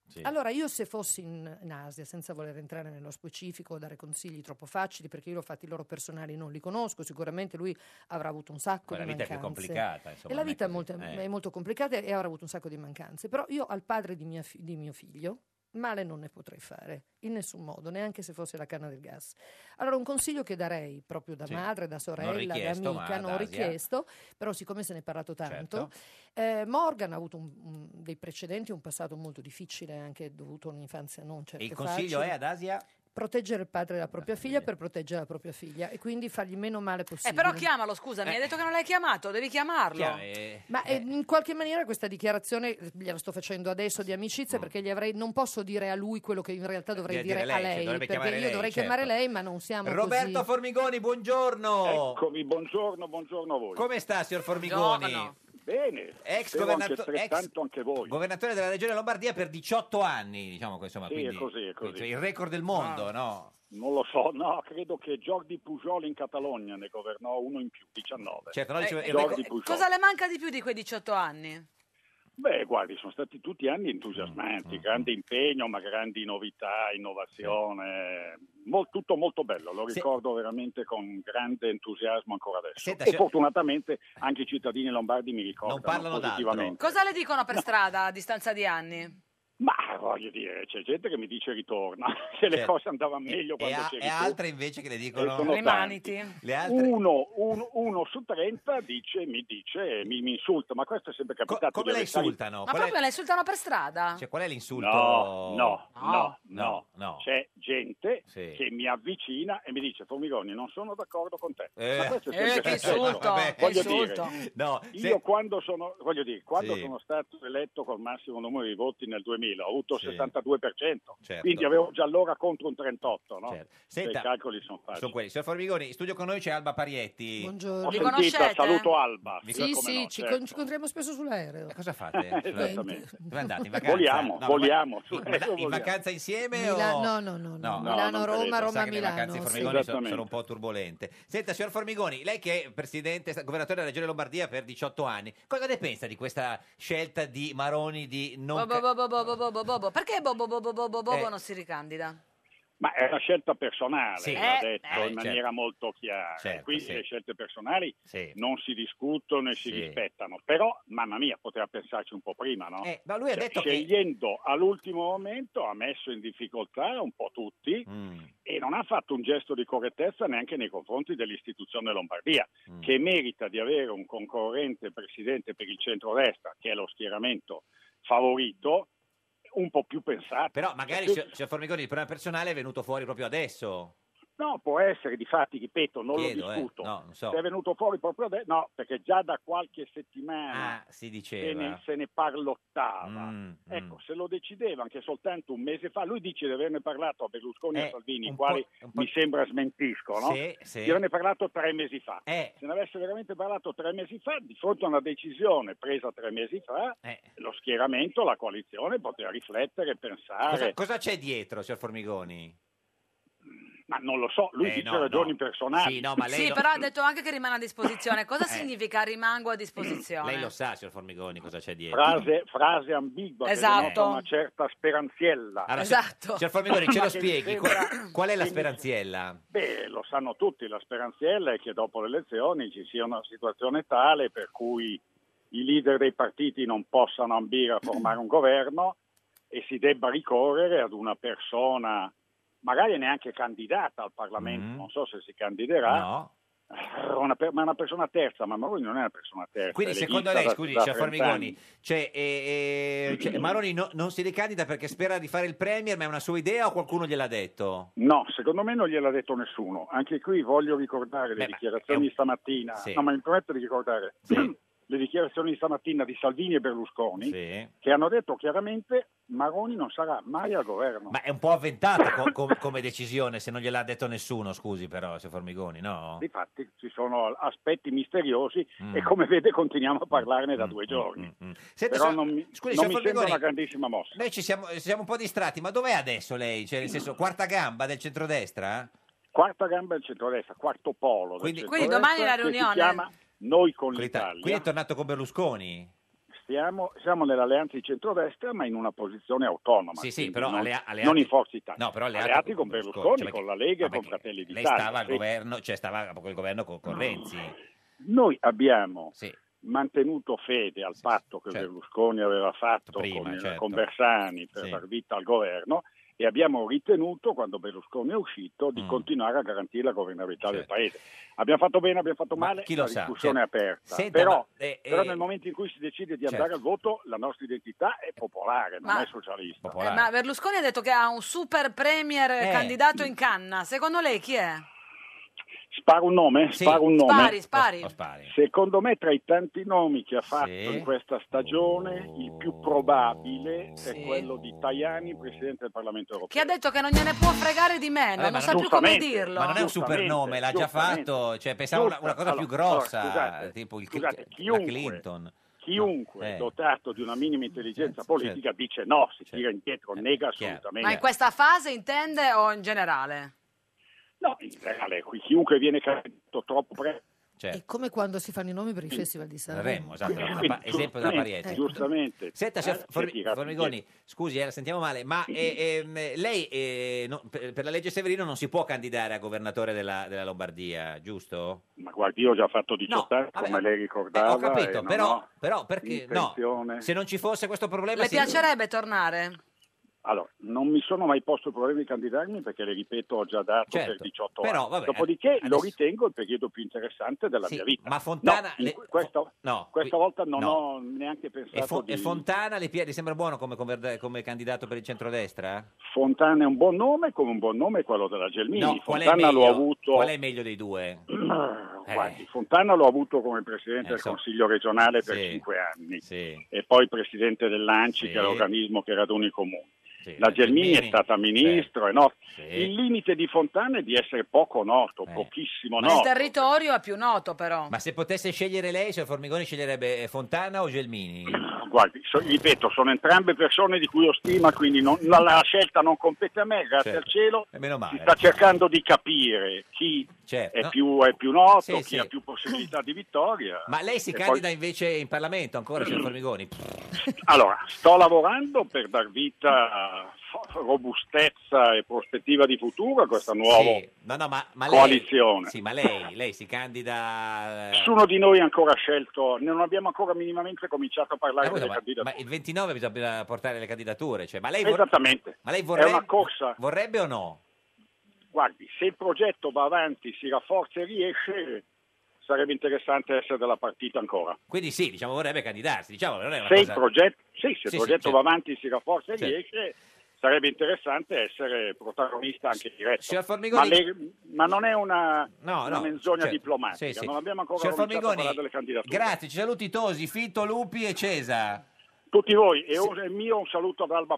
B: Sì.
J: Allora io se fossi in, in Asia, senza voler entrare nello specifico o dare consigli troppo facili, perché io l'ho fatti loro personali, non li conosco, sicuramente lui avrà avuto un sacco
B: Poi la
J: di
B: vita è più
J: mancanze.
B: complicata, insomma,
J: e la
B: non è
J: vita è,
B: così.
J: molto-
B: Eh.
J: è molto complicata e avrà avuto un sacco di mancanze. Però io al padre di, mia fi- di mio figlio male non ne potrei fare, in nessun modo, neanche se fosse la canna del gas. Allora un consiglio che darei proprio da
K: Sì.
J: madre, da sorella, da
K: richiesto, ma
J: amica,
K: ad
J: non
K: Asia.
J: richiesto, però siccome se ne è parlato
B: Certo.
J: tanto, eh, Morgan ha avuto un- un- dei precedenti, un passato molto difficile, anche dovuto a un'infanzia non certo
B: E il consiglio è Eh, ad Asia?
J: Proteggere il padre della propria figlia per proteggere la propria figlia e quindi fargli meno male possibile.
A: Eh, però chiamalo, scusa, mi hai detto che non l'hai chiamato, devi chiamarlo.
B: Chiaro, eh,
J: Ma eh, in qualche maniera questa dichiarazione eh, gliela sto facendo adesso di amicizia perché gli avrei, non posso dire a lui quello che in realtà
B: Mm.
J: dovrei
B: Dire-
J: dire,
B: dire
J: a
B: lei, cioè,
J: lei,
B: dovrebbe
J: perché io
B: chiamare lei,
J: dovrei
B: certo.
J: chiamare lei ma non siamo
B: Roberto
J: diciamo così.
B: Formigoni, buongiorno.
N: Eccomi, buongiorno, buongiorno a voi.
B: Come sta, signor Formigoni?
N: Buongiorno. Bene,
B: Ex,
N: spero anche
B: governato- ex
N: altrettanto anche voi.
B: governatore della regione Lombardia per 18 anni, diciamo che, insomma,
N: Sì,
B: quindi,
N: è così, è così.
B: cioè, il record del mondo,
N: Ah.
B: no?
N: Non lo so, no, credo che Jordi Pujol in Catalogna ne governò uno in più, 19.
B: Certo, no,
A: Eh,
B: diceva-
A: eh,
N: Jordi
A: co-
N: Pujol.
A: cosa le manca di più di quei 18 anni?
N: Beh, guardi, sono stati tutti anni
B: Mm,
N: entusiasmanti, grande impegno, ma grandi novità, innovazione, mol- tutto molto bello, lo ricordo veramente con grande entusiasmo ancora adesso.
B: Senta,
N: e
B: se-
N: fortunatamente anche i cittadini lombardi mi ricordano
B: parlano d'altro.
N: positivamente.
A: Cosa le dicono per strada a distanza di anni?
N: Ma voglio dire, c'è gente che mi dice ritorna, che le
B: Certo.
N: cose andavano meglio
B: E,
N: quando
B: a-
N: c'eri
B: e
N: tu.
B: altre invece che le dicono...
N: E sono Rimaniti.
B: Le altre...
N: Uno, uno- uno su 30 dice, mi dice, mi, mi insulta, ma questo è sempre capitato.
B: come
N: di
B: la
N: avversari-
B: insultano?
A: Ma proprio la insultano per strada?
B: Cioè, qual è l'insulto?
N: No, no, no, no.
B: no.
N: C'è gente
B: Sì.
N: che mi avvicina e mi dice, Formigoni, non sono d'accordo con te.
B: Eh.
N: Ma questo è
B: Eh,
N: sempre
B: che
N: capitato.
B: insulto, Vabbè. che
N: Voglio
B: insulto.
N: dire,
B: No, se-
N: io quando sono, voglio dire, quando
B: Sì.
N: sono stato eletto col massimo numero di voti nel 2000, ho avuto il
B: Sì.
N: 72%,
B: Certo.
N: quindi avevo già allora contro un 38, no?
B: Certo.
N: Cioè,
B: Senta,
N: I calcoli sono facili.
B: Sono quelli. Signor Formigoni, in studio con noi c'è Alba Parietti.
J: Buongiorno.
N: Ho sentito, saluto Alba.
B: Vi-
J: Sì,
B: come
J: sì,
B: no,
J: ci
B: certo.
J: con- ci incontriamo spesso sull'aereo.
B: Cosa fate? Certo.
J: Esattamente.
B: Dove andate? In vacanza?
N: Voliamo,
B: ma-
N: voliamo,
B: In,
N: adesso
B: in
N: voliamo.
B: vacanza insieme?
J: Mila-
B: o...
J: no, no, no, no.
B: No, no,
J: Milano,
B: non
J: Roma,
B: credo.
J: Roma,
B: Sa che le
J: Milano,
B: vacanze di
J: sì.
B: Formigoni so- sono,
N: Esattamente.
B: un po' turbolente. Senta, signor Formigoni, lei che è presidente, sta- governatore della Regione Lombardia per 18 anni, cosa ne pensa di questa scelta di Maroni di non...
A: Bo- bo-
B: ca-
A: bo- bo- bo- bo- bo- bo- bo- bo. Perché bo- bo- bo- bo- bo- bo- bo- bo
B: Eh.
A: non si ricandida?
N: Ma è una scelta personale,
B: Sì.
N: l'ha
A: Eh,
N: detto
B: eh,
N: in
B: certo.
N: maniera molto chiara.
B: Certo,
N: Quindi
B: sì.
N: le scelte personali
B: Sì.
N: non si discutono e si
B: Sì.
N: rispettano. Però, mamma mia, poteva pensarci un po' prima, no? Cioè,
B: Eh, ma lui ha detto che-
N: scegliendo all'ultimo momento ha messo in difficoltà un po' tutti
B: Mm.
N: e non ha fatto un gesto di correttezza neanche nei confronti dell'istituzione Lombardia,
B: Mm. Eh?
N: che merita di avere un concorrente presidente per il centrodestra, che è lo schieramento favorito, un po' più pensato.
B: Però magari,
N: Perché-
B: signor signor Formigoni, il problema personale è venuto fuori proprio adesso.
N: No, può essere, difatti, ripeto, non
B: Chiedo,
N: lo
B: eh.
N: discuto.
B: No, non so.
N: Se è venuto fuori proprio adesso, no, perché già da qualche settimana
B: Ah, si
N: se,
B: diceva.
N: ne, se ne parlottava.
B: Mm, mm.
N: Ecco, se lo decideva anche soltanto un mese fa, lui dice di averne parlato a Berlusconi e
B: Eh,
N: a Salvini,
B: un
N: i
B: po'-
N: quali
B: un po'-
N: mi sembra smentiscono,
B: Sì, sì.
N: di averne parlato tre mesi fa.
B: Eh.
N: Se ne avesse veramente parlato tre mesi fa, di fronte a una decisione presa tre mesi fa,
B: Eh.
N: lo schieramento, la Ah, coalizione poteva riflettere e pensare.
B: Cosa, cosa c'è dietro, signor Formigoni?
N: Ma non lo so, lui
B: Eh,
N: dice
B: no,
N: ragioni
B: no.
N: personali.
B: Sì, no, ma lei
A: sì,
B: lo-
A: però ha detto anche che rimane a disposizione. Cosa
B: Eh.
A: significa rimango a disposizione?
B: Lei lo sa, signor Formigoni, cosa c'è dietro.
N: Frase, frase ambigua
A: Esatto.
N: che denota una certa speranziella.
B: Allora, signor- Signor Formigoni, ce
N: Ma
B: lo
N: che
B: spieghi.
N: sembra-
B: Qual, qual è la speranziella?
N: Beh, lo sanno tutti, la speranziella è che dopo le elezioni ci sia una situazione tale per cui i leader dei partiti non possano ambire a formare un governo e si debba ricorrere ad una persona magari neanche candidata al Parlamento,
B: Mm.
N: non so se si candiderà, una per- ma una persona terza, ma Maroni non è una persona terza.
B: Quindi
N: è
B: secondo
N: eletta
B: lei,
N: da-
B: scusi,
N: da
B: signor
N: 30
B: Formigoni,
N: anni.
B: cioè, eh, eh, cioè, Maroni no- non si ricandida perché spera di fare il Premier, ma è una sua idea o qualcuno gliel'ha detto?
N: No, secondo me non gliel'ha detto nessuno. Anche qui voglio ricordare le dichiarazioni di stamattina.
B: Sì.
N: No, ma mi permetto di ricordare le dichiarazioni di stamattina di Salvini e Berlusconi che hanno detto chiaramente Maroni non sarà mai al governo.
B: Ma è un po' avventata co- com- come decisione, se non gliel'ha detto nessuno, scusi però, signor Formigoni, no?
N: Difatti ci sono aspetti misteriosi
B: Mm.
N: e come vede continuiamo a parlarne da due giorni.
B: Senta,
N: Però
B: signor-
N: non mi,
B: mm. scusi,
N: non
B: signor
N: mi sembra
B: Formigoni,
N: una grandissima mossa.
B: Noi ci siamo, ci siamo un po' distratti, ma dov'è adesso lei? Cioè, nel senso, quarta gamba del centrodestra?
N: Quarta gamba del centrodestra, quarto polo. Quindi,
A: Quindi domani la riunione.
N: Si chiama Noi con l'Italia.
B: Qui è tornato con Berlusconi?
N: Stiamo, siamo nell'alleanza di centrodestra, ma in una posizione autonoma.
B: Sì, sì,
N: quindi
B: però
N: non,
B: allea- alleati-
N: non in Forza Italia.
B: No, però alleati
N: alleati
B: con
N: con
B: Berlusconi,
N: Berlusconi,
B: cioè,
N: con la Lega e con Fratelli
B: Lei
N: d'Italia.
B: stava al
N: Sì.
B: governo, cioè stava col governo con, con Renzi.
N: Noi abbiamo
B: Sì. Certo.
N: mantenuto fede al patto che Berlusconi aveva fatto
B: Prima,
N: con,
B: certo.
N: con Bersani per
B: Sì.
N: dar vita al governo e abbiamo ritenuto, quando Berlusconi è uscito,
B: Mm.
N: di continuare a garantire la governabilità del Paese. Abbiamo fatto bene, abbiamo fatto male,
B: Certo. chi lo
N: la
B: sa,
N: discussione
B: certo.
N: è aperta.
B: Senta,
N: però,
B: ma, eh,
N: però
B: eh,
N: nel momento in cui si decide di
B: certo.
N: andare al voto, la nostra identità è popolare, non
A: Ma-
N: è socialista.
A: Eh, ma Berlusconi ha detto che ha un super premier
N: Eh.
A: candidato in canna. Secondo lei chi è?
N: Sparo un nome? Sparo un nome.
A: Spari, spari.
N: Secondo me tra i tanti nomi che ha fatto in questa stagione il più probabile è quello di Tajani, Presidente del Parlamento europeo.
A: Che ha detto che non gliene può fregare di meno,
B: Vabbè, Eh, ma
A: non sa più come
N: giustamente,
A: dirlo.
B: Ma non è un supernome, l'ha già
N: giustamente.
B: fatto. Cioè, pensavo una, una cosa
N: Allora,
B: più grossa,
N: allora, scusate,
B: tipo il,
N: scusate,
B: la
N: chiunque-
B: Clinton.
N: Chiunque
B: eh.
N: dotato di una minima intelligenza politica dice no, si tira
B: Eh,
N: indietro, nega assolutamente.
A: Ma in questa fase intende o in generale?
N: No, in generale, qui chiunque viene capito troppo presto.
B: Certo.
J: È come quando si fanno i nomi per i festival di Sanremo.
B: Remo, esatto, la- la-
N: Eh, Quindi,
B: pa- esempio della
N: giustamente,
B: Parietti.
N: Giustamente.
B: Senta, signor
N: Eh,
B: Formi-
N: si tira
B: Formigoni, scusi, eh, la sentiamo male, ma eh, ehm, lei eh, no- per per la legge Severino non si può candidare a governatore della, della Lombardia, giusto?
N: Ma guardi, io ho già fatto 18 anni,
B: vabbè,
N: come lei
B: Eh,
N: ricordava.
B: ho capito,
N: e non
B: però,
N: ho
B: però perché no?
N: intenzione-
B: Se non ci fosse questo
J: Eh,
B: problema...
A: Le
B: sì.
A: piacerebbe tornare?
N: Allora, non mi sono mai posto il problema di candidarmi perché, le ripeto, ho già dato
B: Certo,
N: per 18
B: però,
N: anni.
B: vabbè, eh,
N: Dopodiché lo
B: adesso-
N: ritengo il periodo più interessante della
B: Sì,
N: mia vita.
B: ma Fontana-
N: No, in
B: le-
N: que- questa,
B: No,
N: questa
B: qui-
N: volta non
B: no.
N: ho neanche pensato
B: E, Fo-
N: di...
B: e Fontana le, pi- le sembra buono come, conver- come candidato per il centrodestra?
N: Fontana è un buon nome, come un buon nome è quello della Gelmini.
B: No, qual è
N: Fontana l'ho
B: meglio?
N: avuto...
B: Qual è meglio dei due?
N: Guardi, Fontana l'ho avuto come presidente
B: Ecco.
N: del Consiglio regionale per cinque
B: Eh,
N: anni e poi presidente dell'ANCI, che è l'organismo che raduna i comuni. la Gelmini è stata ministro, è noto. Il limite di Fontana è di essere poco noto,
B: Eh.
N: pochissimo
A: Il
N: noto.
A: territorio è più noto però.
B: Oh, Ma se potesse scegliere lei, signor Formigoni sceglierebbe eh, Fontana o Gelmini?
N: Guardi, so- ripeto, sono entrambe persone di cui ho stima, quindi non- la, la scelta non compete a me, grazie
B: Certo.
N: al cielo.
B: E meno
N: Si
B: male.
N: sta cercando di capire chi
B: Certo,
N: è,
B: no.
N: più, è più noto,
B: Sì,
N: chi
B: sì.
N: ha più possibilità di vittoria.
B: Ma lei si
N: E
B: candida
N: poi-
B: invece in Parlamento ancora, signor Formigoni?
N: Allora, sto lavorando per dar vita a fo- robustezza e prospettiva di futuro a questa nuova
B: Sì. eh. No, no, ma, ma lei,
N: coalizione.
B: Sì, ma lei, lei si candida... eh,
N: Nessuno di noi ha ancora scelto, non abbiamo ancora minimamente cominciato a parlare
B: scusa,
N: delle
B: Eh, ma,
N: candidature.
B: ma il 29 bisogna portare le candidature, cioè, ma lei,
N: Esattamente.
B: ma lei
N: È una
B: vorrebbe,
N: corsa.
B: vorrebbe o no?
N: Guardi, se il progetto va avanti, si rafforza e riesce, sarebbe interessante essere della partita ancora.
B: Quindi sì, diciamo vorrebbe candidarsi, diciamo, non è una
N: Se il
B: cosa-
N: progetto, sì, se
B: Sì, sì,
N: il progetto
B: certo.
N: va avanti, si rafforza e
B: Certo.
N: riesce, sarebbe interessante essere protagonista anche diretto.
B: Signor Formigoni-
N: Ma, le- ma non è una,
B: No,
N: una
B: no,
N: menzogna
B: certo.
N: diplomatica,
B: Sì, sì.
N: non abbiamo ancora
B: Signor
N: cominciato a parlare
B: Formigoni,
N: delle candidature.
B: Grazie, ci saluti Tosi, Fito, Lupi e Cesa. Ah,
N: Tutti voi, e un- e mio un saluto ad Alba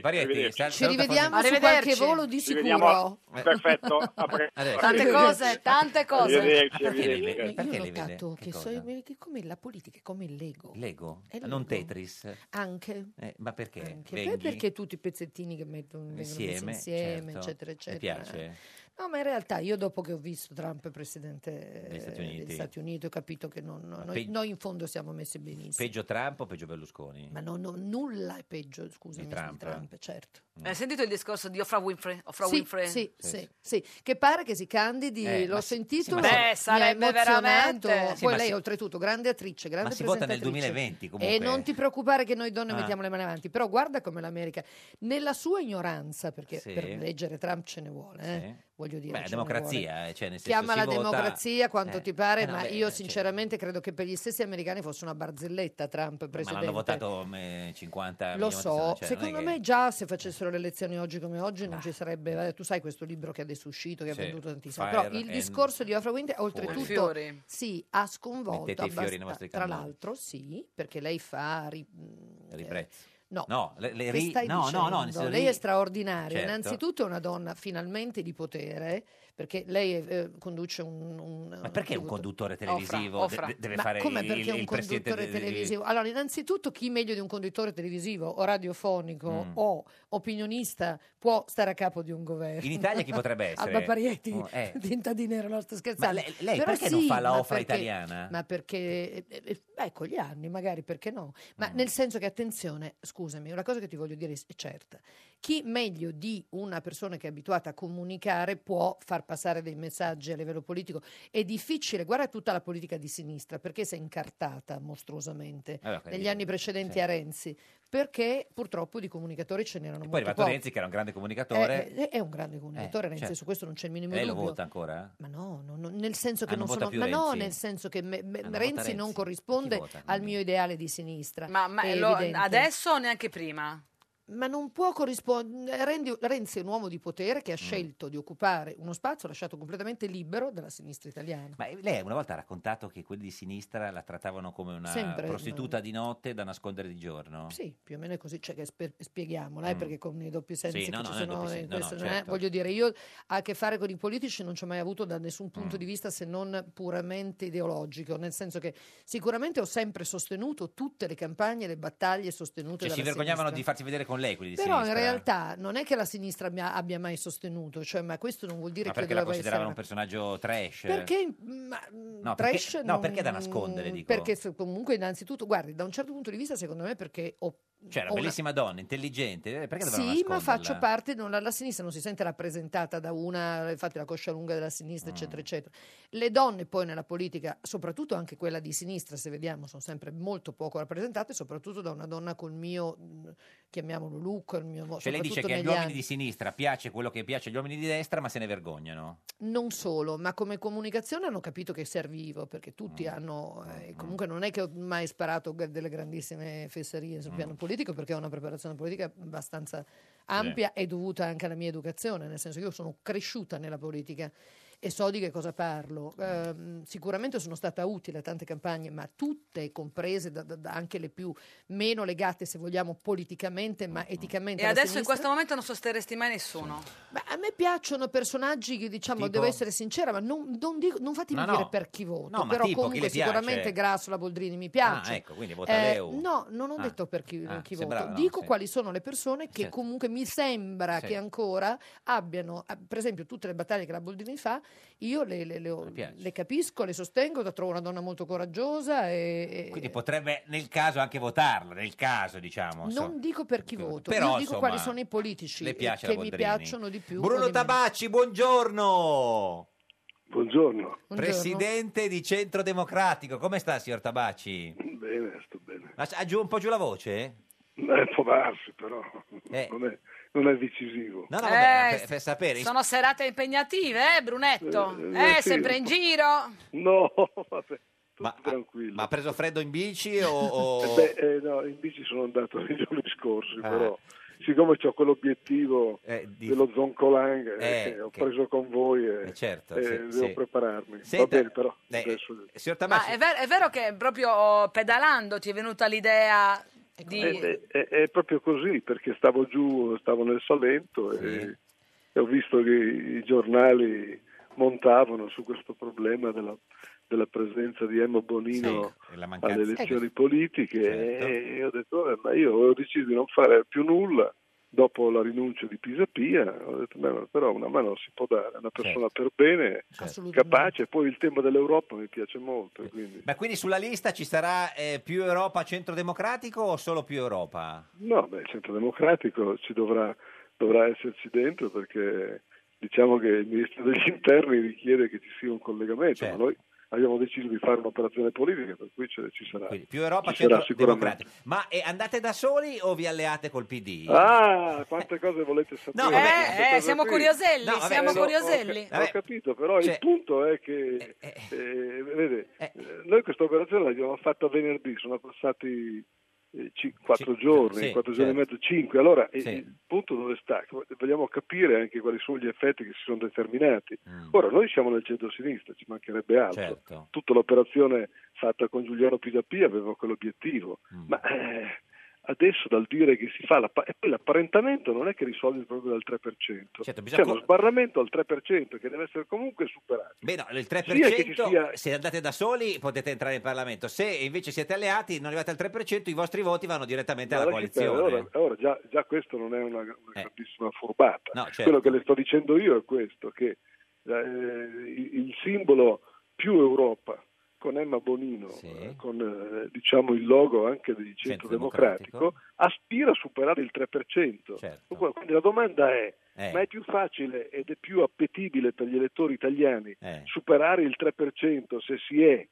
N: Parietti.
B: Parietti,
N: Arrivederci.
B: sal- Ci saluta rivediamo
J: Formigoni. su qualche volo di
N: Ci vediamo-
J: sicuro.
N: Perfetto, a pre-
A: Tante cose, tante cose.
N: Arrivederci,
B: Perché lei
N: arrivederci.
B: vede- perché
J: Io ho
B: lei vede?
J: notato
B: Che
J: che, so-
B: cosa?
J: che come la politica è come il Lego.
B: Lego,
J: È
B: non
J: Lego.
B: Tetris.
J: Anche.
B: Eh, ma perché?
J: Anche
B: Venghi?
J: perché tutti i pezzettini che mettono vengono messi
B: Insieme,
J: insieme,
B: certo.
J: eccetera,
B: Mi
J: eccetera.
B: piace.
J: No, ma in realtà io dopo che ho visto Trump presidente
B: Degli
J: eh,
B: Stati Uniti.
J: degli Stati Uniti ho capito che non- non- noi,
B: pe-
J: noi in fondo siamo messi benissimo.
B: Peggio Trump o peggio Berlusconi?
J: Ma non- non- nulla è peggio, scusami,
B: Di
J: di
B: Trump.
J: Trump, certo.
A: Hai sentito il discorso di Ofra Winfrey? Oprah
J: sì,
A: Winfrey?
J: Sì, sì, sì. che pare che si candidi,
B: Eh, ma
J: l'ho
B: sì, sì,
J: sentito,
B: ma-
J: mi ha
A: Beh, sarebbe
J: emozionato.
A: veramente- Sì,
J: Poi
B: ma
J: lei
B: si-
J: oltretutto grande attrice, grande
B: ma si vota nel
J: presentatrice.
B: 2020 comunque.
J: E non ti preoccupare che noi donne
B: Ah.
J: mettiamo le mani avanti, però guarda come l'America, nella sua ignoranza, perché
B: Sì.
J: per leggere Trump ce ne vuole, eh,
B: Sì.
J: voglio dire.
B: Beh,
J: ce ne vuole.
B: democrazia, eh, cioè nel senso
J: Chiama
B: si
J: la
B: vota-
J: democrazia quanto
B: Eh,
J: ti pare,
B: eh, no,
J: ma
B: beh,
J: io
B: cioè,
J: sinceramente credo che per gli stessi americani fosse una barzelletta Trump
B: ma
J: presidente.
B: l'hanno votato eh, 50
J: Lo
B: milioni di persone,
J: so,
B: cioè, non è
J: secondo
B: che-
J: me già se facessero le elezioni oggi come oggi non ci sarebbe, eh, tu sai questo libro che ha desuscito, che
B: Sì,
J: ha venduto tantissimo,
B: Fire
J: però il
B: and
J: discorso di Ofra Winter oltretutto
A: Fiori.
J: sì, ha sconvolto,
B: Mettete i fiori nei
J: abbast-
B: vostri
J: tra
B: cannoni.
J: l'altro sì, perché lei fa... ri-
B: Ribrezzo.
J: eh, No,
B: le, le
J: che
B: ri-
J: stai
B: no, no, no, nel
J: dicendo?
B: senso
J: lei
B: ri-
J: è straordinaria.
B: Certo.
J: Innanzitutto è una donna finalmente di potere, perché lei eh, conduce un, un-
B: Ma perché un conduttore televisivo
J: Ofra,
B: de-
J: Ofra.
B: deve
J: Ma
B: fare
J: come
B: il,
J: perché
B: il
J: un
B: presidente
J: conduttore
B: de- de-
J: televisivo? Allora, innanzitutto chi meglio di un conduttore televisivo o radiofonico
B: Mm.
J: o opinionista può stare a capo di un governo?
B: In Italia chi potrebbe essere?
J: Alba Parietti,
B: Oh, eh.
J: tinta di nero, non sto scherzando.
B: Ma lei- lei
J: Però
B: perché non
J: sì,
B: fa la
J: ma
B: Ofra
J: perché-
B: italiana?
J: Ma perché, eh, eh, ecco, gli anni magari, perché no? Ma
B: Mm.
J: nel senso che, attenzione, scusami, una cosa che ti voglio dire è certa. Chi meglio di una persona che è abituata a comunicare può far passare dei messaggi a livello politico? È difficile, guarda tutta la politica di sinistra, perché si è incartata mostruosamente
B: Vabbè, quindi-
J: negli anni precedenti
B: sì.
J: a Renzi? Perché purtroppo di comunicatori ce n'erano
B: Poi è
J: molti
B: arrivato
J: pochi.
B: Renzi che era un grande comunicatore.
J: Eh, eh, è un grande comunicatore,
B: Eh,
J: Renzi,
B: certo.
J: su questo non c'è il minimo
B: lei lo
J: dubbio.
B: vota ancora?
J: Ma no, no, no, nel senso che
B: Ah, non
J: non,
B: vota
J: sono.
B: più
J: Ma no,
B: Renzi?
J: nel senso che me- me-
B: Ah, non vota
J: Renzi
B: Renzi.
J: non
B: Ma
J: corrisponde
B: chi vota?
J: al mio ideale di sinistra.
A: Ma, ma eh,
J: è
A: lo-
J: evidente.
A: adesso o neanche prima?
J: Ma non può corrispondere. Renzi è un uomo di potere
B: Mm.
J: che ha scelto di occupare uno spazio lasciato completamente libero dalla sinistra italiana.
B: Ma lei una volta ha raccontato che quelli di sinistra la trattavano come una
J: Sempre.
B: prostituta di notte da nascondere di giorno.
J: Sì, più o meno è così, cioè che spe- spieghiamola, eh,
B: Mm.
J: perché con i doppi sensi
B: Sì, no,
J: che
B: no,
J: ci
B: no, i
J: sono
B: doppi
J: in
B: sensi, no,
J: questo,
B: no,
J: non è-
B: certo.
J: voglio dire, io a che fare con i politici non ci ho mai avuto da nessun punto
B: Mm.
J: di vista se non puramente ideologico, nel senso che sicuramente ho sempre sostenuto tutte le campagne e le battaglie sostenute
B: Cioè, si
J: dalla
B: vergognavano
J: sinistra.
B: di farsi vedere con lei quelli di
J: Però in
B: sinistra. eh.
J: realtà non è che la sinistra mi ha- abbia mai sostenuto, cioè, ma questo non vuol dire
B: Ma
J: che io
B: perché la
J: doveva essere
B: consideravano
J: una
B: un personaggio trash?
J: perché ma,
B: Cioè
J: mm,
B: No, perché-
J: trash
B: no,
J: non-
B: perché da nascondere, dico.
J: Perché se- comunque innanzitutto, guardi, da un certo punto di vista secondo me perché ho
B: Cioè,
J: ho
B: era
J: una-
B: bellissima donna, intelligente, eh, perché dovevano
J: Sì, ma
B: nasconderla?
J: faccio parte, non, la, la sinistra non si sente rappresentata da una, infatti la coscia lunga della sinistra,
B: Mm.
J: eccetera, eccetera. Le donne poi nella politica, soprattutto anche quella di sinistra, se vediamo, sono sempre molto poco rappresentate, soprattutto da una donna col mio, mh, chiamiamolo look, il mio mo-
B: Cioè, lei dice
J: soprattutto
B: che agli
J: negli
B: uomini
J: anni.
B: di sinistra piace quello che piace agli uomini di destra, ma se ne vergognano.
J: Non solo, ma come comunicazione hanno capito che servivo, perché tutti hanno, eh, comunque non è che ho mai sparato g- delle grandissime fesserie sul piano politico, perché ho una preparazione politica abbastanza ampia e dovuta anche alla mia educazione, nel senso che io sono cresciuta nella politica e so di che cosa parlo. Ehm, sicuramente sono stata utile a tante campagne, ma tutte, comprese da- da- da anche le più meno legate, se vogliamo, politicamente, ma eticamente.
A: E
J: alla
A: adesso in
J: sinistra.
A: questo momento non sosterresti mai nessuno.
J: Ma a me piacciono personaggi che diciamo,
A: Tipo?
J: devo essere sincera, ma non, non dico- non fatemi
B: No, no.
J: dire per chi voto,
B: No, ma
J: però
B: tipo, chi le
J: comunque
B: piace?
J: sicuramente Grassola, Boldrini mi piace. Eh,
B: Ah, ecco, quindi vota Leu.
J: No, non ho
B: Ah.
J: detto per chi,
B: Ah,
J: chi
B: sembrava,
J: voto,
B: no,
J: dico
B: sì.
J: quali sono le persone che
B: Certo.
J: comunque mi sembra
B: Sì.
J: che ancora abbiano, ah, per esempio tutte le battaglie che la Boldrini fa, io le, le- le ho-
B: piace.
J: le capisco, le sostengo, la trovo una donna molto coraggiosa e...
B: Quindi potrebbe nel caso anche votarla, nel caso diciamo. insomma.
J: non dico per chi voto,
B: Però,
J: io dico
B: insomma,
J: quali sono i politici
B: le piace
J: che
B: la
J: mi
B: Boldrini.
J: piacciono di più. o di
B: Bruno
J: meno.
B: Tabacci, buongiorno.
O: Buongiorno.
B: Presidente di Centro Democratico, come sta signor Tabacci?
O: Bene, sto bene.
B: Ma ha giù un po' giù la voce? Eh.
O: Eh, può darsi, però non, è, non è decisivo.
B: No, no,
A: Eh,
B: vabbè, era per, per sapere.
A: Sono serate impegnative, eh, Brunetto?
O: Eh,
A: Eh,
O: sì.
A: sempre in giro.
O: No,
B: Oh,
O: vabbè,
B: ma, tranquillo. Ma ha preso freddo in bici o... o-
O: Beh, eh, no, in bici sono andato i giorni scorsi,
B: Ah.
O: però siccome ho quell'obiettivo dello zoncolang, eh,
B: eh,
O: ho
B: che-
O: preso con voi e,
B: certo,
O: e
B: sì,
O: devo
B: sì.
O: prepararmi. Va
B: Senta,
O: bene, però.
B: eh,
O: adesso-
B: signor
A: Ma
B: Tabacci,
A: è, ver- è vero che proprio oh, pedalando ti è venuta l'idea di...
O: È, è- è proprio così, perché stavo giù, stavo nel Salento e, e ho visto che i giornali montavano su questo problema della, della presenza di Emma Bonino
B: e la mancanza- Certo.
O: alle elezioni politiche e ho detto, "Vabbè, ma io ho deciso di non fare più nulla dopo la rinuncia di Pisapia, ho detto, beh, ma però una mano si può dare, è una persona
B: Certo.
O: per bene, capace, poi il tema dell'Europa mi piace molto. Quindi.
B: Ma quindi sulla lista ci sarà eh, più Europa centro democratico o solo più Europa?
O: No, beh, il centro democratico ci dovrà, dovrà esserci dentro perché diciamo che il ministro degli interni richiede che ci sia un collegamento,
B: Certo.
O: ma noi abbiamo deciso di fare un'operazione politica per cui ce- ci sarà.
B: Più Europa
O: ci sarà
B: centro
O: sicuramente.
B: democratico. Ma eh, andate da soli o vi alleate col PD?
O: Ah, quante cose volete sapere?
B: No,
O: di
B: vabbè,
O: queste
B: eh,
O: cose
A: siamo
O: qui?
A: curioselli, No, vabbè, siamo
O: ho- ho-
A: curioselli.
O: Ho,
A: Vabbè.
O: capito, però
B: Cioè-
O: il punto è che eh, vede, noi questa operazione l'abbiamo fatta venerdì, sono passati eh, ci- quattro giorni,
P: sì, certo.
O: quattro giorni e mezzo, cinque. Allora, eh,
P: Sì.
O: il punto dove sta? Vogliamo capire anche quali sono gli effetti che si sono determinati.
I: Mm.
O: Ora, noi siamo nel centro-sinistra, ci mancherebbe altro.
B: Certo.
O: Tutta l'operazione fatta con Giuliano Pisapia aveva quell'obiettivo,
B: Mm.
O: ma... eh, Adesso dal dire che si fa la, pa- e poi l'apparentamento non è che risolve il problema del 3%,
B: Certo, bisogna
O: c'è Cioè, uno
B: co-
O: sbarramento al 3% che deve essere comunque superato.
B: Beh, no, il
O: Sia che ci
B: 3%
O: sia-
B: se andate da soli potete entrare in Parlamento, se invece siete alleati non arrivate al 3% i vostri voti vanno direttamente alla
O: Guarda che bello,
B: coalizione.
O: Allora, allora già, già questo non è una, una grandissima furbata.
B: No, certo.
O: Quello che le sto dicendo io è questo, che eh, il, il simbolo più Europa con Emma Bonino, eh, con eh, diciamo il logo anche di Centro, Democratico, aspira a superare il 3%. Dunque, Quindi la domanda è,
P: Eh.
O: ma è più facile ed è più appetibile per gli elettori italiani
B: Eh,
O: superare il 3% se si è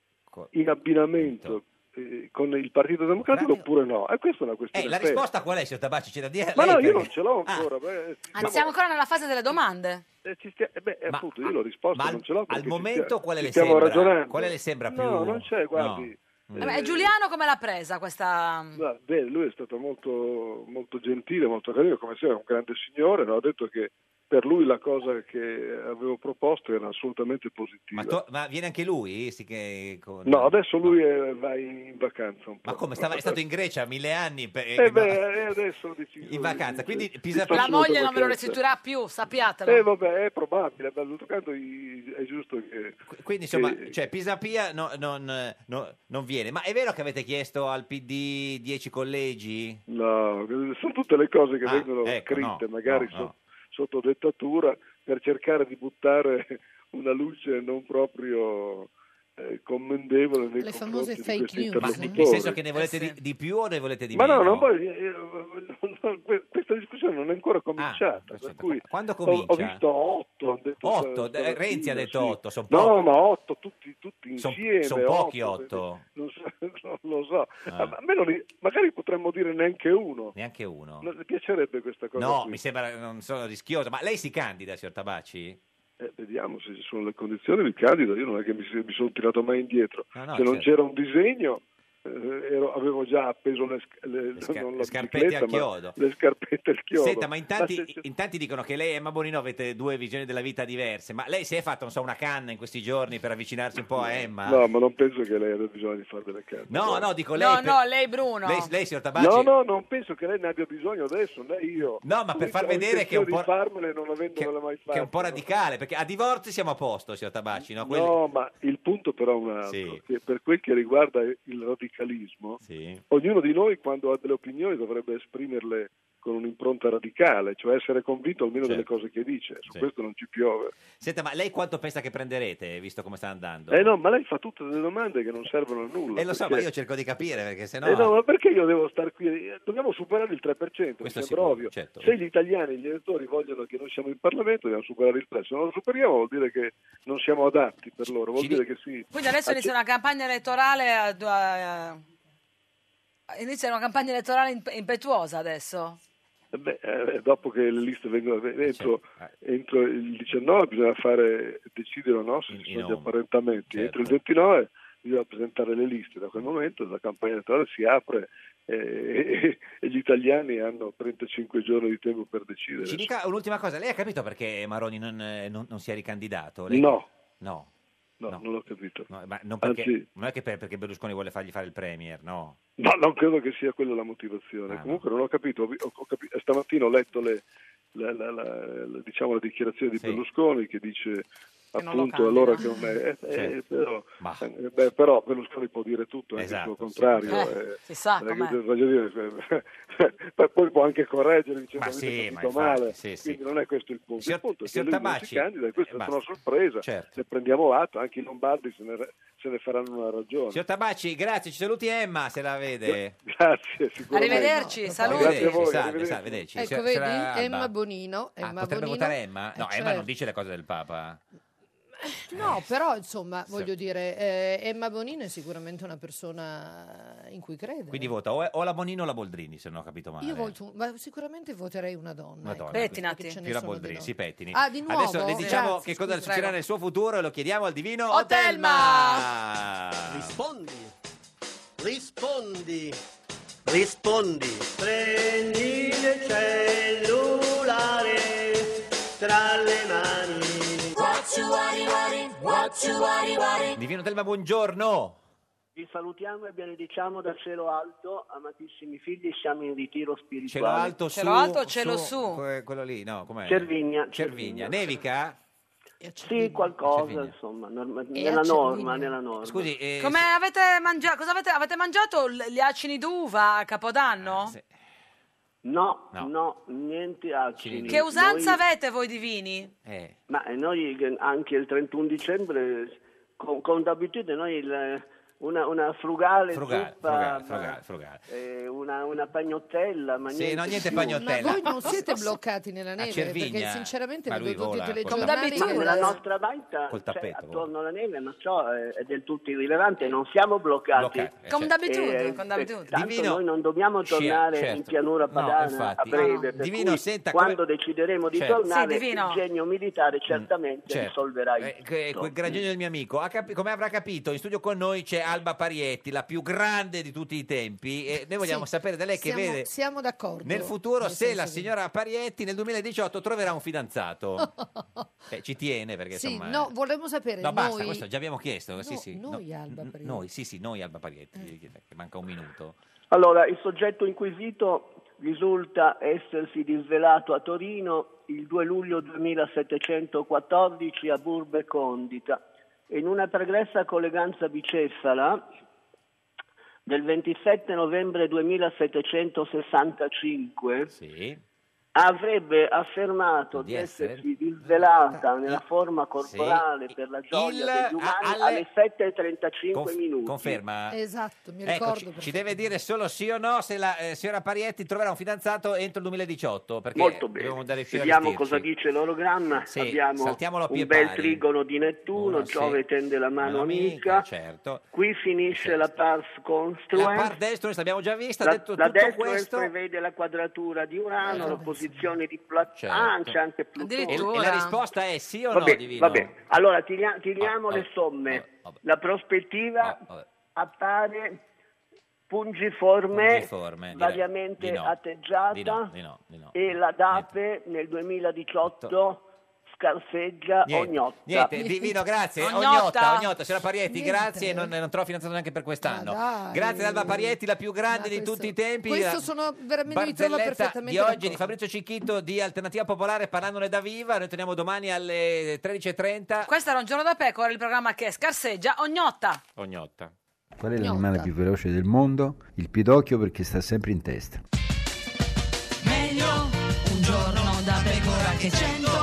O: in abbinamento eh, con il Partito Democratico oppure no? E questa è una questione
B: Eh, la
O: seria.
B: risposta qual è, signor Tabacci? C'è da dire? a
O: Ma
B: lei
O: no, io
B: perché- Ah.
O: non ce l'ho ancora. beh, ci
A: Anzi,
O: stiamo-
A: siamo ancora nella fase delle domande.
O: eh, beh, appunto, io l'ho risposto, non ce l'ho perché
B: Al
O: ci
B: momento
O: stia-
B: quale
O: ci
B: le
O: stiamo
B: sembra?
O: ragionando.
B: Quale le sembra più?
O: No, non c'è, guardi.
B: No.
A: Vabbè, e Giuliano come l'ha presa questa...
O: Guarda, beh, lui è stato molto, molto gentile, molto carino, come sempre, un grande signore. no? Ha detto che per lui la cosa che avevo proposto era assolutamente positiva.
B: Ma, to- ma viene anche lui? Sì che- con-
O: No, adesso lui è- va in vacanza un po'.
B: Ma come? Stava, è stato in Grecia mille anni per-
O: Eh
B: no,
O: beh, e adesso ho deciso
B: in vacanza. Quindi
O: Pisa-
A: La moglie non ve lo
O: vacanza.
A: restituirà più, sappiatelo.
O: Eh vabbè, è probabile, ma d'altro canto i- è giusto che...
B: Quindi insomma,
O: che-
B: cioè, Pisapia no- non, eh, no- non viene. Ma è vero che avete chiesto al PD 10 collegi?
O: No, sono tutte le cose che
B: Ah,
O: vengono
B: ecco,
O: scritte,
B: no,
O: magari
B: no, no.
O: so- sotto dettatura, per cercare di buttare una luce non proprio eh, commendevole nei
Q: Le famose
O: confronti di
Q: fake
O: questi
Q: news,
B: Ma
O: interlocutori.
B: nel senso che ne
A: Eh,
B: volete di, di più o ne volete di
O: Ma
B: meno?
O: no, non voglio- eh, eh, non- non- questa discussione non è ancora cominciata. per cui
B: Ah, Quando
O: ho-
B: comincia?
O: Ho, visto 8.
B: Otto, eh, Renzi ha detto 8, sono
O: No,
B: pochi.
O: ma 8 tutti, tutti
B: Son-
O: insieme.
B: son pochi
O: otto,
B: otto.
O: Non, so, non lo so. Ah, ma a me non ri- magari potremmo dire neanche uno.
B: Neanche uno.
O: Non- le piacerebbe questa cosa?
B: No,
O: qui?
B: mi sembra non sono rischioso. Ma lei si candida, signor Tabacci?
O: Eh, vediamo se ci sono le condizioni. Mi candido, io non è che mi, mi sono tirato mai indietro.
B: No, no,
O: se non
B: certo.
O: c'era un disegno. eh, ero- avevo già appeso le, sc- le-
B: scar-
O: non la
B: le scarpette
O: bicicletta,
B: al
O: ma
B: chiodo.
O: le scarpette al chiodo
B: Senta, ma in tanti,
O: se-
B: in tanti dicono che lei e Emma Bonino avete due visioni della vita diverse, ma lei si è fatta, non so, una canna in questi giorni per avvicinarsi un po' a Emma?
O: No, ma non penso che lei abbia bisogno di fare delle carte.
B: Ah. no, no, dico lei.
A: No,
B: per-
A: no, lei Bruno.
B: Lei, lei, signor Tabacci?
O: No, no, non penso che lei ne abbia bisogno adesso, né io.
B: No, ma per
O: Ho
B: far
O: int- ho
B: vedere che è un
O: intenzione
B: po',
O: di farmele non avendomela mai fatta.
B: che è un po' radicale, perché a divorzi siamo a posto, signor Tabacci, no? Quelli-
O: No, ma il punto però è un altro, che per quel che riguarda il radicalismo, ognuno di noi quando ha delle opinioni dovrebbe esprimerle con un'impronta radicale, cioè essere convinto almeno delle
B: Certo.
O: cose che dice, su questo non ci piove.
B: Senta, ma lei quanto pensa che prenderete, visto come sta andando?
O: Eh no, ma lei fa tutte delle domande che non servono a nulla.
B: Eh, lo so,
O: perché-
B: ma io cerco di capire, perché sennò...
O: Eh no, ma perché io devo star qui? Eh, Dobbiamo superare il 3%, mi
B: Questo
O: sembra
B: sicuro,
O: ovvio.
B: certo.
O: Se gli italiani, gli elettori vogliono che noi siamo in Parlamento, dobbiamo superare il 3%. Se non lo superiamo vuol dire che non siamo adatti per loro, vuol dire che sì.
A: Quindi adesso inizia una campagna elettorale... a- a- a- inizia una campagna elettorale imp- impetuosa adesso.
O: Beh, eh, dopo che le liste vengono eh, entro, entro il 19 bisogna fare decidere o no se ci sono gli apparentamenti. Entro il 29 bisogna presentare le liste. Da quel momento la campagna elettorale si apre eh, e, e gli italiani hanno 35 giorni di tempo per decidere.
B: Ci dica un'ultima cosa, lei ha capito perché Maroni non, eh, non- non si è ricandidato? Lei-
O: No.
B: No.
O: No, non l'ho capito.
B: ma non, perché-
O: Anzi-
B: non è che per- perché Berlusconi vuole fargli fare il Premier, no?
O: No, non credo che sia quella la motivazione.
B: Ah, no.
O: Comunque non ho capito, ho, ho capi- stamattina ho letto le, la, la- la- la- diciamo la dichiarazione di Berlusconi che dice
K: non lo
O: appunto,
K: candida.
O: allora che non è. eh, eh,
K: Sì.
O: però, eh, beh, però Berlusconi può dire tutto, anche
K: Esatto,
O: il suo contrario.
K: sì. Eh,
O: eh,
K: si sa
O: eh,
K: com'è.
O: che- voglio dire, eh, poi può anche correggere dicendo
B: Ma
O: che
B: sì,
O: avete
B: ma
O: capito
B: infatti,
O: male.
B: sì, sì.
O: Quindi non è questo il punto.
B: Signor-
O: il punto è che
B: signor
O: lui non
B: Tabacci,
O: si candida e questa
B: eh,
O: è
B: basta.
O: una sorpresa.
B: Certo.
O: Ne prendiamo atto, anche i lombardi se ne, se ne faranno una ragione.
B: Signor Tabacci, grazie, ci saluti Emma se la vede.
O: Grazie, sicuramente.
J: Arrivederci, saluti.
B: Grazie a
J: Grazie a
B: voi.
J: voi,
B: Salve,
J: arrivederci.
B: salve, arrivederci.
J: Ecco,
B: Signora-
J: vedi,
B: signora Alba.
J: Emma Bonino.
B: Ah,
J: Emma
B: potrebbe
J: Bonino.
B: votare Emma? No,
J: Eh,
B: Emma non
J: certo. Eh.
B: dice le cose del Papa.
J: No, però insomma,
B: Eh. Sì.
J: voglio dire, eh, Emma Bonino è sicuramente una persona in cui crede.
B: Quindi vota o, o la Bonino o la Boldrini, se non ho capito male.
J: Io voto, ma sicuramente voterei una donna.
B: Madonna,
J: ecco,
B: quindi-
J: perché ce ne
B: più la
J: sono di
B: Boldrini,
J: no.
B: si pettini.
J: Ah, di nuovo?
B: Adesso le diciamo
J: Grazie,
B: che cosa
J: scusi,
B: succederà
J: prego.
B: nel suo futuro e lo chiediamo al divino
P: Otelma!
B: Otelma.
P: Rispondi, rispondi, rispondi. Prendi il cellulare tra le mani.
B: Divino Otelma, buongiorno.
Q: Vi salutiamo e benediciamo da cielo alto, amatissimi figli, siamo in ritiro spirituale.
B: Cielo alto su.
Q: cielo
B: que- Quello lì, no, com'è?
Q: Cervigna,
B: Cervigna.
Q: Cervigna.
B: Nevica?
Q: Sì, qualcosa, insomma, norma- nella norma, nella norma.
B: Scusi, eh,
A: Come avete mangiato? Cosa avete, avete mangiato? L- Gli acini d'uva a Capodanno?
Q: No, no, niente acidi.
A: Che usanza
Q: Noi-
A: avete voi di vini?
Q: Ma noi eh, anche il 31 dicembre, con, con d'abitudine, noi il- una, una frugale,
B: Frugale,
Q: zuppa,
B: frugale,
Q: ma-
B: frugale, frugale.
Q: eh, una, una pagnottella, ma
B: Sì,
Q: niente
B: no, niente
Q: più.
J: Ma voi non siete bloccati nella neve
Q: Cervigna.
J: perché sinceramente
Q: Ma
J: vedo
Q: lui
J: tutti
Q: vola
J: i
Q: col
J: telegiornali
Q: tappeto.
J: che-
Q: Ma la nostra baita
B: Col
Q: c'è
B: tappeto,
Q: attorno alla neve, ma ciò è, è del tutto irrilevante, non siamo bloccati.
B: Bloccati, eh, Con certo.
A: d'abitudine,
Q: Eh,
A: con d'abitudine.
Q: Tanto
B: Divino-
Q: noi non dobbiamo
B: Scia,
Q: tornare in
B: certo.
Q: pianura
B: No,
Q: padana a
B: infatti.
Q: breve, per
B: Divino,
Q: cui
B: senta,
Q: quando decideremo di
B: Certo.
Q: tornare
B: Sì, Divino.
Q: il genio militare certamente
B: certo.
Q: risolverà il
B: Eh, que- quel gragno del mio amico, ha capi- come avrà capito, in studio con noi c'è Alba Parietti, la più grande di tutti i tempi. E noi vogliamo
J: Sì.
B: sapere da lei che
J: siamo,
B: vede
J: siamo d'accordo.
B: nel futuro
J: Nel
B: se
J: senso
B: la
J: che-
B: signora Parietti nel 2018 troverà un fidanzato. Cioè, ci tiene perché
J: Sì,
B: insomma. eh.
J: no, volevamo sapere
B: No, basta,
J: noi
B: questo già abbiamo chiesto. sì, sì, no.
J: noi Alba
B: N-
J: Parietti. Eh.
B: Noi, sì, sì, noi Alba Parietti, che manca un minuto.
Q: Allora, il soggetto inquisito risulta essersi disvelato a Torino il 2 luglio 2714 a Burbe Condita e in una pregressa colleganza bicefala del 27 novembre 2765 avrebbe affermato di,
B: Di essere-
Q: essersi disvelata nella forma corporale per la gioia
B: Il-
Q: degli umani
B: a- alle-
Q: alle, 7.35
B: Conf-
Q: minuti.
B: conferma.
J: Esatto, mi
B: Ecco,
J: ricordo.
B: ci- ci,
J: perché-
B: deve dire solo sì o no se la eh, signora Parietti troverà un fidanzato entro il 2018. Perché
Q: Molto bene.
B: dobbiamo andare fino a
Q: Vediamo
B: vestirci.
Q: cosa dice l'orogramma.
B: Sì,
Q: Abbiamo
B: saltiamolo a pie
Q: un bel
B: pari.
Q: trigono di Nettuno,
B: Uno, sì.
Q: Giove tende la mano amica.
B: certo.
Q: Qui finisce la pars
B: La
Q: construens.
B: parte destra l'abbiamo già vista,
Q: Cioè, La-
B: detto
Q: la
B: tutto
Q: destra
B: questo.
Q: prevede la quadratura di Urano,
B: Eh,
Q: l'opposizione di Platone. Ah, c'è anche Plutone.
B: E, Certo. e la risposta è sì o
Q: Va
B: no,
Q: bene,
B: Divino? Oh,
Q: va bene. Allora, tiria- tiriamo le somme. La prospettiva appare pungiforme,
B: Pungiforme, direi.
Q: variamente
B: Di no,
Q: atteggiata
B: Di no, di no, di no.
Q: e la DAPE nel 2018 scarseggia
B: Niente,
Q: ognotta.
B: niente, divino, grazie. Ognotta, ognotta, signora Parietti, grazie. Non, non trovo fidanzato neanche per quest'anno.
J: dai.
B: Grazie, Alba Parietti, la più grande di tutti i tempi.
J: Questo
B: la-
J: sono veramente mi ritrovo
B: Barzelletta
J: perfettamente
B: di oggi
J: d'accordo.
B: di Fabrizio Cicchitto di Alternativa Popolare parlandone da viva. Noi torniamo domani alle 13.30.
A: Questo era un giorno da pecora, il programma che scarseggia ognotta.
B: Ognotta.
R: Qual è l'animale più veloce del mondo? Il pidocchio perché sta sempre in testa.
S: Meglio un giorno da pecora che cento